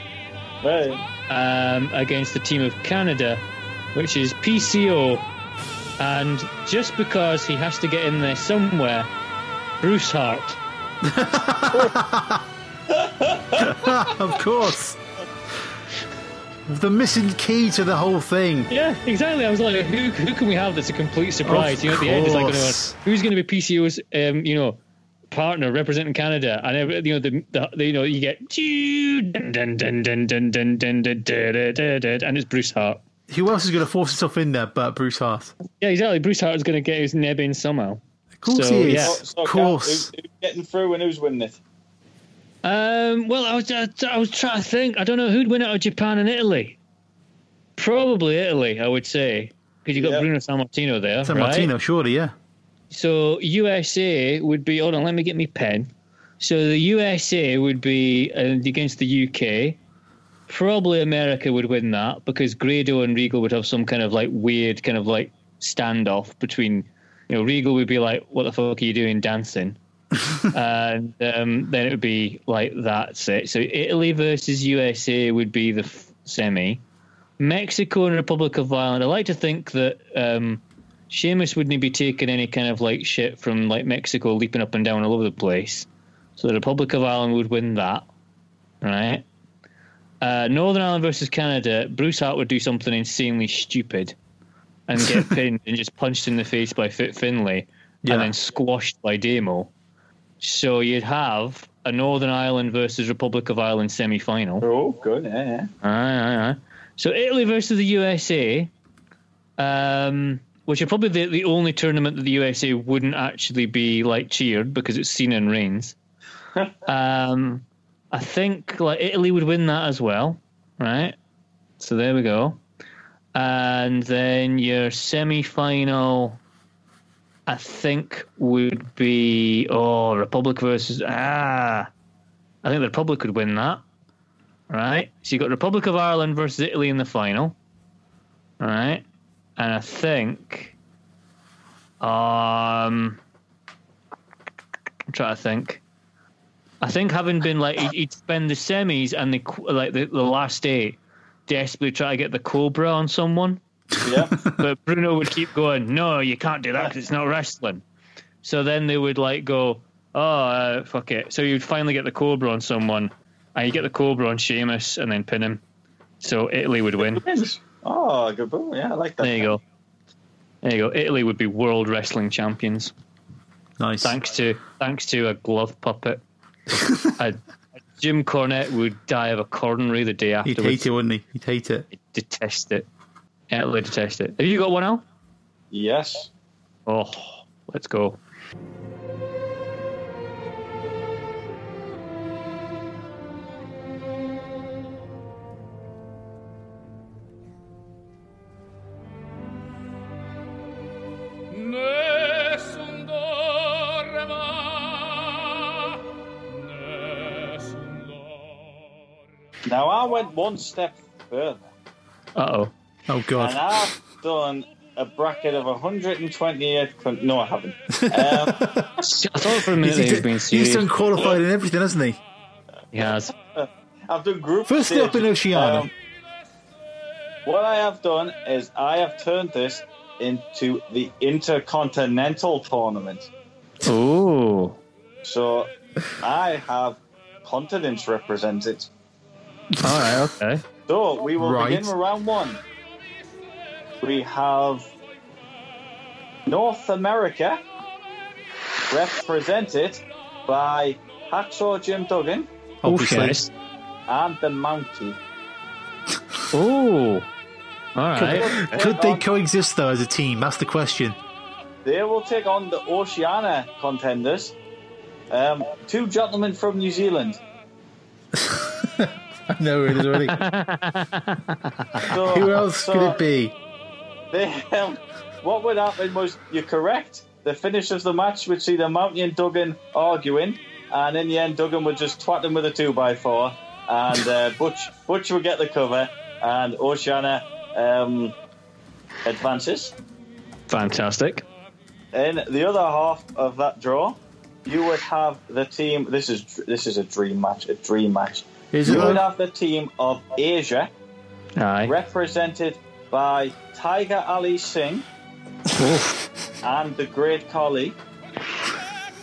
B: Right.
A: um, against the team of Canada, which is PCO. And just because he has to get in there somewhere, Bruce Hart.
C: Of course. the missing key to the whole thing.
A: Yeah, exactly. I was like, who, who can we have that's a complete surprise?
C: Of
A: you know, at the end, it's like, going
C: course.
A: to, who's going to be PCO's, um, you know, partner representing Canada? And every, you know, the, the, the you know, you get dun, dun, dun, dun, dun, dun, dun, dun, dun, dun, dun, dun, and it's Bruce Hart.
C: Who else is going to force himself in there but Bruce Hart?
A: Yeah, exactly. Bruce Hart is going to get his neb in somehow.
C: Of course
A: So,
C: he is.
A: yeah.
B: So,
A: Yes,
B: oh, so
C: of
B: Cal,
C: course.
B: who's, who's getting through and who's winning it?
A: Um, well, I was I, I was trying to think. I don't know who'd win out of Japan and Italy. Probably Italy, I would say, because you got
B: Yeah.
A: Bruno Sammartino there.
C: San
A: right?
C: Martino, surely, yeah.
A: So USA would be. Hold on, let me get me pen. So the USA would be uh, against the UK. Probably America would win that because Grado and Regal would have some kind of like weird kind of like standoff between. You know, Regal would be like, "What the fuck are you doing dancing?" and um, then it would be like that's it. So Italy versus USA would be the f- semi. Mexico and Republic of Ireland. I like to think that. Um, Seamus wouldn't be taking any kind of like shit from like Mexico leaping up and down all over the place. So the Republic of Ireland would win that, right? uh, Northern Ireland versus Canada, Bruce Hart would do something insanely stupid and get pinned and just punched in the face by Fit Finlay
C: Yeah.
A: and then squashed by Demo. So you'd have a Northern Ireland versus Republic of Ireland semi final.
B: Oh, good. Yeah, yeah.
A: Aye, aye, aye. So Italy versus the USA, um, which are probably the, the only tournament that the USA wouldn't actually be like cheered because it's Cena and Reigns. um, I think like Italy would win that as well, right? So there we go. And then your semi-final, I think would be oh Republic versus ah, I think the Republic would win that. Right. So you got Republic of Ireland versus Italy in the final. Right. And I think um I'm trying to think. I think having been like he'd- he'd spend the semis and the qu- like the, the last eight desperately try to get the cobra on someone
B: yeah.
A: but Bruno would keep going, no, you can't do that because it's not wrestling. So then they would like go, oh, uh, fuck it. So you'd finally get the Cobra on someone, and you get the Cobra on Sheamus and then pin him. So Italy would win.
B: Oh, good boom. Yeah, I like that.
A: There you go. There you go. Italy would be world wrestling champions
C: Nice.
A: thanks to thanks to a glove puppet. a, Jim Cornette would die of a coronary the day
C: He'd
A: afterwards.
C: hate it, wouldn't he? He'd hate it.
A: Detest it. Italy detest it. Have you got one out?
B: Yes.
A: Oh, let's go.
J: Nessun dorma, nessun dorma.
B: Now I went one step further,
A: Uh oh.
C: Oh
B: and
C: god.
B: I've done a bracket of 128. Con- no, I haven't. Um,
A: I thought for a minute that
C: He's,
A: he was
C: he's,
A: being
C: he's,
A: serious.
C: done qualified and everything, hasn't he?
A: He has.
B: I've done group.
C: Firstly
B: stage.
C: up in Oceania.
B: Um, what I have done is I have turned this into the intercontinental tournament.
A: Oh,
B: So I have continents represented.
A: all right, okay.
B: So we will
C: Right.
B: begin with round one. We have North America represented by Hacksaw Jim Duggan
C: Obviously.
B: and the Mountie.
A: Oh, all right.
C: Could they coexist though as a team? That's the question.
B: Um, They will take on the Oceania contenders. Um, two gentlemen from New Zealand.
C: I know it is already.
B: So,
C: Who else
B: so
C: could it be?
B: they- um, what would happen was you're correct. The finish of the match would see the Mountie and Duggan arguing, and in the end, Duggan would just twat them with a two by four, and uh, Butch Butch would get the cover, and Oceania um, advances.
A: Fantastic.
B: In the other half of that draw, you would have the team. This is this is a dream match. A dream match.
C: Is it
B: You would
C: though?
B: have the team of Asia
A: Aye.
B: represented by Tiger Ali Singh and the Great Collie.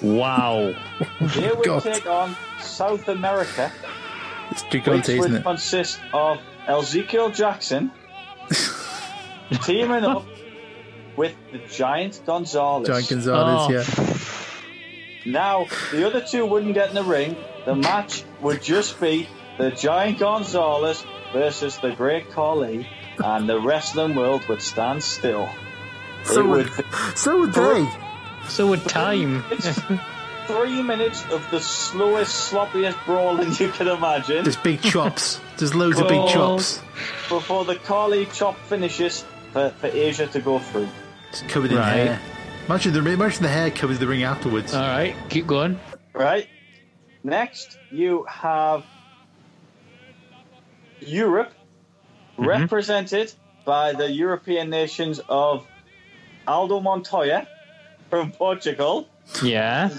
A: Wow.
B: They would
C: God.
B: take on South America,
C: It's
B: which
C: Gigante,
B: would
C: isn't it?
B: consist of Ezekiel Jackson teaming up with the Giant Gonzalez.
C: John Gonzalez,
A: Oh.
C: yeah.
B: Now, the other two wouldn't get in the ring. The match would just be the Giant Gonzalez versus the Great Collie, and the wrestling world would stand still.
C: So
B: it
C: would,
B: would
C: so would they.
A: Oh, So would time.
B: It's three minutes of the slowest, sloppiest brawling you can imagine
C: There's big chops. There's loads of big
A: Oh.
C: chops.
B: before the Carly chop finishes for, for Asia to go through.
C: It's covered in
A: Right. Uh,
C: hair. Imagine the imagine the hair covers the ring afterwards.
A: All right, keep going.
B: Right? Next, you have Europe, represented by the European nations of Aldo Montoya from Portugal,
A: Yeah.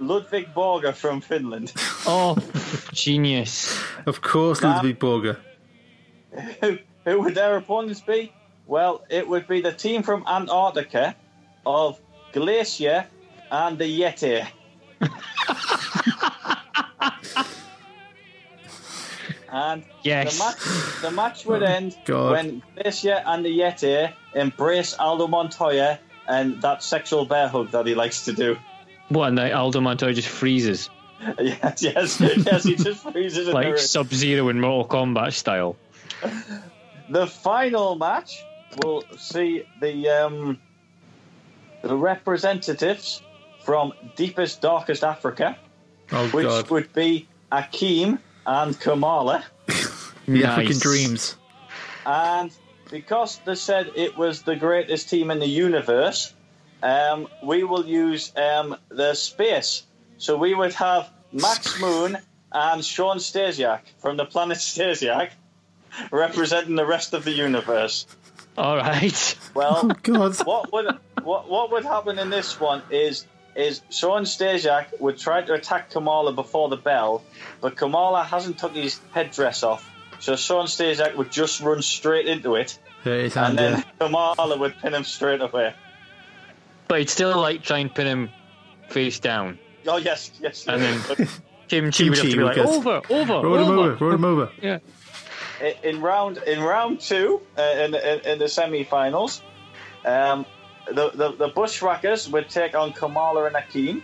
B: Ludvig Borga from Finland,
A: Oh, genius.
C: of course, Ludwig Borger.
B: who, who would their opponents be? Well, it would be the team from Antarctica of Glacier and the Yeti. And
A: Yes. Oh,
B: the match, the match would end
C: God.
B: when Glacier and the Yeti embrace Aldo Montoya and that sexual bear hug that he likes to do.
A: What, and like Aldo Montoya just freezes,
B: yes, yes, yes, he just freezes in the
A: like
B: ring.
A: Sub Zero in Mortal Kombat style.
B: The final match will see the um, the representatives from deepest, darkest Africa,
C: Oh
B: which
C: god,
B: would be Akeem and Kamala.
C: the African
A: Nice.
C: dreams.
B: And because they said it was the greatest team in the universe, um, we will use um, the space. So we would have Max Moon and Sean Stasiak from the planet Stasiak representing the rest of the universe.
A: All right.
B: Well,
C: God,
B: Oh, what would what what would happen in this one is is Sean Stasiak would try to attack Kamala before the bell, but Kamala hasn't took his headdress off, so Sean Stasiak would just run straight into it,
C: there it is,
B: and
C: Andy.
B: then Kamala would pin him straight away.
A: But he'd still like try and pin him face down.
B: Oh yes, yes.
A: And
B: yes.
A: Kim Chi would have to
C: Chi
A: be like,
C: would go-
A: over, over,
C: Roll him
A: over.
C: over, roll him over.
A: Yeah.
B: in, in round in round two uh, in, in, in the semi-finals, um, the, the the Bushwhackers would take on Kamala and Akeem.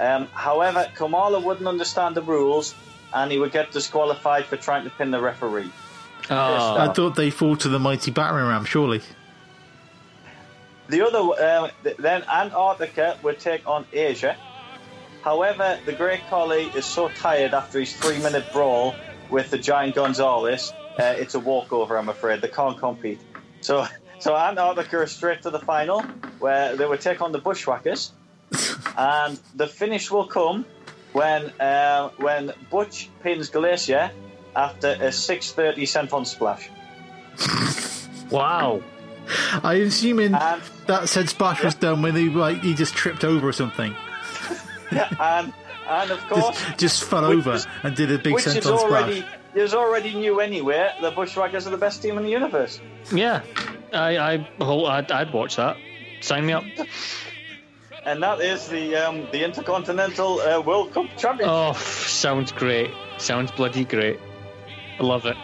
B: Um, however, Kamala wouldn't understand the rules, and he would get disqualified for trying to pin the referee.
A: Ah.
C: I thought they fall to the mighty battering ram, surely.
B: The other um, th- then Antarctica would take on Asia. However, the Great Collie is so tired after his three-minute brawl with the giant Gonzalez, uh, it's a walkover. I'm afraid they can't compete. So, so Antarctica is straight to the final, where they would take on the Bushwhackers, and the finish will come when uh, when Butch pins Glacier after a 6:30 senton splash.
A: Wow.
C: I'm assuming
B: Um,
C: that said splash was done when he like he just tripped over or something,
B: And and of course.
C: just just fell
B: Which
C: over
B: is-
C: and did a big
B: which
C: senton
B: is
C: splash.
B: already is already new anyway. The Bushwhackers are the best team in the universe.
A: Yeah. I, I, oh, I'd, I'd watch that. Sign me up.
B: And that is the um, the Intercontinental uh, World Cup champion.
A: Oh, f- sounds great. Sounds bloody great. I love it.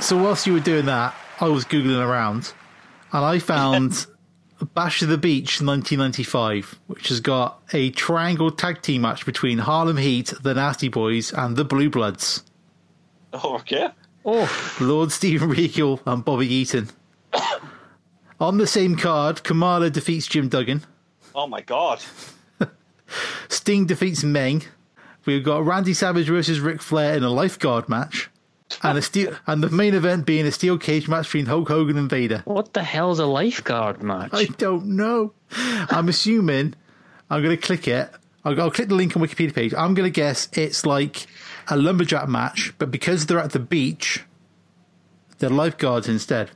C: So whilst you were doing that, I was googling around, and I found Bash of the Beach 1995, which has got a triangle tag team match between Harlem Heat, the Nasty Boys, and the Blue Bloods.
B: Oh, okay.
A: Oh,
C: Lord Steven Regal and Bobby Eaton. On the same card, Kamala defeats Jim Duggan.
B: Oh my God.
C: Sting defeats Meng. We've got Randy Savage versus Ric Flair in a lifeguard match. And a steel and the main event being a steel cage match between Hulk Hogan and Vader.
A: what the hell's a lifeguard match?
C: I don't know. I'm assuming I'm going to click it. I'll, I'll click the link on Wikipedia page. I'm going to guess it's like a lumberjack match, but because they're at the beach, they're lifeguards instead.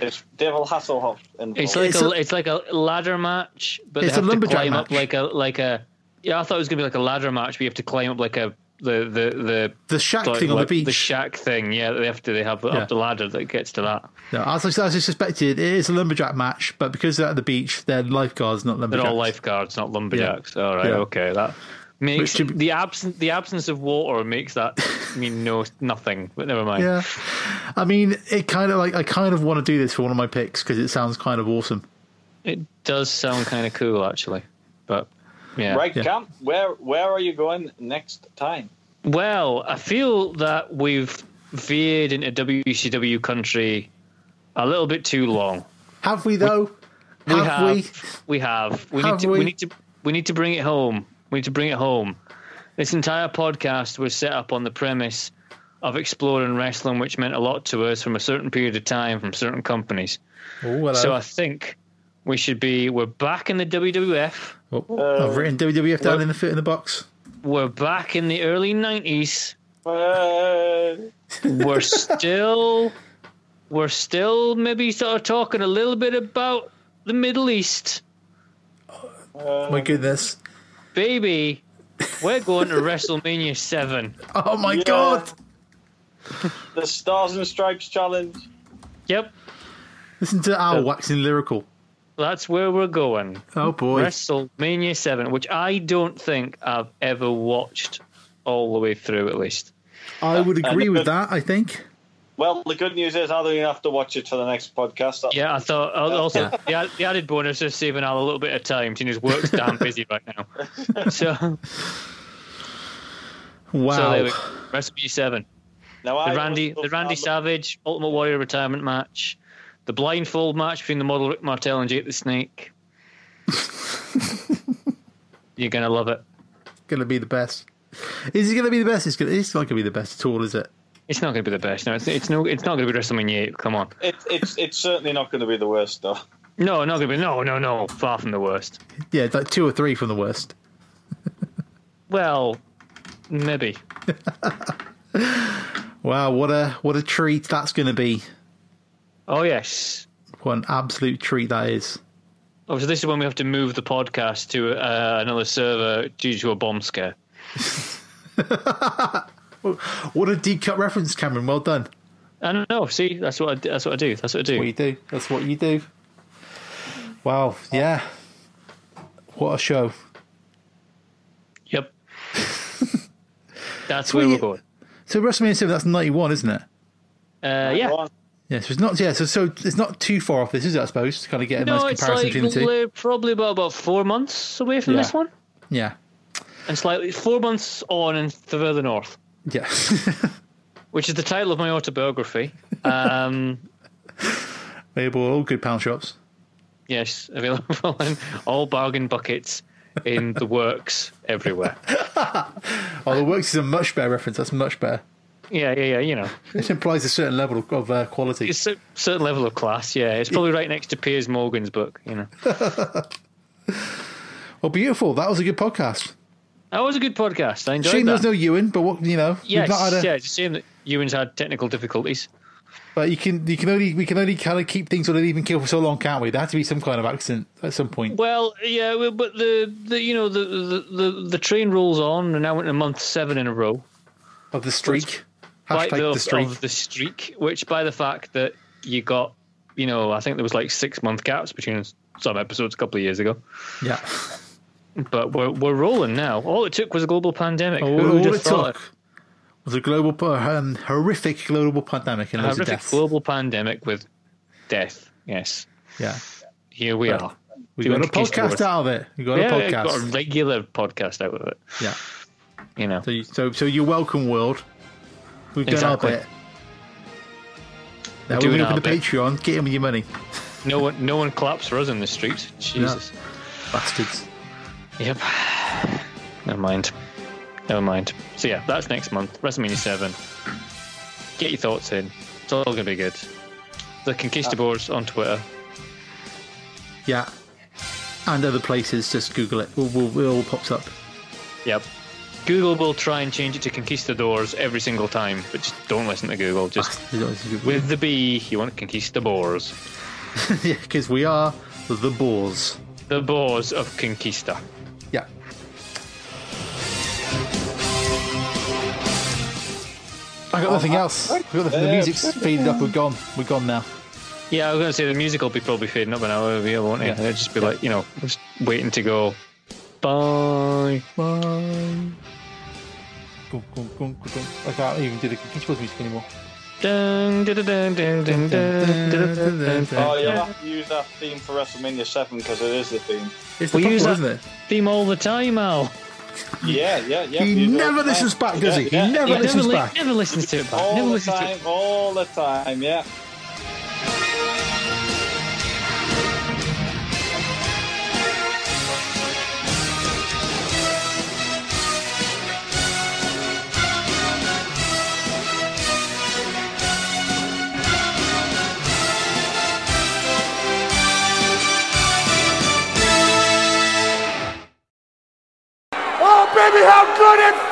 B: It's Devil Hasselhoff. Involved.
A: It's like
C: It's
A: a,
C: a-
A: it's like a ladder match, but they
C: It's a
A: have to
C: lumberjack
A: climb up
C: match.
A: like a like a. Yeah, I thought it was gonna be like a ladder match, but you have to climb up like a the the the.
C: The shack
A: like-
C: thing on the
A: like
C: beach.
A: The shack thing, yeah. They have to. They have
C: Yeah.
A: up the ladder that gets to that.
C: No, as, I, as I suspected, it is a lumberjack match, but because they're at the beach, they're lifeguards, not
A: They're
C: lumberjacks.
A: all lifeguards, not lumberjacks. All right,
C: Yeah.
A: okay. That
C: Which
A: makes
C: should be-
A: the absence the absence of water makes that mean no nothing. But never mind.
C: Yeah, I mean, it kind of like I kind of want to do this for one of my picks because it sounds kind of awesome.
A: It does sound kind of cool, actually. But yeah,
B: right,
C: yeah.
B: Camp. Where where are you going next time?
A: Well, I feel that we've veered into WCW country a little bit too long.
C: Have we though?
A: We
C: have,
A: have,
C: we?
A: we have, we
C: Have
A: need to,
C: we?
A: we? need to, we need to bring it home. We need to bring it home. This entire podcast was set up on the premise of exploring wrestling, which meant a lot to us from a certain period of time from certain companies.
C: Oh, hello.
A: So I think we should be. We're back in the WWF.
C: Oh, I've written WWF down in the foot in the box.
A: We're back in the early nineties.
B: Uh,
A: we're still we're still maybe sort of talking a little bit about the Middle East
C: my goodness.
A: Baby, we're going to WrestleMania 7.
C: Oh my
B: Yeah.
C: god.
B: The Stars and Stripes challenge.
A: Yep,
C: Listen to Al waxing lyrical.
A: that's where we're going.
C: Oh boy.
A: WrestleMania 7, which I don't think I've ever watched all the way through, at least.
C: I would agree
B: uh,
C: with that, I think.
B: Well, the good news is I don't even have to watch it for the next podcast. That-
A: Yeah, I thought al- also the, ad- the added bonus is saving Al a little bit of time. Tina's work's damn busy right now. So, so there
C: Wow.
A: we go. WrestleMania 7.
B: Now,
A: The
B: I
A: Randy, the
B: also-
A: Randy
B: I'm-
A: Savage Ultimate Warrior retirement match, the blindfold match between the model Rick Martel and Jake the Snake. You're gonna love it.
C: gonna be the best. Is it gonna be the best? It's gonna it's not gonna be the best at all, is it?
A: It's not gonna be the best. No, it's, it's no, it's not gonna be WrestleMania. 8, Come on,
B: It, it's it's certainly not going to be the worst though.
A: no, not gonna be. No, no, no. Far from the worst.
C: Yeah, it's like two or three from the worst.
A: Well, maybe.
C: Wow, what a what a treat that's gonna be.
A: Oh yes.
C: What an absolute treat that is.
A: Obviously, this is when we have to move the podcast to uh, another server due to a bomb scare.
C: What a deep cut reference, Cameron. Well done.
A: I don't know. See, that's what I, d- that's what I do. That's what I do.
C: What you do. That's what you do. Wow, yeah. What a show.
A: Yep. that's
C: Well,
A: where we're
C: you-
A: going.
C: So WrestleMania 7, that's 91, isn't it?
A: Uh, yeah.
B: Go on.
C: Yeah, so it's not yeah, so, so it's not too far off this, is it, I suppose? To kind of get a
A: No,
C: nice
A: it's
C: comparison
A: like
C: between the two.
A: li- probably about, about four months away from
C: Yeah.
A: this one,
C: Yeah.
A: and slightly four months on and further north,
C: Yeah.
A: which is the title of my autobiography. Um,
C: Available at all good pound shops.
A: yes, available in all bargain buckets in the works everywhere.
C: Oh, the works is a much better reference. That's much better.
A: Yeah, yeah, yeah. You know,
C: It implies a certain level of, of uh, quality.
A: it's a certain level of class. Yeah, it's probably right next to Piers Morgan's book. You know,
C: Well, beautiful. That was a good podcast.
A: that was a good podcast. I enjoyed
C: Shame
A: that.
C: there's no Ewan, but what you know, we've
A: yes,
C: not had a-
A: yeah. It's a shame that Ewan's had technical difficulties.
C: But you can you can only we can only kind of keep things on an even keel for so long, can't we? There had to be some kind of accident at some point.
A: Well, yeah, well, but the, the you know the, the the the train rolls on, and now we're into month seven in a row.
C: of the streak.
A: Like
C: Hashtag
A: the,
C: the streak.
A: of the streak, which by the fact that you got, you know, I think there was like six month gaps between some episodes a couple of years ago,
C: yeah.
A: but we're we're rolling now. All it took was a global pandemic.
C: All,
A: Who would have
C: all Oh, it
A: thought
C: took was a global, pa- um, horrific global pandemic and
A: a
C: loads of
A: horrific
C: deaths.
A: global pandemic with death? Yes,
C: yeah.
A: here we
C: Right.
A: are.
C: We
A: Doing
C: got a
A: case
C: podcast
A: wars.
C: out of it. We got
A: yeah,
C: a
A: we've got a
C: podcast.
A: regular podcast out of it.
C: Yeah.
A: You know,
C: So, you, so, so you're welcome, world. We've done
A: Exactly.
C: our bit. Now
A: doing
C: we're going to
A: our
C: open the
A: bit.
C: Patreon. Get in with your money,
A: no one no one claps for us in the street. Jesus.
C: bastards.
A: Yep. Never mind. Never mind. So yeah, that's next month. WrestleMania seven. Get your thoughts in. It's all gonna be good. The Conquistadors on Twitter.
C: Yeah. And other places, just Google it. We'll, we'll, it all pops up.
A: Yep. Google will try and change it to Conquistadors every single time, but just don't listen to Google. Just with the B, you want Conquistadors.
C: because we are the boars.
A: The Boars of Conquista.
C: Yeah. Oh, I got nothing else. We got the, the music's faded up. We're gone. We're gone now.
A: Yeah, I was gonna say the music will be probably fading up an hour over here, won't it?
C: Yeah.
A: And it'll just be like, you know, just waiting to go. Bye.
C: Bye. Gum, gum, gum, gum, gum. I can't even do the Kingsboys music anymore.
A: Dun, dun, dun, dun, dun, dun, dun, dun, dun, dun.
B: Oh, you'll have to use that theme for WrestleMania Seven because it is the theme.
C: It's the
A: We
C: proper
A: use
C: one,
A: that-
C: isn't it?
A: theme all the time, Al.
B: Yeah, yeah, yeah.
C: He
B: you do it
C: never
B: all the
C: listens
B: time.
C: back, does he? He
B: Yeah,
C: never
A: Yeah,
B: yeah.
C: listens
A: never, li-
C: back.
A: never listens to it back. never
B: All the
A: listens to
B: time,
A: it.
B: all the time. Yeah.
G: Oh, baby, how good it